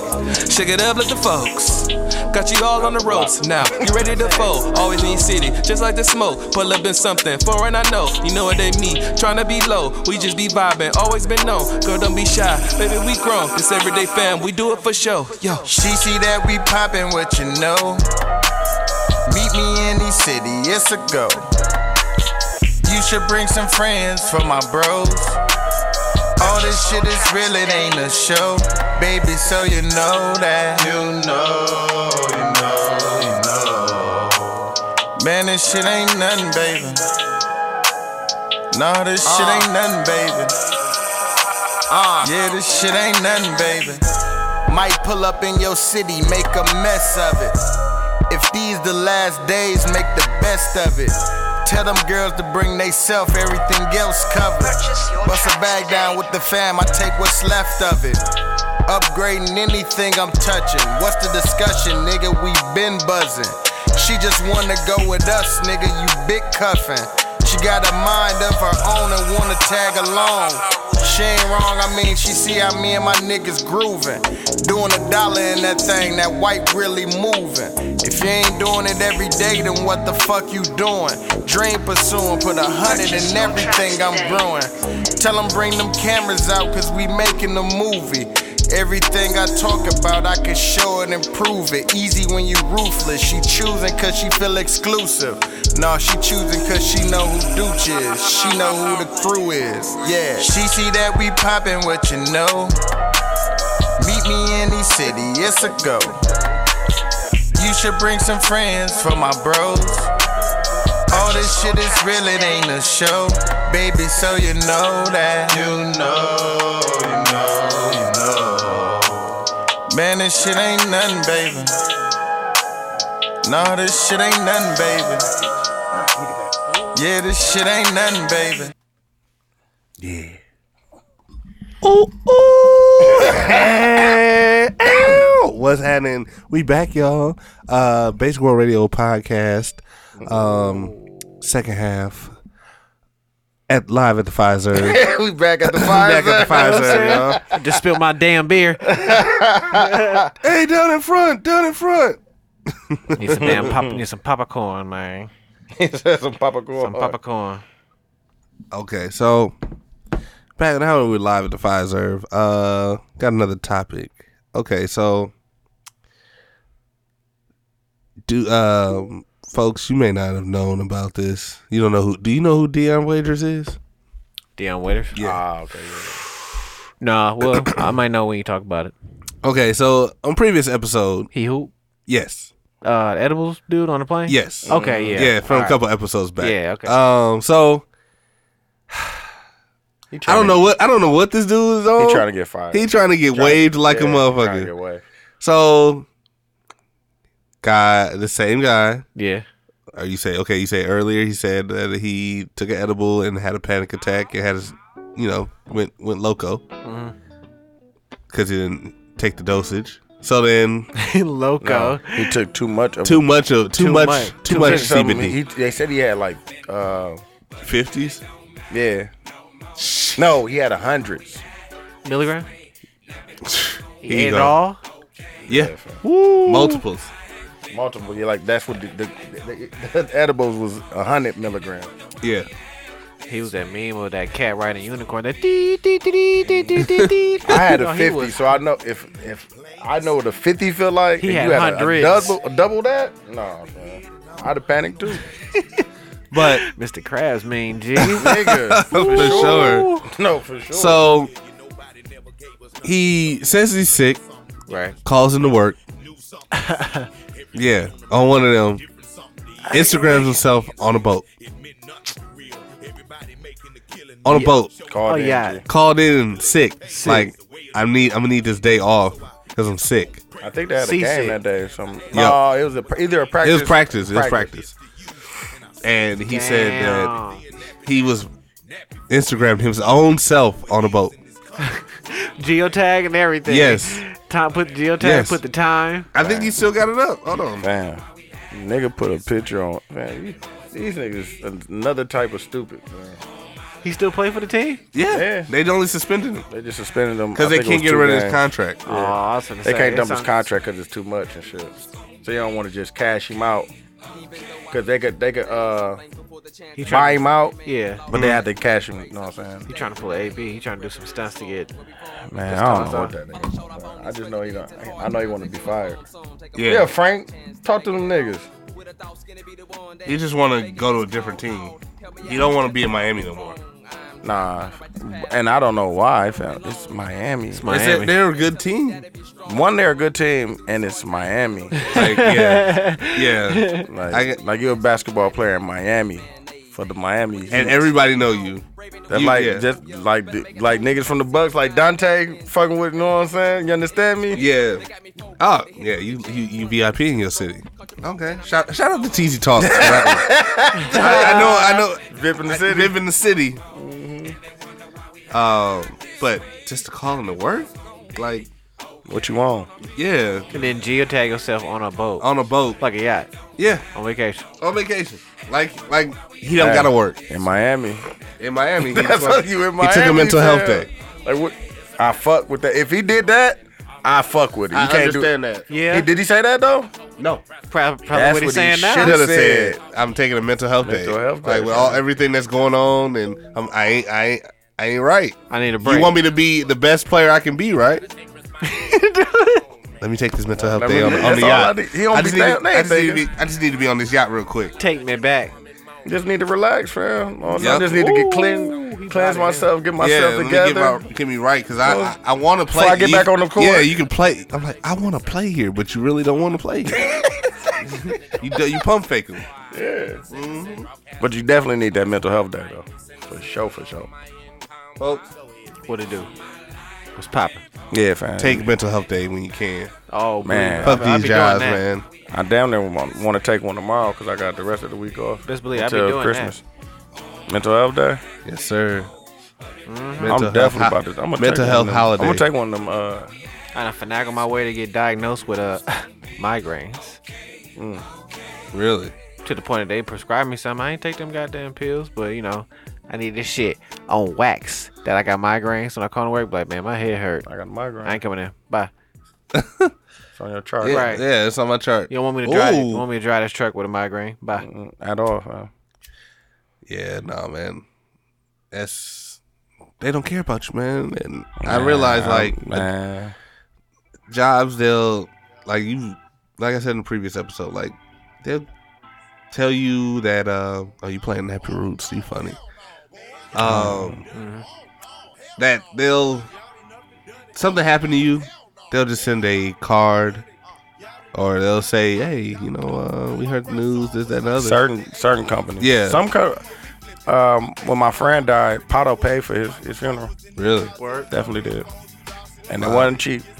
S1: Shake it up like the folks. Got you all on the ropes now. You ready to fold? Always in your city, just like the smoke. Pull up in something foreign. I know you know what they mean. Tryna be low, we just be vibing. Always been known. Girl, don't be shy. Baby, we grown. This everyday fam, we do it for show. Yo,
S7: She see that we poppin', what you know. Meet me in the city, it's a go. You should bring some friends for my bros. All this shit is real, it ain't a show. Baby, so you know that. You know, you know, you know. Man, this shit ain't nothing, baby. Nah, this shit ain't nothing, baby. Yeah, this shit ain't nothing, baby. Uh. Might pull up in your city, make a mess of it. If these the last days, make the best of it. Tell them girls to bring they self, everything else covered. Bust a bag down with the fam, I take what's left of it. Upgrading anything I'm touching. What's the discussion, nigga? We been buzzing. She just wanna go with us, nigga. You big cuffin'. She got a mind of her own and wanna tag along. She ain't wrong, I mean, she see how me and my niggas grooving. Doing a dollar in that thing, that white really moving. If you ain't doing it every day, then what the fuck you doing? Dream pursuing, put a hundred in everything I'm brewing. Tell them bring them cameras out, cause we making a movie. Everything I talk about, I can show it and prove it. Easy when you ruthless. She choosing cause she feel exclusive. Nah, she choosing cause she know who Dooch is. She know who the crew is. Yeah. She see that we poppin' what you know. Meet me in the city, it's a go. you should bring some friends for my bros. All this shit is real, it ain't a show. Baby, so you know that. You know, you know, you know. Man, this shit ain't nothing, baby. No, this shit ain't nothing, baby. Yeah, this shit ain't nothing, baby.
S4: Ooh, ooh. Hey, ow. What's happening? We back, y'all. Uh, Basic World Radio podcast. Um, second half. At live at the Pfizer.
S3: we back at the fire.
S4: back at the Pfizer, y'all.
S2: Just spilled my damn beer.
S4: Hey, down in front, down in front.
S2: Need some damn pop. Need some popcorn, man.
S3: some popcorn.
S2: Some popcorn.
S4: Okay, so back now we're live at the Pfizer. Uh, got another topic. Okay, so do um folks, you may not have known about this. You don't know who? Do you know who Dion Waiters is?
S2: Dion Waiters.
S3: Ah, okay. yeah.
S2: Nah. Well, I might know when you talk about it.
S4: Okay, so on previous episode,
S2: He who?
S4: yes,
S2: Uh, the edibles dude on the plane.
S4: yes,
S2: Okay. Yeah.
S4: yeah, from a
S2: Alright.
S4: couple episodes back.
S2: Yeah, okay.
S4: Um, so
S3: He
S4: I don't
S3: tryna-
S4: know what I don't know what this dude is on.
S3: He trying to get fired.
S4: He trying to get waved like a
S3: Yeah, he tryna
S4: motherfucker.
S3: get waved.
S4: So, guy, the same guy.
S2: Yeah.
S4: Or you say okay? You say earlier he said that he took an edible and had a panic attack and had his, you know, went went loco
S2: Mm-hmm.
S4: because he didn't take the dosage. So then,
S2: Loco.
S3: He took too much of
S4: too much of too,
S2: Too
S4: much,
S2: much.
S4: too
S2: Too
S4: much
S2: much
S3: something. He,
S4: CBD.
S3: they said he had like, uh,
S4: Fifties.
S3: yeah. No, he had a hundreds.
S2: Milligram. He
S4: Here you
S2: ate it
S4: go.
S2: all.
S4: Yeah, multiples.
S3: Multiple. Yeah, like that's what the, the, the, the edibles was a hundred milligrams.
S4: Yeah.
S2: He was that meme with that cat riding unicorn. That dee dee dee dee dee dee dee. dee.
S3: I had
S2: No,
S3: a
S2: he
S3: fifty,
S2: was-
S3: so I know if if I know what a fifty feel like.
S2: He
S3: and
S2: had
S3: you had a- a,
S2: hundreds.
S3: double double that. No, man. I'd have panicked too,
S4: But
S2: Mr. Krabs mean G.
S3: nigga.
S4: for sure.
S3: No, for sure.
S4: So he says he's sick.
S2: Right.
S4: calls into work. yeah, on one of them. Instagrams himself on a boat. On a boat,
S3: Called
S2: Oh
S3: in,
S2: yeah.
S3: G.
S4: called in sick. Like I need, I'm gonna need this day off because I'm sick.
S3: I think they had a
S2: Seasick.
S3: game that day or something. No, it was a, either a
S4: It
S3: practice.
S4: was practice. It was practice. And he said that he was Instagrammed his own self on a boat.
S2: geotag and everything.
S4: Yes.
S2: Time put the geotag,
S4: Yes.
S2: put the time.
S4: I think he still got it up. Hold on.
S3: Man, nigga put a picture on. Man, you- these niggas another type of stupid. Man.
S2: He still play for the team?
S4: Yeah,
S3: Yeah.
S4: they only suspended him
S3: They just suspended him I
S4: because they
S3: think it was
S4: can't get
S3: two
S4: rid of his
S3: games.
S4: contract.
S2: Oh, I was gonna
S3: They
S2: say,
S3: can't
S2: that
S3: dump his
S2: sounds-
S3: contract because it's too much and shit. So you don't want to just cash him out because they could they could uh
S2: He
S3: buy
S2: trying,
S3: him out,
S2: yeah.
S3: but they had to cash him. You know what I'm
S2: He
S3: saying?
S2: trying to pull an AB. He trying to do some stunts to get.
S3: Man, I don't know what that nigga. man. I just know he don't. I know he want to be fired.
S4: Yeah.
S3: Yeah. Frank, talk to them niggas.
S4: You just want to go to a different team. You don't want to be in Miami no more.
S3: Nah, and I don't know why. fam. It's Miami. It's
S4: They said they're a good team.
S3: One, they're a good team, and it's Miami.
S4: Like, yeah, yeah.
S3: Like,
S4: I get-
S3: like you're a basketball player in Miami for the Miami. Heat.
S4: And everybody know you.
S3: That's
S4: you-
S3: like
S4: yeah.
S3: just like the- like niggas from the Bucks, like Dante, fucking with. You know what I'm saying? You understand me?
S4: Yeah. Oh, yeah. You you, you VIP in your city. Okay. Shout, shout out to TZ Talk. for that one. I, I know. I know.
S3: Vip in the city.
S4: Live in the city. Um, but just to call in to work, like,
S3: What you want?
S4: yeah,
S2: And then geotag yourself on a boat,
S4: on a boat.
S2: like a yacht,
S4: Yeah,
S2: on vacation.
S4: on vacation. Like, like he don't
S3: Hey.
S4: gotta work
S3: In Miami.
S4: in Miami. He,
S3: That's
S4: just
S3: why
S4: like-
S3: you in
S4: he
S3: Miami.
S4: took a mental health
S3: fam.
S4: day.
S3: Like what? I fuck with that. If he did that, I fuck with it. You
S4: I
S3: can't
S4: understand
S3: do,
S4: that.
S2: Yeah.
S3: He, did he say that though?
S4: No.
S2: Prob- Probably,
S3: That's
S2: what he's
S3: what he
S2: saying now.
S3: should-
S4: Should have
S3: said-
S4: said, "I'm taking a mental health
S3: Mental
S4: day,
S3: health day,
S4: like with all
S3: yeah.
S4: everything that's going on, and I'm, I ain't, I ain't, I ain't right.
S2: I need a break.
S4: You want me to be the best player I can be, right? Let me take this mental health
S3: Let
S4: day
S3: me-
S4: on, on
S3: that's
S4: the
S3: all I
S4: yacht.
S3: need. He don't
S4: I just
S3: be
S4: need to-
S3: down there,
S4: I just need to
S3: nigga.
S4: be- I just need to be on this yacht real quick.
S2: take me back?
S3: Just need to relax, fam. Oh, no,
S4: Yeah.
S3: I just need to
S2: Ooh,
S3: get
S2: he
S3: clean, cleanse
S2: body,
S3: myself, get
S4: Yeah,
S3: myself
S4: let me
S3: together.
S4: get, my, get me right because I, I,
S3: Well,
S4: I want to play.
S3: I get
S4: You-
S3: back on the court.
S4: Yeah, you can play. I'm like, I want to play here, but you really don't want to play here. you do- you pump fake him.
S3: But you definitely need that mental health day though. For sure, for sure.
S2: What it do? What's popping?
S3: Yeah, fam.
S4: Take mental health day when you can.
S2: Oh
S3: Man.
S2: believe
S4: Fuck
S2: it. I be
S4: these
S2: doing
S4: jobs,
S2: that.
S4: man.
S3: I damn near want, want to take one tomorrow because I got the rest of the week off.
S2: Best believe I be
S3: until
S2: doing
S3: Christmas. Mental health day.
S4: Yes, sir.
S2: Mm-hmm.
S3: I'm definitely about to. I'm gonna
S4: mental
S3: take
S4: health
S3: one of them-
S4: holiday.
S3: I'm gonna take one of them. Uh,
S2: I done finagle my way to get diagnosed with uh, migraines
S4: Really?
S2: to the point that they prescribe me some. I ain't take them goddamn pills, but you know, I need this shit on wax that I got migraines. When I come to work, be like man, my head hurt.
S3: I got a
S2: I
S3: migraine.
S2: ain't coming in. Bye.
S3: It's on your chart.
S4: Yeah,
S2: Right.
S4: Yeah, it's on my chart.
S2: You don't want me to drive?
S4: Ooh.
S2: You want me to drive this truck with a migraine? Bye.
S3: Mm, At all, fam.
S4: Yeah, nah, man. That's they don't care about you, man. And I realize like
S3: man.
S4: jobs, they'll like you, like I said in the previous episode, like they'll tell you that uh, oh, you playing Happy Roots, you funny. Um, that they'll something happened to you, they'll just send a card. Or they'll say, "Hey, you know, uh, we heard the news, this, that, and the other."
S3: certain certain companies.
S4: Yeah.
S3: Some co- um when my friend died, Pato paid for his, his funeral.
S4: Really?
S3: Definitely did. And it wasn't cheap.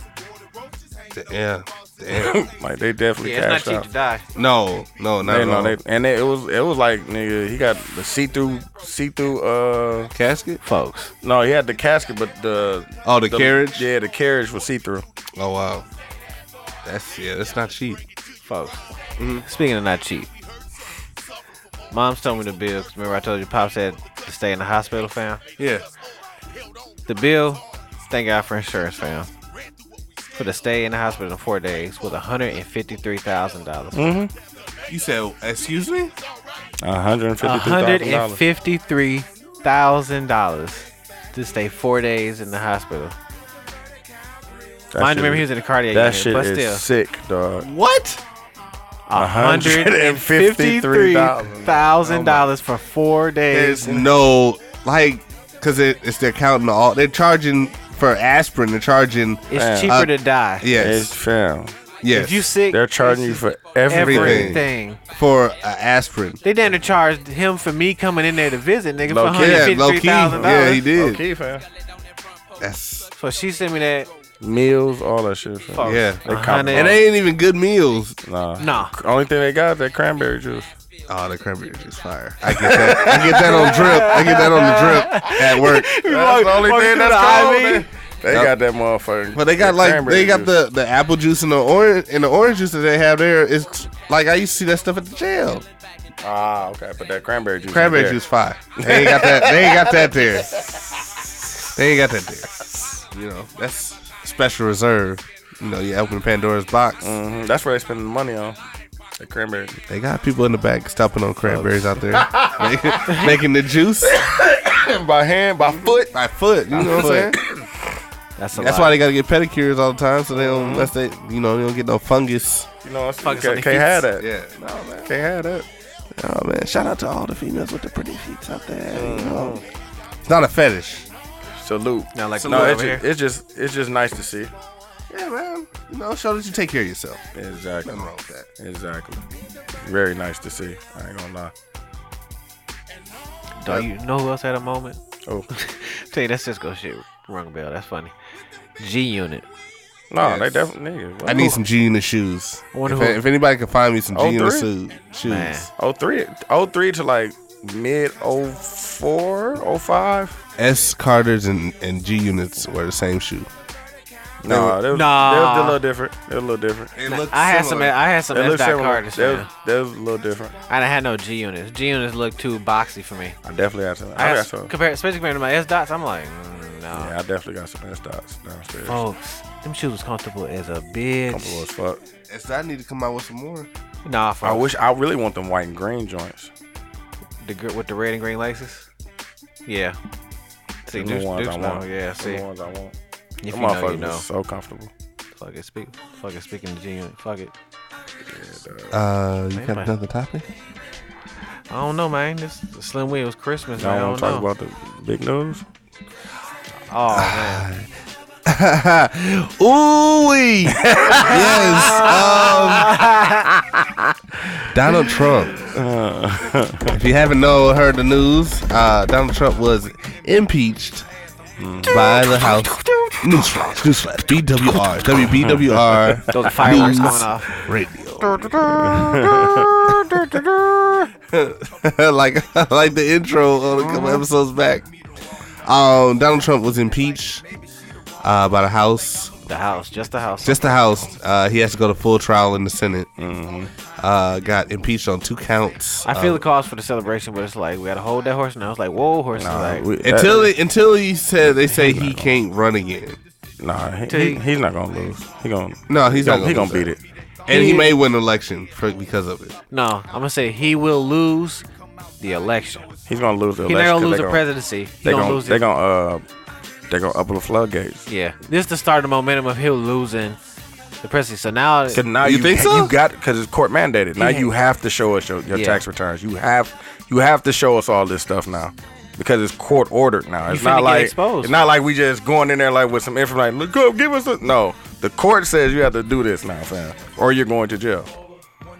S4: Yeah. Damn.
S3: like they definitely
S2: Yeah, it's
S3: cashed
S2: not cheap
S3: out.
S2: to die.
S4: No, no, not
S3: They
S4: at
S3: know
S4: all.
S3: they, and it, it was it was like nigga, he got the see through see through uh
S4: casket.
S2: Folks,
S3: no, he had the casket but the
S4: Oh, the carriage?
S3: Yeah, the carriage was see through.
S4: Oh wow, that's yeah, that's not cheap.
S2: folks. Speaking of not cheap, mom's told me the bill. 'cause remember I told you pops had to stay in the hospital, fam.
S4: Yeah,
S2: The bill, thank God for insurance, fam. For the stay in the hospital in four days was one hundred and fifty-three thousand dollars.
S4: you said. Excuse me.
S2: One hundred and
S3: $153,000.
S2: fifty-three thousand dollars to stay four days in the hospital.
S3: That
S2: Mind
S3: shit
S2: you, remember
S3: is-
S2: he was in the cardiac
S3: That
S2: unit,
S3: shit
S2: but
S3: is
S2: still,
S3: sick, dog.
S4: What?
S2: one hundred and fifty-three thousand dollars for four days.
S4: There's no like, cause it, it's they're counting all. They're charging for aspirin. They're charging.
S2: It's
S3: Man.
S2: cheaper
S4: Uh,
S2: to die.
S3: It's
S4: Yes,
S3: fam.
S4: yes.
S2: If you sick,
S3: They're charging you
S2: it's
S3: for everything.
S2: everything.
S4: for uh, aspirin.
S2: They damn near charged him for me coming in there to visit, nigga, for
S4: Low key, yeah, low
S2: $153,000.
S4: key. Yeah, he did.
S3: Okay, fam.
S4: That's
S2: So she sent me that.
S3: Meals, all that shit, fam.
S2: Fuck.
S4: yeah.
S3: They
S2: Uh,
S3: compromised.
S2: honey.
S4: And they ain't even good meals.
S3: Nah.
S2: Nah.
S3: Only thing they got is that cranberry juice.
S4: Oh, the cranberry juice fire. I get that. I get that on drip. I get that on the drip at work.
S3: That's the
S2: walking
S3: only thing
S2: through
S3: that's
S2: the
S3: cold.
S2: IV.
S3: man. They
S4: Yep.
S3: got that motherfucker.
S4: But they got
S3: that
S4: like
S3: cranberry
S4: they got
S3: juice.
S4: the, the apple juice and the orange and the orange juice that they have there is like I used to see that stuff at the jail.
S3: ah okay, but that cranberry juice.
S4: Cranberry
S3: right there.
S4: juice fire. They ain't got that. They ain't got that there. They ain't got that there. You know that's special reserve. You know you open Pandora's box.
S3: Mhm, That's where they spending the money on. The cranberry.
S4: They got people in the back stomping on cranberries out there, making, making the juice
S3: by hand, by foot.
S4: by foot. You know what I'm saying?
S2: That's a
S4: That's why they got to get pedicures all the time, so they don't unless they you know they don't get no fungus.
S3: You know, it's,
S2: Fuck, it's
S3: can't,
S2: on
S3: can't
S2: the
S3: have that.
S4: Yeah.
S3: Can't have that.
S4: Oh man, shout out to all the females with the pretty feet out there. You know. Mm-hmm. It's not a fetish.
S3: Salute.
S2: Now, like,
S3: No,
S2: look
S3: it's
S2: over
S3: just,
S2: here.
S3: it's just it's just nice to see.
S4: Yeah, man. You know, show that you take care of yourself.
S3: Exactly.
S4: Nothing wrong with that.
S3: Exactly. Very nice to see. I ain't gonna lie.
S2: Dog, you know who else had a moment?
S3: Oh.
S2: Tell you that Cisco shit rung a bell. That's funny. G Unit.
S3: No,
S4: Yes.
S3: they definitely nigga.
S4: I need some G unit shoes.
S2: I wonder
S4: If,
S2: who-
S4: if anybody can find me some G
S3: Oh,
S4: unit
S3: three?
S4: shoe, shoes,
S2: Man.
S3: 03, 03 oh, to like mid 04, 05.
S4: S Carters and, and G units wear the same shoe.
S3: No, they was,
S2: Nah.
S3: they was a little different. They was a little different.
S4: It
S2: I had some. I had some
S3: They
S2: S.
S3: looked
S2: Dot
S3: similar.
S2: Carters.
S3: They was,
S2: man.
S3: they was a little different.
S2: I done had no G Units. G Units looked too boxy for me.
S3: I definitely got some. I,
S2: I,
S3: got
S2: had,
S3: some.
S2: compared, especially compared to my S Dots, I'm like, mm, no.
S3: Yeah, I definitely got some S dots downstairs.
S2: Folks, them shoes was comfortable as a
S3: Comfortable as
S2: bitch.
S3: fuck.
S4: S I need to come out with some more.
S2: Nah,
S3: I
S2: folks.
S3: wish I really want them white and green joints.
S2: The gr- with the red and green laces. Yeah. See,
S3: Them the
S2: Deuce,
S3: ones
S2: Deuce
S3: I
S2: know.
S3: want.
S2: Yeah,
S3: Them
S2: see.
S3: the ones I want.
S2: If
S3: Them
S2: you know, you
S3: motherfuckers
S2: know.
S3: is so comfortable.
S2: Fuck it, speak. Fuck it, speaking to G Unit. Fuck it.
S4: Uh, you
S2: Hey,
S4: got
S2: man.
S4: another topic?
S2: I don't know, man. This Slim Wheels Christmas.
S3: Y'all
S2: man. I
S3: want
S2: don't
S3: to talk
S2: know.
S3: about the big news?
S2: oh man.
S4: Ooh, yes. Um, Donald Trump.
S2: Uh.
S4: if you haven't know heard the news, uh, Donald Trump was impeached by the House. Newsflash, newsflash, BWR, WBWR.
S2: Those fireworks
S4: News
S2: going off.
S4: like like the intro on a couple episodes back. Um, Donald Trump was impeached uh, by the House,
S2: The house, just the house.
S4: just the House. Uh, he has to go to full trial in the Senate. Uh, got impeached on two counts. Um,
S2: I feel
S3: uh,
S2: the cause for the celebration, but it's like we gotta hold that horse, and I was like, "Whoa, horse!" And I was like,
S3: We- that-
S4: until they, until he said they say he can't run again.
S3: nah, he,
S2: Till he-
S3: he- he's not gonna lose. He gonna
S4: No, he's
S3: he
S4: not
S3: gonna, he
S4: gonna
S3: gonna
S4: lose
S3: beat it.
S4: And he may win an election for, because of it.
S2: "No, I'm gonna say he will lose the election.
S3: He's gonna lose the
S2: He
S3: election.
S2: never
S3: 'cause
S2: gonna lose
S3: they
S2: the
S3: gonna-
S2: presidency. He
S3: They
S2: gonna,
S3: gonna
S2: lose
S3: they
S2: it.
S3: gonna uh they gonna open the floodgates.
S2: Yeah, this is the start of the momentum of him losing the presidency. So now,
S3: Cause now
S4: You
S3: you,
S4: think so?
S3: You got because it's court mandated. Now you have to show us your, your
S2: Yeah.
S3: tax returns. You have you have to show us all this stuff now because it's court ordered now. It's
S2: finna
S3: not
S2: get
S3: like
S2: exposed.
S3: it's not like we just going in there like with some information. Like, Look up, give us a no. The court says you have to do this now, fam, or you're going to jail.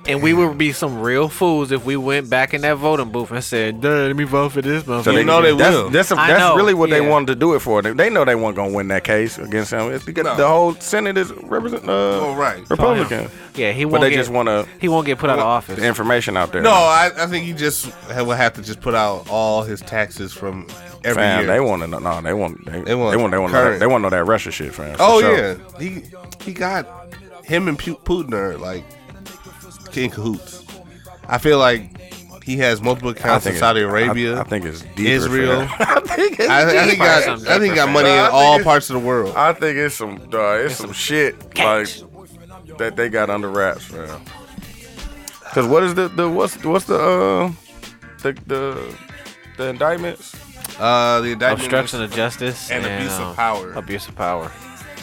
S2: and we would be some real fools if we went back in that voting booth and said, "Duh, let me vote for this motherfucker."
S3: So
S4: You know they
S3: that's,
S4: will.
S3: That's,
S2: I
S3: that's
S2: know,
S3: really what
S2: yeah.
S3: they wanted to do it for. They, they know they weren't gonna win that case against him. It's because the whole Senate is represent uh,
S4: Oh, right.
S3: Republican.
S2: Oh, Yeah, he
S3: But
S2: won't.
S3: they
S2: get,
S3: just want to
S2: He won't get put out of office.
S3: the information out there.
S4: No, I, I think he just ha- will have to just put out all his taxes from every
S3: Fam,
S4: year.
S3: they want to know. No, they want. They,
S4: They
S3: they want.
S4: want
S3: They want. They want,
S4: current.
S3: that, they want to know that Russia shit, fam. for
S4: oh
S3: sure.
S4: yeah, he he got him and Pu- Putin are like in cahoots. I feel like he has multiple
S3: I
S4: accounts in
S3: think
S4: Saudi
S3: it- I-
S4: Arabia.
S3: I, think it's deeper.
S4: Israel.
S3: fam.
S4: I think I, think
S3: deeper.
S4: got I think he got money
S3: Nah, I
S4: in
S3: think
S4: all
S3: it's-
S4: parts of the world.
S3: I think it's some. dawg, it's some shit
S2: catch.
S3: like that they got under wraps, fam. Because what is the the what's what's the uh the the the indictments?
S4: Uh, the indictment
S2: obstruction
S4: was-
S2: of justice
S4: and abuse of
S2: um,
S4: power.
S2: Abuse of power.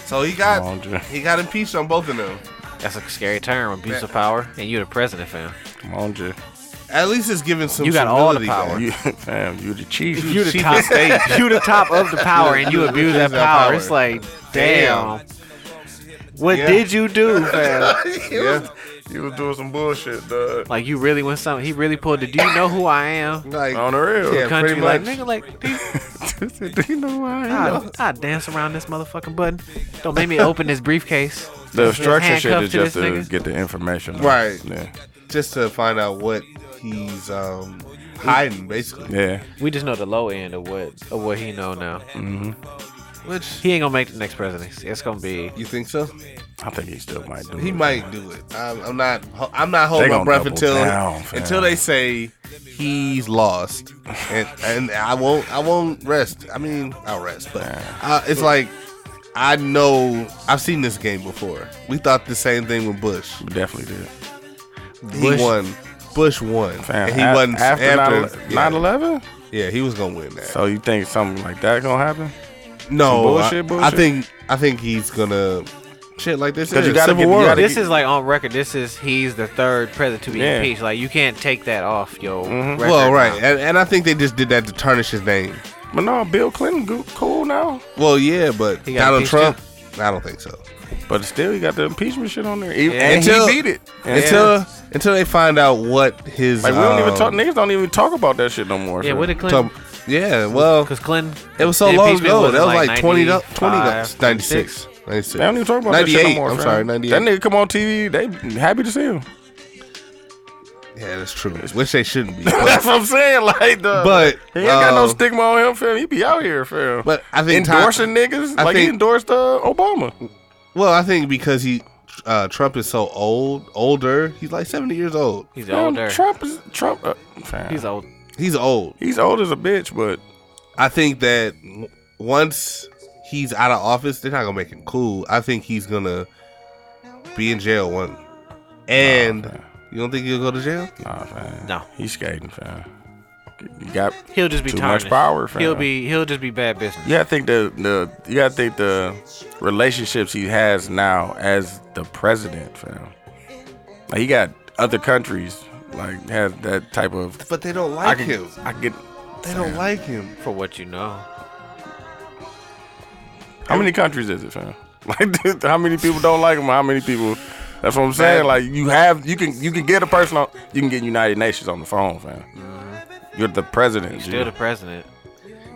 S4: So he
S3: Come on, Jay.
S4: got he got impeached on both of them.
S2: That's a scary term. Abuse of power, and you the president, fam.
S3: Come on, Jay.
S4: At least it's giving some.
S2: You got all the power.
S4: civility back.
S3: You, fam, you the chief.
S2: You the top. you the top of the power, and you abuse that power. It's like, damn. What
S4: Yeah.
S2: did you do, fam?
S3: You was- you was doing some bullshit, dog.
S2: like you really went something. He really pulled the. Do you know who I am?
S4: Like
S3: On the real.
S4: Yeah,
S2: Country
S4: pretty
S2: like
S4: much.
S2: nigga like these-
S3: Do you know why?
S2: I, I dance around this motherfucking button. Don't make me open this briefcase.
S3: The obstruction shit
S2: handcuffed
S3: is
S2: to
S3: just
S2: this
S3: to
S2: nigga?
S3: get the information. out.
S4: Right.
S3: Yeah.
S4: just to find out what he's um hiding basically.
S3: Yeah.
S2: We just know the low end of what of what he know now.
S4: Which
S2: He ain't gonna make the next presidency. It's gonna be
S4: you think so?
S3: I think he still might do
S4: He
S3: it.
S4: might do it. I'm, I'm not. I'm not holding
S3: They
S4: my
S3: gonna
S4: breath
S3: double
S4: until
S3: down, fam.
S4: until they say he's lost, and and I won't. I won't rest. I mean, I'll rest, but uh, it's like I know I've seen this game before. We thought the same thing with Bush.
S3: Definitely did.
S4: He
S2: Bush-
S4: won. Bush won,
S3: Fam,
S4: and he
S3: a-
S4: wasn't after. yeah,
S3: 9 11?
S4: yeah, he was gonna win that.
S3: So you think something like that gonna happen?
S4: no,
S3: bullshit,
S4: I- I,
S3: bullshit?
S4: think I think he's gonna shit like this.
S3: 'Cause
S4: is,
S3: you gotta
S4: Civil
S3: get- you
S4: War.
S3: gotta
S2: This
S3: get-
S2: is like on record. This is he's the third president to be
S3: Yeah. Mm-hmm.
S2: impeached. Like you can't take that off yo. record
S4: well, right,
S2: now.
S4: and, and I think they just did that to tarnish his name.
S3: But no, Bill Clinton go- cool now.
S4: Well, yeah, but
S2: He got
S4: Donald
S2: impeached
S4: Trump, I don't think so.
S3: But still, he got the impeachment shit on there. Even,
S2: Yeah.
S3: And
S4: Until-
S3: he beat it. Yeah.
S4: Until until they find out what his
S3: like we don't even
S4: um,
S3: talk. Niggas don't even talk about that shit no more.
S2: Yeah,
S3: fam.
S2: what did Clinton?
S4: talk- yeah, well,
S2: Because Clinton.
S4: it was so
S2: the
S4: long
S2: impeachment
S4: ago. That was like, 20,
S2: 95,
S4: 20 96, 96.
S3: They don't even talk about that
S4: 98.
S3: shit no more.
S4: I'm
S3: fam.
S4: sorry, 98.
S3: That nigga come on TV, they happy to see him.
S4: yeah, that's true. Which they shouldn't be.
S3: That's what I'm saying. Like, the,
S4: But,
S3: he ain't got no
S4: uh,
S3: stigma on him, fam. He be out here, fam.
S4: But I think Tom-
S3: endorsing niggas,
S4: I
S3: like he
S4: think-
S3: endorsed uh, Obama.
S4: well, I think because he uh, Trump is so old, older. He's like 70 years old.
S2: He's
S3: Fam,
S2: older.
S3: Trump is Trump. Uh, fam.
S2: He's old.
S4: He's old.
S3: He's old as a bitch, but
S4: I think that w- once he's out of office, they're not gonna make him cool. I think he's gonna be in jail one. And you don't think he'll go to jail?
S3: nah, fam.
S2: No.
S3: he's skating, fam. You got
S2: He'll just be
S3: Too
S2: tarnished.
S3: much power, fam.
S2: He'll be. He'll just be bad business.
S3: you gotta think the the you gotta think the relationships he has now as the president, fam. Like he got other countries like has that type of.
S4: But they don't
S3: I
S4: like
S3: can
S4: him.
S3: I get.
S4: They don't like him.
S2: For what you know.
S3: How many countries is it, fam? Like, dude, how many people don't like him? How many people That's what I'm saying. Like you have, you can, you can get a person on, you can get United Nations on the phone, fam. You're the president. G.
S2: Mm-hmm. Still the president.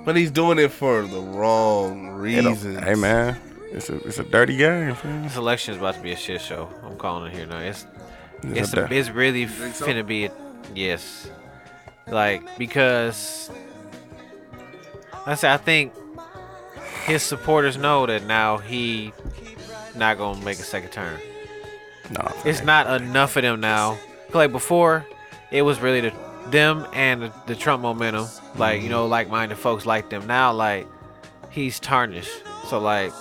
S4: But he's doing it for the wrong reasons.
S3: Hey man, it's a, it's a dirty game, fam.
S2: This election is about to be a shit show. I'm calling it here now. It's
S3: It's
S2: it's
S3: a
S2: a,
S3: di-
S2: it's really finna be a, yes, like because I say I think his supporters know that now he not gonna make a second term.
S3: no,
S2: It's not enough of them now. Like before, it was really the them and the, the Trump momentum. Like you know, like-minded folks like them. Now, like he's tarnished. So like,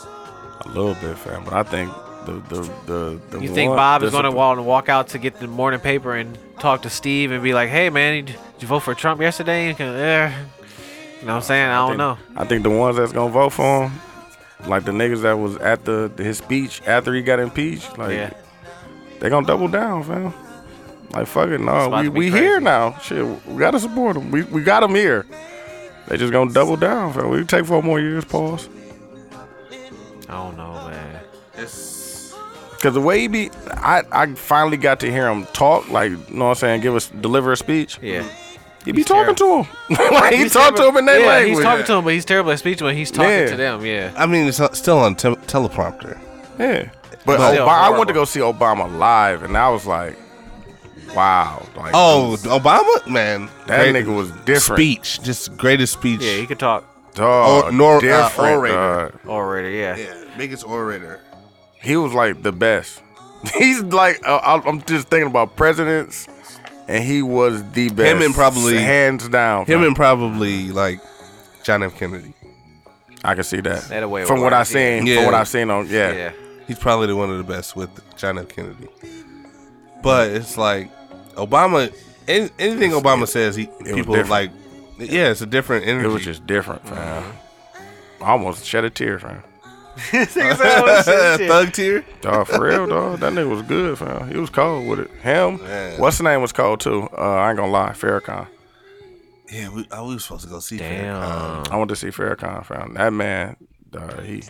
S3: a little bit, fam. But I think the the the, the
S2: you think
S3: one-
S2: Bob
S3: the
S2: is going to
S3: support-
S2: wall and walk out to get the morning paper and talk to Steve and be like, "Hey man, did you vote for Trump yesterday?" You, can, eh. you know what I'm saying? I don't know.
S3: I think the ones that's gonna vote for him, like the niggas that was at the his speech after he got impeached, like
S2: Yeah.
S3: they gonna double down, fam. Like fuck it, no,
S2: about
S3: we,
S2: to be
S3: we
S2: crazy.
S3: here now. Shit, we gotta support them. We we got them here. They just gonna double down, fam. We take four more years, pause.
S2: I don't know, man.
S3: Cause the way he be, I I finally got to hear him talk, like you know what I'm saying, give us deliver a speech.
S2: Yeah.
S3: He be
S2: He's
S3: talking to him, like he talk to him in their
S2: yeah,
S3: language.
S2: He's talking to him, but he's terrible at speech when he's talking
S3: Yeah.
S2: to them. Yeah.
S4: I mean, it's not- still on te- teleprompter.
S3: Yeah. But
S2: But-
S3: Obama, I went to go see Obama live, and I was like, wow. Like,
S4: Oh, Obama, man,
S3: that
S4: great
S3: nigga was different.
S4: speech, just greatest speech.
S2: Yeah, he could talk
S3: Dog,
S4: Or- nor- uh,
S3: different.
S4: orator.
S3: dog.
S2: already. Yeah.
S4: Yeah, biggest orator.
S3: He was like the best. He's like, uh, I- I'm just thinking about presidents, and he was the best.
S4: and probably-
S3: hands down.
S4: Him and probably like John F. Kennedy.
S3: I can see that.
S2: That a way
S3: from
S2: of
S3: what
S2: life,
S3: I seen,
S4: yeah.
S3: from what I seen on, yeah.
S2: Yeah.
S4: He's probably the one of the best with John F. Kennedy. But it's like Obama. Any, anything Obama says, he people
S3: different.
S4: like. Yeah, it's a different energy.
S3: it was just different, fam.
S2: Mm-hmm.
S3: I almost shed a tear, fam.
S4: thug tier.
S3: Dog, for real, dog. That nigga was good, fam. He was cold with it. Him,
S4: Man.
S3: what's the name was cold too. Uh, I ain't gonna lie, Farrakhan.
S4: Yeah, we, oh, we were supposed to go see.
S2: Damn.
S4: Farrakhan.
S3: I went to see Farrakhan, fam. That man, dog, he.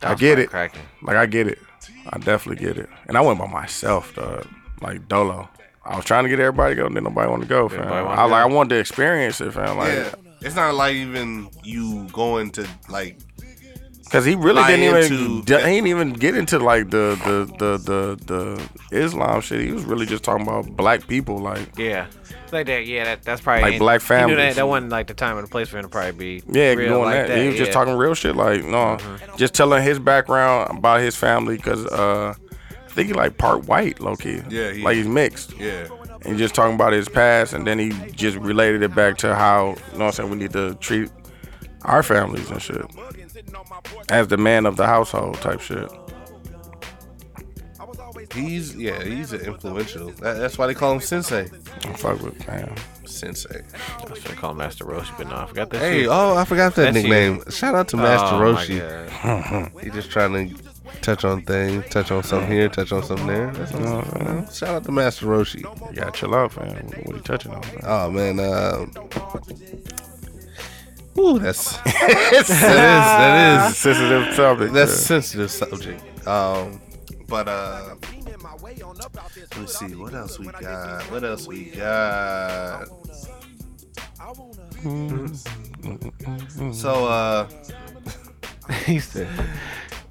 S2: That
S3: I
S2: was
S3: get it.
S2: cracking.
S3: Like I get it. I definitely get it. And I went by myself, dog. Like Dolo. I was trying to get everybody to go, then nobody wanted to go, fam.
S2: Everybody wanted
S3: I
S2: to
S3: like, I
S2: go.
S3: wanted to experience it, fam. Like,
S4: Yeah, it's not like even you going to like
S3: Cause he really
S4: Buy
S3: didn't even
S4: into-
S3: d- he didn't even get into like the the the the, the Islam shit. He was really just talking about black people, like
S2: Yeah. Like that, yeah. That, that's probably
S3: Like black
S2: he knew
S3: families.
S2: That, that wasn't like the time and the place for him to probably be.
S3: yeah,
S2: real
S3: doing
S2: like
S3: that. He was
S2: yeah.
S3: just
S2: Mm-hmm.
S3: talking real shit, like no, just telling his background about his family, cause uh, I think he like part white, low key.
S4: Yeah, he
S3: like
S4: is.
S3: he's mixed.
S4: yeah.
S3: And just talking about his past, and then he just related it back to how you know what I'm saying we need to treat our families and shit as the man of the household type shit.
S4: He's yeah, he's an influential. That, that's why they call him Sensei.
S3: I fuck with man.
S4: Sensei.
S2: I should call him Master Roshi, but no, I forgot that.
S4: Hey,
S3: uh,
S2: shit.
S4: oh, I forgot that
S2: That's
S4: nickname. Shout out to Master
S2: Oh, my
S4: Roshi.
S2: God.
S4: He just trying to touch on things, touch on something here, touch on something there. That's what I'm saying. Shout out to Master Roshi.
S3: You gotta chill out, fam. What what are you touching on? Man?
S4: Oh man, um, ooh, that's that is that is
S3: sensitive topic.
S4: That's a
S3: yeah.
S4: sensitive subject. Um, but uh, let me see. What else we got? What else we got? Hmm. So uh,
S2: he said,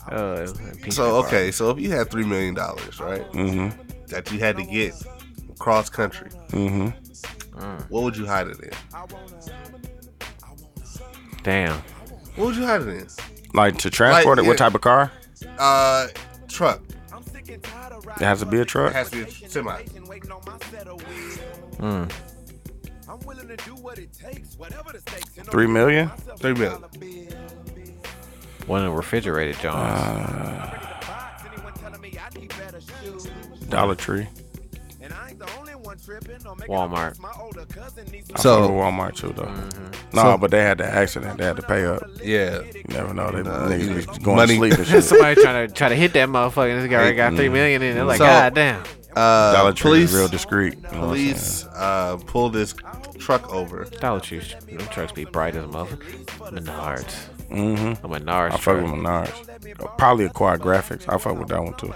S2: uh, impeachment
S4: so okay. So if you had three million dollars, right,
S3: Mm-hmm.
S4: that you had to get cross country,
S3: Mm-hmm.
S4: what would you hide it in?
S2: bar. Damn.
S4: What would you hide it in?
S3: Like to transport
S4: Like,
S3: it.
S4: yeah.
S3: What type of car?
S4: Uh, truck.
S3: It has to be a
S4: It
S3: truck.
S4: has to be a semi.
S3: Three million.
S4: Three million.
S2: One of the refrigerated Johns.
S3: Uh, Dollar Tree.
S2: Walmart.
S3: I
S4: So- Mm-hmm.
S3: so Walmart too though. No,
S4: So-
S3: but they had the accident. They had to pay up.
S4: Yeah.
S3: You never know. They
S4: Nah, you-
S3: niggas was going
S4: money.
S3: to sleep and shit.
S2: Somebody trying to try to hit that motherfucker. and This guy already got three million in. They're like,
S4: So-
S2: God damn.
S4: Uh,
S3: Dollar Tree
S4: police.
S3: is real discreet. you know what I'm
S4: police uh, pull this truck over.
S2: Dollar Trees. Them trucks be bright as a motherfucker. Menards.
S3: saying? Mhm.
S2: A Menards.
S3: I fuck
S2: truck.
S3: with Menards. Probably acquired graphics. I fuck with that one too.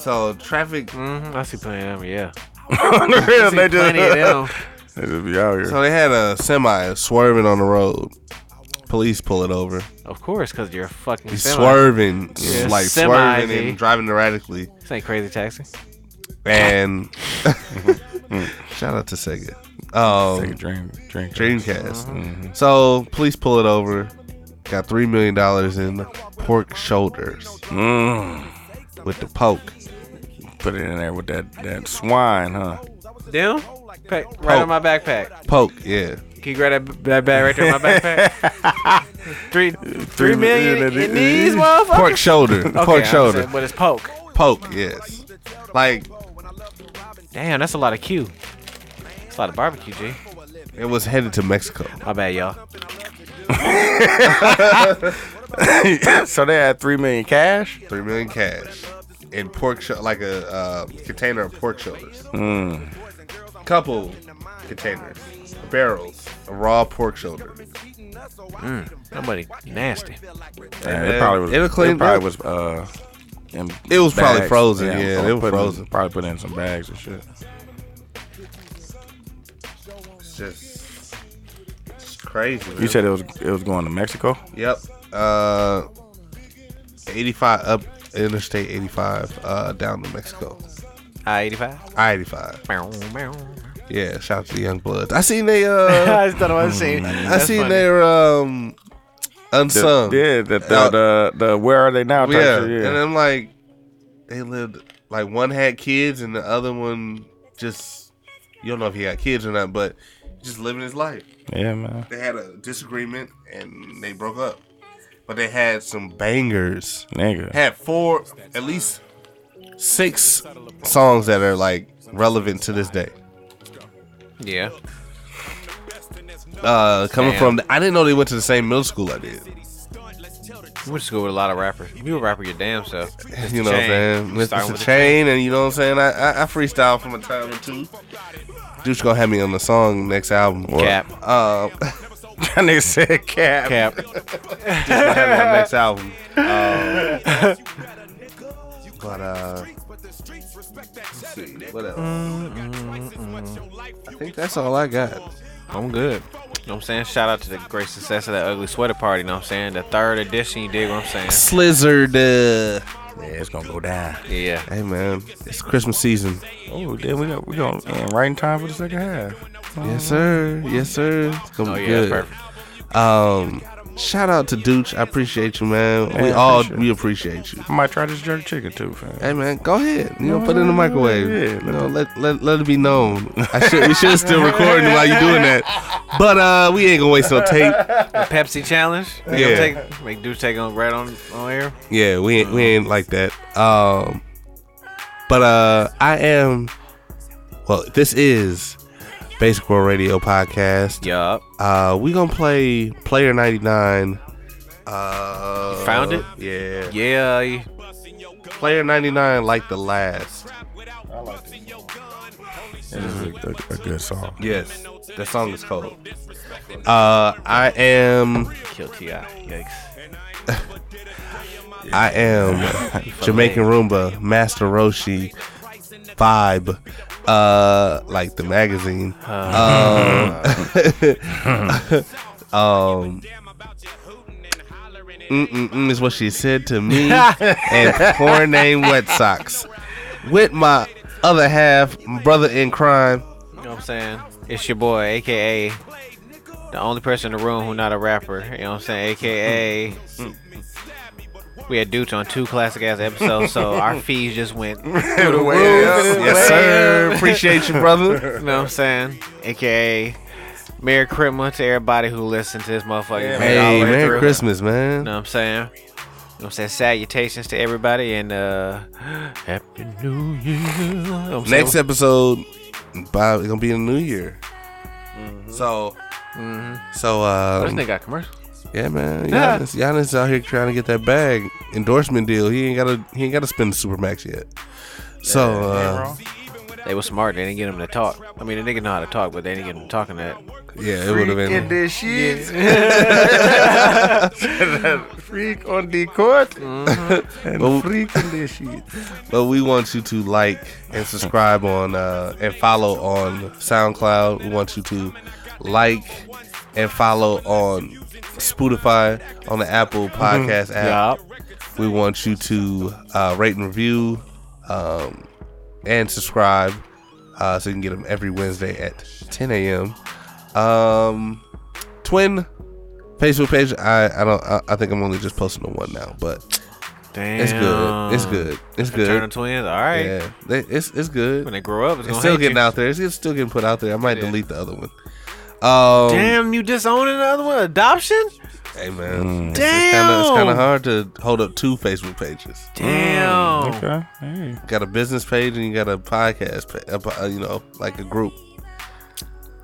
S4: So traffic.
S2: Mm-hmm, I see plenty of them. Yeah,
S3: On the real, they just,
S2: plenty of them.
S3: they just be out here.
S4: So they had a semi swerving on the road. Police pull it over.
S2: Of course, because you're a fucking
S4: He's
S2: semi.
S4: swerving,
S2: Yeah.
S4: like
S2: Semi,
S4: swerving
S2: G.
S4: and driving erratically.
S2: This ain't crazy taxi.
S4: And shout out to Sega. Um,
S3: dream, dream,
S4: Dreamcast.
S2: Mm-hmm.
S4: So police pull it over. Got three million dollars in pork shoulders with the poke.
S3: mm, Put it in there with that that swine, huh?
S2: Damn. Pack, right
S4: Poke.
S2: on my backpack.
S4: Poke, yeah.
S2: Can you grab that, that bag right there on my backpack? three, three million in these motherfuckers.
S4: Pork shoulder.
S2: Okay, I
S4: pork shoulder.
S2: understand, But it's poke.
S4: Poke, yes. Like
S2: Damn, that's a lot of Q. That's a lot of barbecue, G.
S4: it was headed to Mexico.
S2: My bad, y'all.
S3: so they had three million cash.
S4: Three million cash. And pork sho- like a uh, container of pork shoulders.
S3: Hmm.
S4: Couple containers. Barrels. A raw pork shoulder.
S2: Somebody nasty.
S3: Yeah, it probably was.
S4: It'll clean
S3: it probably
S4: up.
S3: was. Uh, in
S4: It was probably
S3: bags.
S4: frozen, yeah,
S3: probably
S4: it was
S3: put in-
S4: frozen.
S3: probably put in some bags and shit.
S4: It's just it's crazy.
S3: You
S4: man.
S3: said it was it was going to Mexico.
S4: Yep. Uh, 85 up Interstate 85 uh, down to Mexico.
S2: I eighty five.
S4: I 85.
S2: Meow, meow.
S4: Yeah. Shout out to the Young Bloods. I seen they. Uh,
S2: I just don't know what to say.
S4: I seen their um,
S3: The-
S4: unsung.
S3: Yeah, the the,
S4: Uh,
S3: the the where are they now? Type
S4: yeah.
S3: shit,
S4: And
S3: yeah.
S4: I'm like, they lived like one had kids and the other one just you don't know if he got kids or not, but just living his life.
S3: yeah, man.
S4: They had a disagreement and they broke up, but they had some bangers.
S3: Nigga,
S4: had four, at least six songs that are like relevant to this day.
S2: Yeah.
S4: Uh, coming
S2: Damn.
S4: from, I didn't know they went to the same middle school I did.
S2: We went to school with a lot of rappers. You a rapper your damn self.
S4: you know what I'm saying? It's a chain, and you know what I'm saying. I, I, I freestyle from a time or two. Dude's gonna have me on the song next album.
S2: Cap.
S4: Uh,
S3: that nigga said cap.
S2: Cap.
S4: gonna have me on next album. Um, but uh, let's see, what else? I think that's all I got.
S2: I'm good. You know what I'm saying? Shout out to the great success of that ugly sweater party. You know what I'm saying? The third edition, you dig what I'm saying?
S4: Slizzard. Uh,
S3: Yeah, it's gonna go down.
S2: Yeah.
S4: Hey man, it's Christmas season.
S3: Oh, then we got we gonna and right in time for the second half.
S4: Yes sir, yes sir. It's gonna
S2: Oh,
S4: be
S2: yeah, that's
S4: good.
S2: perfect.
S4: Um, shout out to Dooch. I appreciate you, man.
S3: Man,
S4: we
S3: I
S4: all
S3: appreciate
S4: we appreciate you.
S3: I might try this jerk chicken too, fam.
S4: Hey man, go ahead. You know, put it in the microwave.
S3: Yeah,
S4: you
S3: let
S4: know, let, let let it be known. I should we should still recording while you doing that. But uh, we ain't gonna waste no tape.
S2: The Pepsi challenge. They
S4: Yeah.
S2: gonna Take, make dude take on right on, on air.
S4: Yeah, we ain't we ain't like that. Um, but uh, I am. Well, this is Basic World Radio podcast.
S2: Yup.
S4: Uh, we gonna play Player ninety nine. Uh,
S2: Found it?
S4: Yeah.
S2: Yeah. you-
S4: Player ninety nine, like the last.
S3: This is a, a, a good song.
S4: Yes, that song is cold. Uh, I am,
S2: Kill T.I. Yikes.
S4: I am Jamaican Roomba, Master Roshi, vibe, uh, like the magazine. Um, um, mm-mm-mm is what she said to me and poor name Wet Socks. With my other half, brother in crime,
S2: You know what I'm saying? It's your boy, aka the only person in the room who not a rapper. You know what I'm saying? Aka
S4: Mm-hmm.
S2: we had Dooch on two classic ass episodes, so our fees just went. You know
S4: Yes, sir. Appreciate you, brother.
S2: what I'm saying? Aka Merry Christmas to everybody who listened to this motherfucker.
S4: hey,
S2: all the way
S4: Merry
S2: through.
S4: Christmas, man.
S2: You know what I'm saying? You know what I'm saying? Salutations to everybody and uh Happy New Year. You know what I'm saying?
S4: Next episode, Bob, it's gonna be in the new year. So, so
S2: Oh, this
S4: um,
S2: nigga got commercial.
S4: yeah, man. Giannis, Giannis out here trying to get that bag endorsement deal. He ain't gotta, he ain't gotta spend the supermax yet. So, uh,
S2: They was smart. They didn't get him to talk. I mean, the nigga know how to talk, but they didn't get him talking that.
S4: Yeah, it would have
S3: in
S4: been.
S3: the sheets. freak on the court and freak in the sheets.
S4: But we want you to like and subscribe on uh, and follow on SoundCloud. We want you to like and follow on Spotify, on the Apple Podcast app. We want you to uh, rate and review um, and subscribe uh, so you can get them every Wednesday at 10 a.m. Um, twin Facebook page. I, I don't. I, I think I'm only just posting the one now, but
S2: Damn.
S4: it's good. It's good. It's good.
S2: Turner twins. All right.
S4: Yeah, they, it's it's
S2: When
S4: good.
S2: they grow up, it's,
S4: It's
S2: gonna
S4: still
S2: hate
S4: getting
S2: you.
S4: out there. It's, it's still getting put out there. I might delete the other one. Um,
S2: Damn, you disowning another one? Adoption?
S4: Hey man, it's- it's
S2: Mm. Damn.
S4: kind of hard to hold up two Facebook pages. Oh. Mm,
S2: Damn.
S6: Okay. Hey.
S4: You got a business page and you got a podcast, pa- a po- uh, you know, like a group.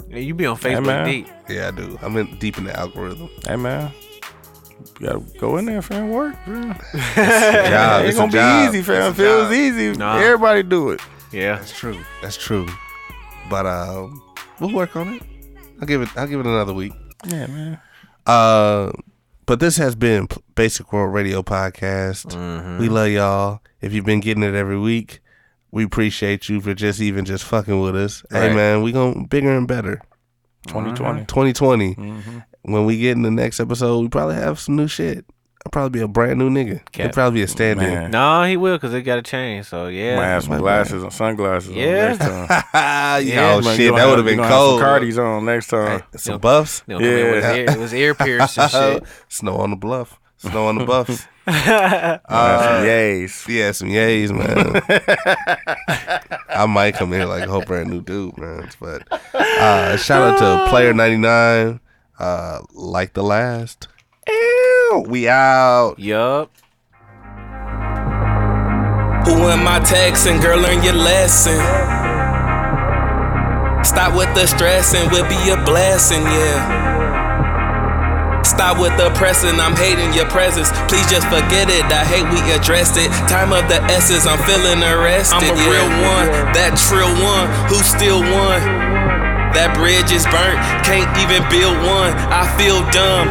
S2: Yeah, You be on Facebook
S6: man.
S2: deep.
S4: Yeah, I do. I'm in deep in the algorithm.
S6: Hey man. You gotta go in there, fam. Work. fam.
S4: Job,
S6: It ain't
S4: it's a
S6: gonna be
S4: job.
S6: easy, fam.
S4: It's a job.
S6: Feels easy.
S2: Nah.
S6: Everybody do it.
S2: Yeah.
S4: That's true. That's true. But um, we'll work on it. I'll give it. I'll give it another week.
S6: Yeah, man.
S4: Uh, but this has been P- Basic World Radio Podcast.
S6: Mm-hmm.
S4: We love y'all. If you've been getting it every week, we appreciate you for just even just fucking with us. Hey
S2: Right.
S4: man, we going bigger and better.
S6: 2020.
S4: 2020.
S6: Mm-hmm.
S4: When we get in the next episode, we probably have some new shit. I'll probably be a brand new nigga. It'll
S2: Cap.
S4: probably be a stand-in.
S6: Man.
S2: No, he will because they got a change. So yeah.
S6: Might have some glasses and sunglasses on
S2: Yeah.
S6: next time.
S4: oh
S2: Yeah,
S6: Like, you
S4: shit,
S6: gonna
S4: that
S6: have-
S4: would have
S6: you
S4: been
S6: gonna have some
S4: cold.
S6: Cardi's on next time.
S4: Some buffs.
S2: You know, yeah. With his ear, with his ear pierced and shit.
S4: Snow on the bluff. Snow on the buffs.
S6: Uh, Yays.
S4: Yeah, some yays, man. I might come in like a whole brand new dude, man. But uh, shout out to Player ninety nine, uh, like the last. Ew, we out.
S2: Yup.
S8: Who am I texting? Girl, learn your lesson. Stop with the stressing, we'll be a blessing, yeah. Stop with the pressing, I'm hating your presence. Please just forget it, I hate we addressed it. Time of the essence, I'm feeling arrested. I'm a real one, that trill one, who still one. That bridge is burnt, can't even build one. I feel dumb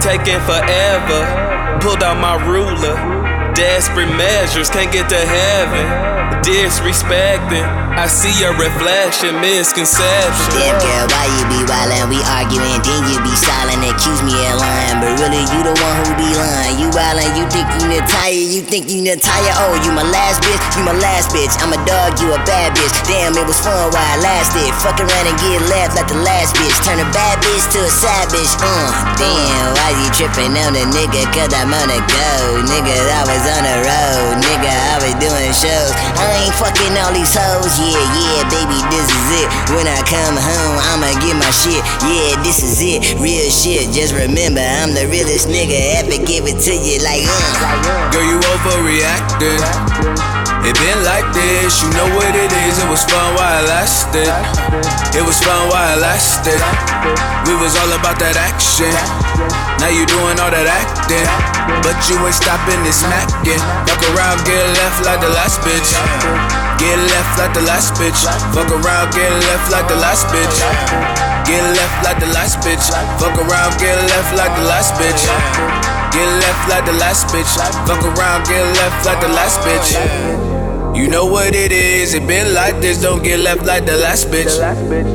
S8: taking forever. Pulled out my ruler. Desperate measures can't get to heaven. Disrespecting, I see your reflection, misconception.
S9: Damn girl, why you be wildin'? We arguing, then you be silent. Accuse me of lying, but really you the one who be lying. You wildin', you think you Natalia, you think you Natalia. Oh, you my last bitch, you my last bitch. I'm a dog, you a bad bitch. Damn, it was fun while it lasted. Fuck around and get left like the last bitch. Turn a bad bitch to a savage. Uh, damn, why you trippin' on a nigga? Cause I'm on a go, nigga. I was on the road, nigga. I was doing shows. I ain't fucking all these hoes. Yeah, yeah, baby, this is it. When I come home, I'ma get my shit. Yeah, this is it. Real shit. Just remember, I'm the realest nigga ever. Give it to you like, uh.
S8: Girl, you overreacted. It been like this, you know what it is. It was fun while it lasted. It was fun while it lasted. We was all about that action. Now you doing all that acting, but you ain't stopping this smacking. Fuck around, get left like the last bitch. Get left like the last bitch. Fuck around, get left like the last bitch. Get left like the last bitch. Fuck around, get left like the last bitch. Get left like the last bitch. Fuck around, get left like the last bitch. You know what it is, it been like this, don't get left like the last bitch.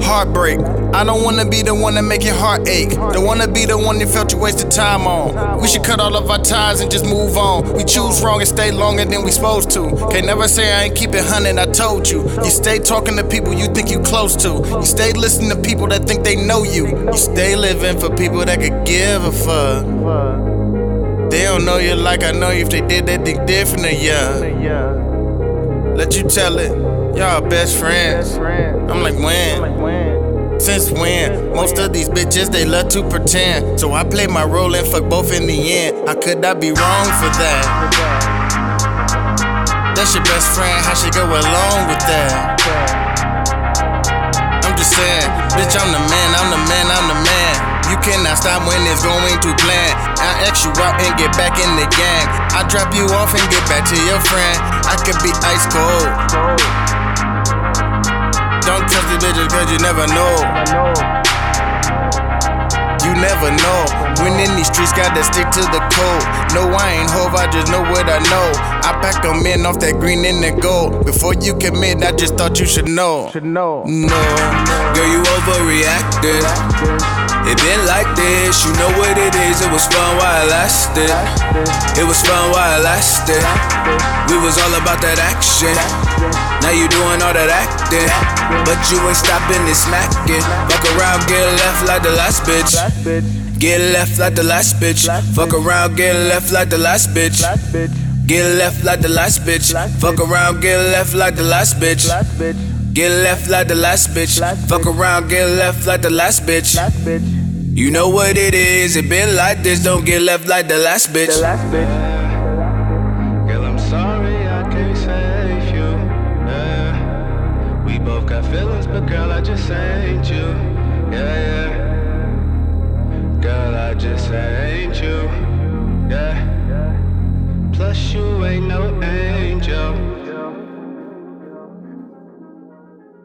S7: Heartbreak. I don't wanna be the one that make your heart ache. Don't wanna be the one you felt you wasted time on. We should cut all of our ties and just move on. We choose wrong and stay longer than we supposed to. Can't never say I ain't keep it hunting, I told you. You stay talking to people you think you close to. You stay listening to people that think they know you. You stay living for people that could give a fuck. They don't know you like I know you. If they did, they'd think different than you. Let you tell it. Y'all best friends. I'm like, when? Since when? Most of these bitches, they love to pretend. So I play my role and fuck both in the end. How could I be wrong for that? That's your best friend, how she go along with that? I'm just saying, bitch, I'm the man, I'm the man, I'm the man. You cannot stop when it's going to plan. I X you out and get back in the gang. I drop you off and get back to your friend. I could be ice cold. Don't trust the bitches cause you never know.
S10: never know. When in these streets, gotta stick to the code. No, I ain't hove, I just know what I know. I pack 'em in off that green and the gold. Before you commit, I just thought you should know. Should know. No.
S7: Girl, you overreacted. It been like this, you know what it is. It was fun while it lasted. It was fun while it lasted. We was all about that action. Now you doing all that acting, but you ain't stopping to smack it. Fuck around, get left like the last bitch. Get left like the last bitch. Fuck around, get left like the last bitch. Get left like the last bitch. Fuck around, get left like the last bitch. Get left like the last bitch. Fuck around, get left like the last bitch. You know what it is, it been like this, don't get left like the last bitch.
S11: Girl, I'm sorry I can't save you. Yeah. We both got feelings, but girl, I just ain't you. Yeah, yeah. Girl, I just ain't you.